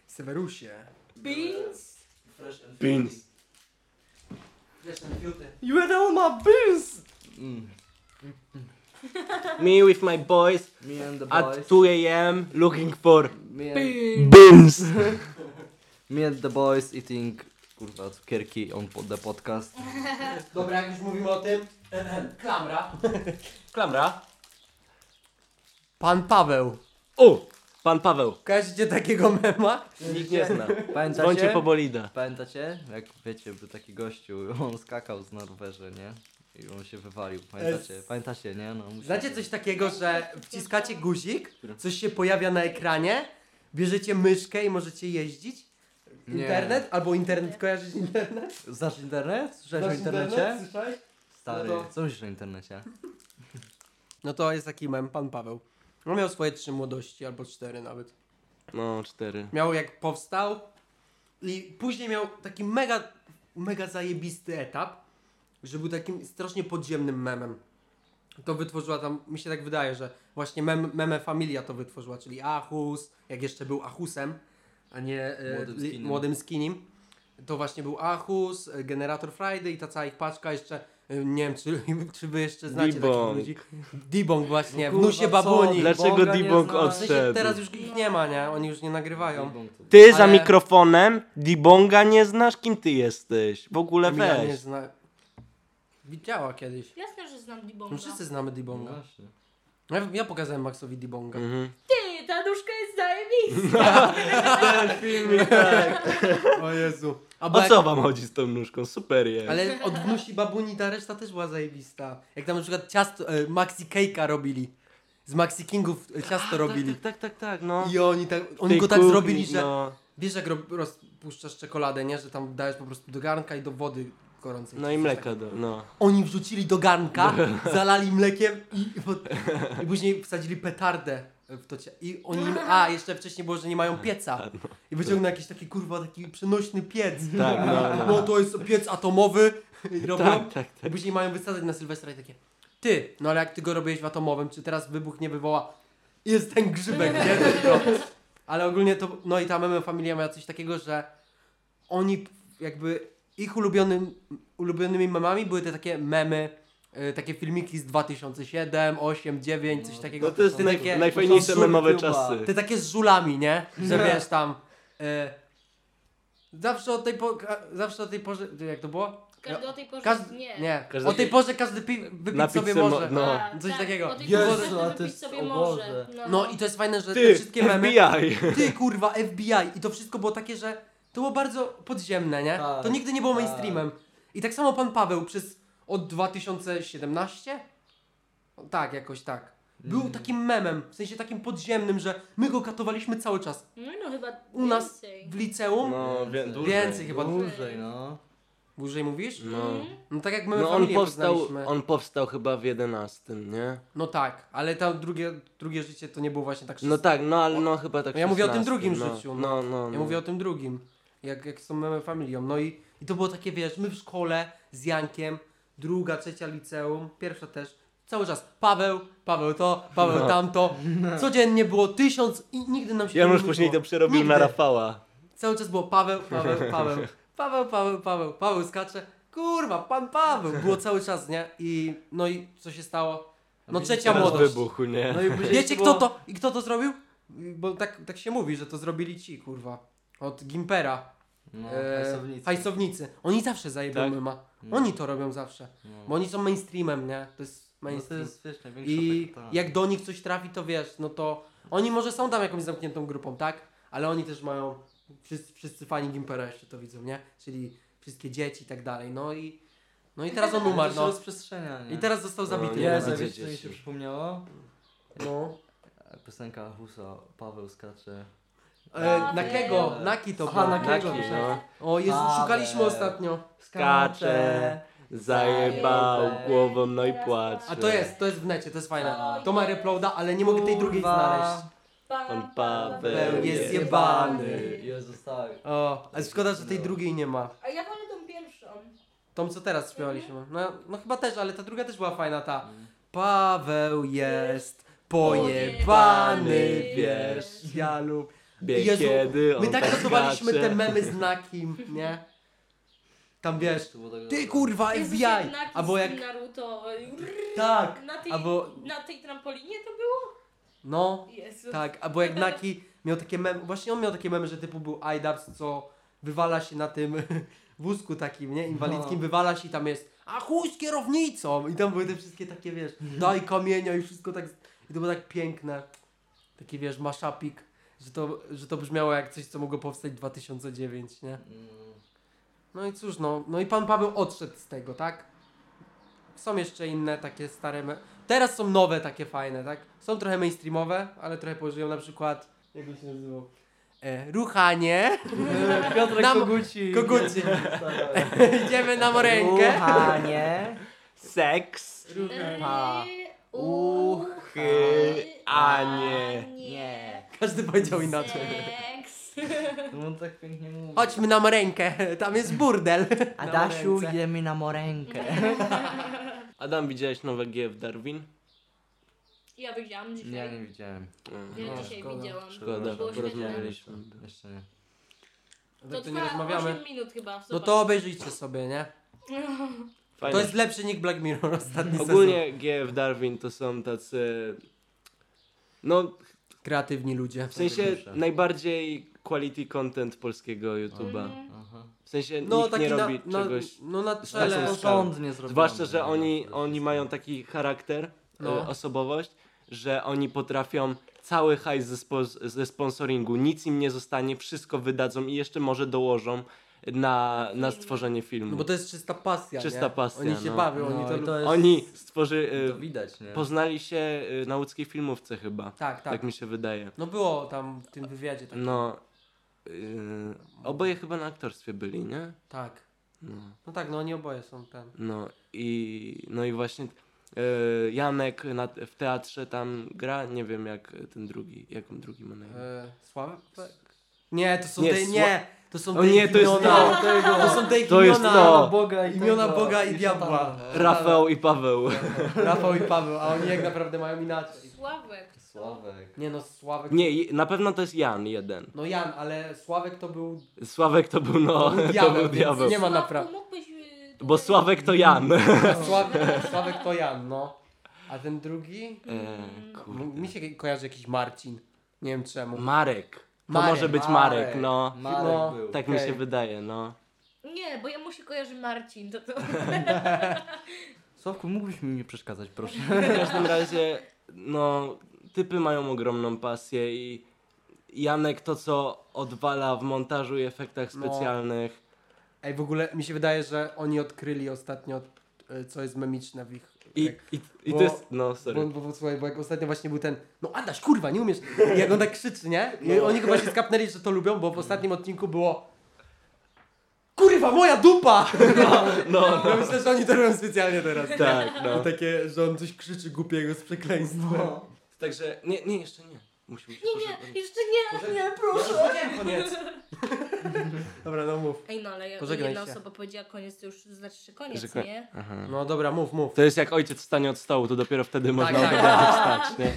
S3: Severusie.
S1: Beans?
S4: Pins.
S5: You and all my beans! Mm.
S4: Me with my boys
S5: Me and the boys.
S4: at 2 a.m. looking for
S5: Me and,
S1: Beans.
S4: Bins.
S5: me and the boys eating kurwa cukierki on pod the podcast.
S3: Dobra, jak już mówimy o tym, klamra.
S4: Klamra.
S3: Pan Paweł.
S4: O, pan Paweł.
S3: Kojarzycie takiego mema?
S4: Nikt nie zna. Dzwoncie
S5: Pamiętacie?
S4: po bolida.
S5: Pamiętacie? Jak wiecie, był taki gościu, on skakał z na rowerze, nie? I on się wywalił. Pamiętacie? Pamiętacie, nie? No, musicie-
S3: Znacie coś takiego, że wciskacie guzik, coś się pojawia na ekranie, bierzecie myszkę i możecie jeździć?
S5: Nie.
S3: Internet? Albo internet, kojarzysz internet?
S5: Znasz internet? Słyszałeś o
S3: Znasz
S5: internecie?
S3: Słyszałeś?
S5: Stary,
S3: No to-
S5: co myślisz o internecie?
S3: No to jest taki mem, pan Paweł. On miał swoje trzy młodości, albo cztery nawet.
S4: No, cztery.
S3: Miał jak powstał i później miał taki mega, mega zajebisty etap, że był takim strasznie podziemnym memem. To wytworzyła tam, mi się tak wydaje, że właśnie mem, meme familia to wytworzyła, czyli Achus, jak jeszcze był Achusem, a nie e,
S5: Młodym
S3: li-
S5: skinem.
S3: młodym skinim. To właśnie był Achus, e, Generator Friday i ta cała ich paczka jeszcze, e, nie wiem, czy, czy wy jeszcze znacie
S4: Dibong.
S3: takich ludzi. Dibong właśnie,
S5: No Kurwa,
S3: wnusie babuni.
S5: co?
S4: Dlaczego
S5: Bonga nie
S4: Dibong
S5: znasz?
S3: W sensie
S4: odszedł?
S3: teraz już ich nie ma, nie? Oni już nie nagrywają.
S4: Ty za
S3: Ale-
S4: mikrofonem Dibonga nie znasz, kim ty jesteś. W ogóle
S3: Emila nie
S4: weź.
S3: zna... Widziała kiedyś.
S1: Jasne, że znam Dibonga.
S3: No wszyscy znamy Dibonga.
S5: Właśnie.
S3: Ja, ja pokazałem Maxowi Dibonga.
S4: Mhm.
S1: Ty, ta nóżka jest zajebista.
S3: tak. O Jezu. A bo
S4: O
S3: jak-
S4: co wam chodzi z tą nóżką? Super jest.
S3: Ale od wnusi babuni ta reszta też była zajebista. Jak tam na przykład ciasto, e, Maxi Cake'a robili. Z Maxi Kingów e, ciasto robili.
S4: Tak, tak, tak, tak, no.
S3: I oni tak,
S4: W
S3: oni
S4: tej
S3: go tak
S4: kuchni,
S3: zrobili, że
S4: No,
S3: wiesz jak rob, rozpuszczasz czekoladę, nie? Że tam dajesz po prostu do garnka i do wody gorącej.
S4: no i
S3: Coś
S4: mleka, do, no.
S3: Oni wrzucili do garnka, zalali mlekiem i, pod- i później wsadzili petardę w to cia- I oni, a jeszcze wcześniej było, że nie mają pieca.
S4: No.
S3: I wyciągnął jakiś taki kurwa, taki przenośny piec.
S4: Tak, no, no.
S3: No to jest piec atomowy. I robią.
S4: Tak, tak,
S3: I
S4: tak.
S3: później mają wysadzać na Sylwestra i takie, ty, no ale jak ty go robiłeś w atomowym, czy teraz wybuch nie wywoła? Jest ten grzybek, nie? Tylko. Ale ogólnie to, no i ta meme familia miała coś takiego, że oni jakby, ich ulubionym, ulubionymi memami były te takie memy, y, takie filmiki z 2007, 8, 9, coś takiego.
S4: No to jest
S3: Te
S4: naj,
S3: takie-
S4: najfajniejsze No.
S5: to są
S4: memowe
S5: Cuba.
S4: czasy.
S3: te takie z żulami, nie? Że wiesz tam. Y, zawsze o tej po, ka- zawsze o tej porze. Jak to było?
S1: Każdy o tej porze
S3: Każdy,
S1: nie.
S3: nie.
S4: Każdy-
S3: o tej porze każdy pi, wypić
S4: Napić
S3: sobie
S4: se mo-
S3: może.
S4: no.
S1: A,
S3: Coś
S1: tak,
S3: takiego.
S1: o tej
S5: Jezu,
S1: porze
S5: a
S1: każdy
S5: to
S1: wypić
S5: jest-
S1: sobie
S5: o
S1: może.
S5: Boże.
S3: No i to jest fajne, że te
S4: Ty,
S3: wszystkie memy.
S4: FBI.
S3: Ty kurwa, FBI! I to wszystko było takie, że to było bardzo podziemne, nie?
S5: Tak,
S3: to nigdy nie było
S5: tak.
S3: mainstreamem. I tak samo pan Paweł przez od 2017? O, Tak, jakoś tak. Był
S5: Mm.
S3: takim memem, w sensie takim podziemnym, że my go katowaliśmy cały czas.
S1: No, no chyba
S3: U nas
S1: więcej.
S3: w liceum.
S4: No, wie,
S5: Więcej.
S4: dłużej.
S3: Więcej chyba.
S5: Dłużej, no.
S3: Dłużej mówisz?
S4: No.
S3: No tak jak my
S4: No
S3: no,
S4: on
S3: familię
S4: powstał,
S3: poznaliśmy.
S4: on powstał chyba w 11, nie?
S3: No tak, ale to drugie, drugie życie to nie było właśnie tak
S4: No tak, no ale no chyba tak
S3: No ja mówię o tym
S4: 16,
S3: drugim
S4: no.
S3: życiu,
S4: No, no, no.
S3: Ja mówię o tym drugim, jak, jak z tą memy familią. No i, i to było takie, wiesz, my w szkole z Jankiem, druga, trzecia liceum, pierwsza też, cały czas Paweł, Paweł to, Paweł
S4: No.
S3: tamto. Codziennie było tysiąc i nigdy nam się
S4: Janusz
S3: nie
S4: później to
S3: nudziło.
S4: przerobił
S3: Nigdy.
S4: na Rafała.
S3: Cały czas było Paweł, Paweł, Paweł, Paweł, Paweł, Paweł, Paweł skacze. Kurwa, pan Paweł! Było cały czas, nie? I no i co się stało? No trzecia
S4: Teraz
S3: młodość.
S4: wybuchu, nie?
S5: No i później
S3: Wiecie
S5: było-
S3: kto to, i kto to zrobił? Bo tak, tak się mówi, że to zrobili ci, kurwa. Od Gimpera.
S5: No,
S3: E,
S5: hajsownicy.
S3: hajsownicy. Oni zawsze zajebią
S4: Tak?
S3: mema.
S5: No.
S3: Oni to robią zawsze.
S5: No.
S3: Bo oni są mainstreamem, nie? To jest
S5: No to
S3: mainstream.
S5: jest, wiesz, największa
S3: I
S5: taka-
S3: jak do nich coś trafi, to wiesz, no to oni może są tam jakąś zamkniętą grupą, tak? Ale oni też mają, wszyscy, wszyscy fani Gimpera jeszcze to widzą, nie? Czyli wszystkie dzieci i tak dalej. No i, no i teraz on
S5: No to
S3: umarł,
S5: się
S3: no.
S5: rozprzestrzenia, nie?
S3: I teraz został
S4: No,
S3: zabity.
S4: nie
S3: no.
S5: Jezu,
S4: będzie
S5: wiecie, co mi
S4: dzieci.
S5: się przypomniało?
S3: No.
S5: Piosenka Husa, Paweł skacze.
S3: E, Nakiego, Naki to
S5: Aha,
S3: był.
S5: Nakiego,
S4: Naki,
S5: że-
S4: no.
S3: O Jezu,
S5: Paweł.
S3: szukaliśmy ostatnio.
S4: Skacze, zajebał
S5: Zajebał.
S4: głową, no i płacze.
S3: A to jest, to jest w necie, to jest fajne.
S1: Tak.
S3: To ma reploada, ale nie mogę tej drugiej
S5: Kurwa.
S3: znaleźć.
S4: Pan Paweł
S3: Paweł
S4: jest
S3: jest
S4: jeba.
S3: jeba- jebany.
S5: Jezus, tak.
S3: O, ale szkoda, że tej drugiej nie ma.
S1: A ja pamiętam pierwszą.
S3: Tą, co teraz śpiewaliśmy. No, no chyba też, ale ta druga też była fajna, ta.
S4: Mm.
S3: Paweł jest pojebany, wiesz, ja lub...
S4: Wie
S3: Jezu,
S4: kiedy on
S3: My tak pracowaliśmy
S4: skacze.
S3: te memy z Nakim, nie? Tam wiesz,
S5: To było tak-
S3: ty kurwa
S1: Jezus,
S3: FBI!
S1: jak
S3: Albo jak,
S1: Naruto.
S3: tak,
S1: Na tej,
S3: albo,
S1: na tej trampolinie to było?
S3: no,
S1: Jezu.
S3: tak, albo jak Naki miał takie memy, właśnie on miał takie memy, że typu był IDAPS, co wywala się na tym wózku takim, nie, inwalidzkim,
S5: No.
S3: wywala się i tam jest, a chuj z kierownicą! I tam były te wszystkie takie, wiesz,
S5: Mhm.
S3: daj kamienia i wszystko tak, i to było tak piękne, taki, wiesz, maszapik, że to, że to brzmiało jak coś, co mogło powstać w 2009, nie?
S5: Mm.
S3: No i cóż, no, no i pan Paweł odszedł z tego, tak? Są jeszcze inne takie stare. Me- Teraz są nowe takie fajne, tak? Są trochę mainstreamowe, ale trochę pożyją na przykład. Jak on się nazywał? E, ruchanie.
S5: Piotrek
S3: Nam-
S5: Koguci.
S3: Koguci.
S5: Stara.
S3: Idziemy na rękę.
S5: Kochanie.
S4: Seks,
S5: Pa.
S4: uchy, a nie.
S5: Nie.
S3: Każdy powiedział inaczej.
S1: Seks.
S5: No on tak pięknie mówi.
S3: Chodźmy na rękę, tam jest burdel.
S5: Adasiu,
S3: Na ręce.
S5: idziemy na morenkę.
S4: Adam, widziałeś nowe G w Darwin?
S1: Ja wygrałam dzisiaj.
S5: Ja nie widziałem.
S4: Mm.
S1: Ja
S3: No,
S1: dzisiaj
S3: szkoda.
S1: widziałam.
S4: Szkoda,
S1: Było
S4: porozmawialiśmy.
S1: świetne.
S5: Jeszcze nie.
S1: To
S3: Tak to nie
S1: trwa
S3: rozmawiamy.
S1: 8 minut chyba.
S3: No
S1: Zobacz.
S3: to obejrzyjcie sobie, nie? To
S4: Fajne.
S3: jest no. lepszy niż Black Mirror ostatni sezon.
S4: Ogólnie G w Darwin to są tacy... No,
S3: Kreatywni ludzie.
S4: w sensie
S5: Najgorsze.
S4: najbardziej quality content polskiego YouTube'a.
S1: Mhm.
S5: Aha.
S4: W sensie
S3: No
S4: nikt
S3: taki
S4: nie
S3: na,
S4: robi
S3: na,
S4: czegoś...
S3: no na
S4: Ale-
S5: Ale
S3: czele.
S5: porządnie zrobione.
S4: Zwłaszcza, że oni,
S5: Naprawdę.
S4: oni mają taki charakter,
S3: No.
S4: e, osobowość, że oni potrafią cały hajs ze, spo, ze sponsoringu, nic im nie zostanie, wszystko wydadzą i jeszcze może dołożą na, na stworzenie filmu.
S3: No bo to jest czysta pasja.
S4: Czysta
S3: nie?
S4: pasja,
S3: Oni się
S4: no.
S3: bawią,
S5: No
S3: oni to,
S5: i
S3: lubią.
S5: to jest...
S4: Oni stworzy,
S5: No To
S4: e,
S5: widać, nie?
S4: poznali się e, na łódzkiej filmówce chyba, tak,
S3: Tak, tak.
S4: mi się wydaje.
S3: No było tam w tym wywiadzie tak.
S4: No, e, oboje chyba na aktorstwie byli, nie?
S3: Tak.
S4: No.
S3: No tak, no oni oboje są tam.
S4: No i, no i właśnie e, Janek na, w teatrze tam gra, nie wiem jak ten drugi, jak on drugi ma na imię.
S3: E, Sławek? Nie, to są
S4: Nie,
S3: te.
S4: Sła-
S3: Nie! To są
S4: O
S3: te ich
S4: nie, to jest
S3: imiona.
S4: to.
S5: tego.
S3: To są te ich
S4: To jest
S3: imiona.
S4: to.
S5: Boga i
S3: Imiona
S5: tego,
S3: Boga i
S5: i
S3: diabła.
S5: szatana.
S4: E, Rafał i Paweł.
S3: Rafał i Paweł, a oni jak naprawdę mają inaczej.
S1: Sławek.
S5: Sławek.
S3: Nie no, Sławek.
S4: Nie, i- na pewno to jest Jan jeden.
S3: No Jan, ale Sławek to był.
S4: Sławek to był
S3: To
S4: no,
S3: był
S4: to
S3: diabeł,
S4: był
S3: więc
S4: diabeł.
S3: nie ma
S1: Sławku,
S3: naprawy.
S1: mógłbyś, y,
S4: Bo
S1: tutaj-
S4: Sławek to Jan.
S3: Sławek, Sławek to Jan, no. A ten drugi?
S4: E,
S3: M-
S4: kurde.
S3: Mi się kojarzy jakiś Marcin. Nie wiem czemu.
S4: Marek. To
S3: Marek,
S4: może być Marek, no.
S5: Marek
S3: No,
S5: był.
S4: Tak mi
S3: Okej.
S4: się wydaje, no.
S1: Nie, bo ja mu się kojarzy Marcin. To, to...
S5: Sławku, mógłbyś mi nie przeszkadzać, proszę.
S4: W każdym razie, no, typy mają ogromną pasję i Janek to, co odwala w montażu i efektach
S3: No.
S4: specjalnych.
S3: Ej, w ogóle mi się wydaje, że oni odkryli ostatnio, e, co jest memiczne w ich.
S4: I,
S3: jak-
S4: i, i
S3: Tak. Bo-
S4: to jest, no,
S3: Bo,
S4: sorry.
S3: bo, bo, słuchaj, bo jak ostatnio właśnie był ten, no Adaś, kurwa, nie umiesz. I jak on tak krzyczy, nie? I
S4: No.
S3: oni chyba się skapnęli, że to lubią, bo w ostatnim odcinku było. Kurwa, moja dupa!
S4: No,
S3: Ja myślę, że oni to robią specjalnie teraz.
S4: tak, no.
S3: Takie, że on coś krzyczy głupiego z przekleństwa. No.
S4: Także, nie, nie, jeszcze nie. Musimy się
S1: Nie,
S4: pożegnać.
S1: nie, jeszcze nie, nie, proszę.
S3: Koniec. Dobra, no mów.
S1: Ej, no ale jak
S3: Pożegnaj
S1: jedna
S3: się.
S1: osoba powiedziała koniec, to już znaczy, że koniec,
S4: Że ko-
S1: nie?
S4: Aha.
S3: No dobra, mów, mów.
S4: To jest jak ojciec stanie od stołu, to dopiero wtedy można
S3: tak.
S4: od razu wstać, nie?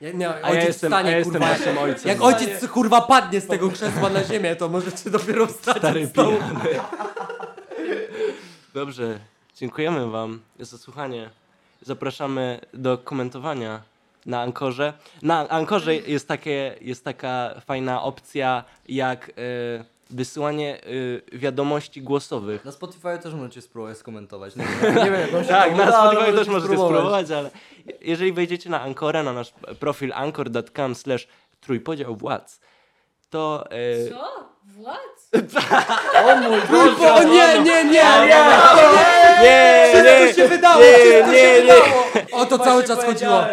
S3: Ja, nie,
S4: A ja jestem,
S3: wstanie,
S4: a ja jestem
S3: kurwa.
S4: waszym ojcem.
S3: Jak ojciec kurwa padnie z tego krzesła na ziemię, to możecie dopiero wstać
S4: Stary
S3: od stołu.
S4: pijany. Dobrze, dziękujemy wam za słuchanie. Zapraszamy do komentowania na Ankorze. Na Ankorze jest, takie, jest taka fajna opcja jak y, wysyłanie y, wiadomości głosowych.
S5: Na Spotify też możecie spróbować skomentować.
S3: Nie wiem, jak on się
S4: Tak,
S3: to
S4: na
S3: uda, ale
S4: Spotify też możecie
S3: spróbować.
S4: spróbować, ale jeżeli wejdziecie na Ankora, na nasz profil anchor.com slash trójpodział władz, to... y,
S1: Co? Władz?
S5: O mój
S3: Kurwa, o nie, nie, nie,
S5: no,
S3: nie,
S4: nie,
S3: Wszystko się wydało,
S4: nie,
S3: wszystko
S4: nie,
S3: się
S4: nie.
S3: wydało. O to cały czas chodziło.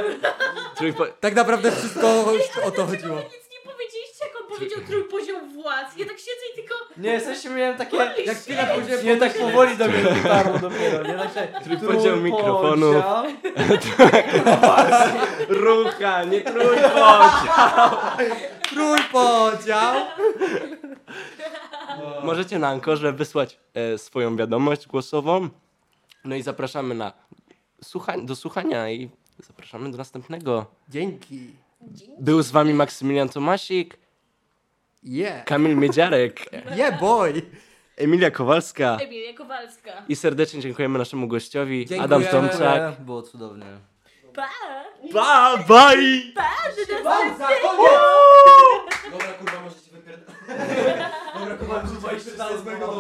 S4: Trójpo...
S3: Tak naprawdę wszystko o to chodziło.
S1: Nic nie powiedzieliście, No jak on powiedział trójpoziom władz. Ja tak siedzę i tylko...
S5: Nie, jesteście miałem takie...
S3: Jak chwilę później...
S5: Nie tak powoli do mnie dotarło dopiero, nie tak się...
S4: Trójpodział mikrofonu. Rucha, nie trójpodział.
S3: Król podział.
S4: Możecie na Ankorze wysłać e, swoją wiadomość głosową. No i zapraszamy na słucha- do słuchania i zapraszamy do następnego.
S3: Dzięki.
S4: Był z wami Maksymilian Tomasik,
S3: Yeah.
S4: Kamil Miedziarek,
S3: Yeah, boy.
S4: Emilia Kowalska
S1: Emilia Kowalska.
S4: i serdecznie dziękujemy naszemu gościowi,
S3: Dziękujemy.
S4: Adam Tomczak.
S5: Dziękuję, Było cudownie.
S1: Pa!
S4: Pa, bye!
S3: Pauza, koniec! Dobra, kurwa, możecie wypierdolić. Dobra, kurwa, muszę iść z mojego domu.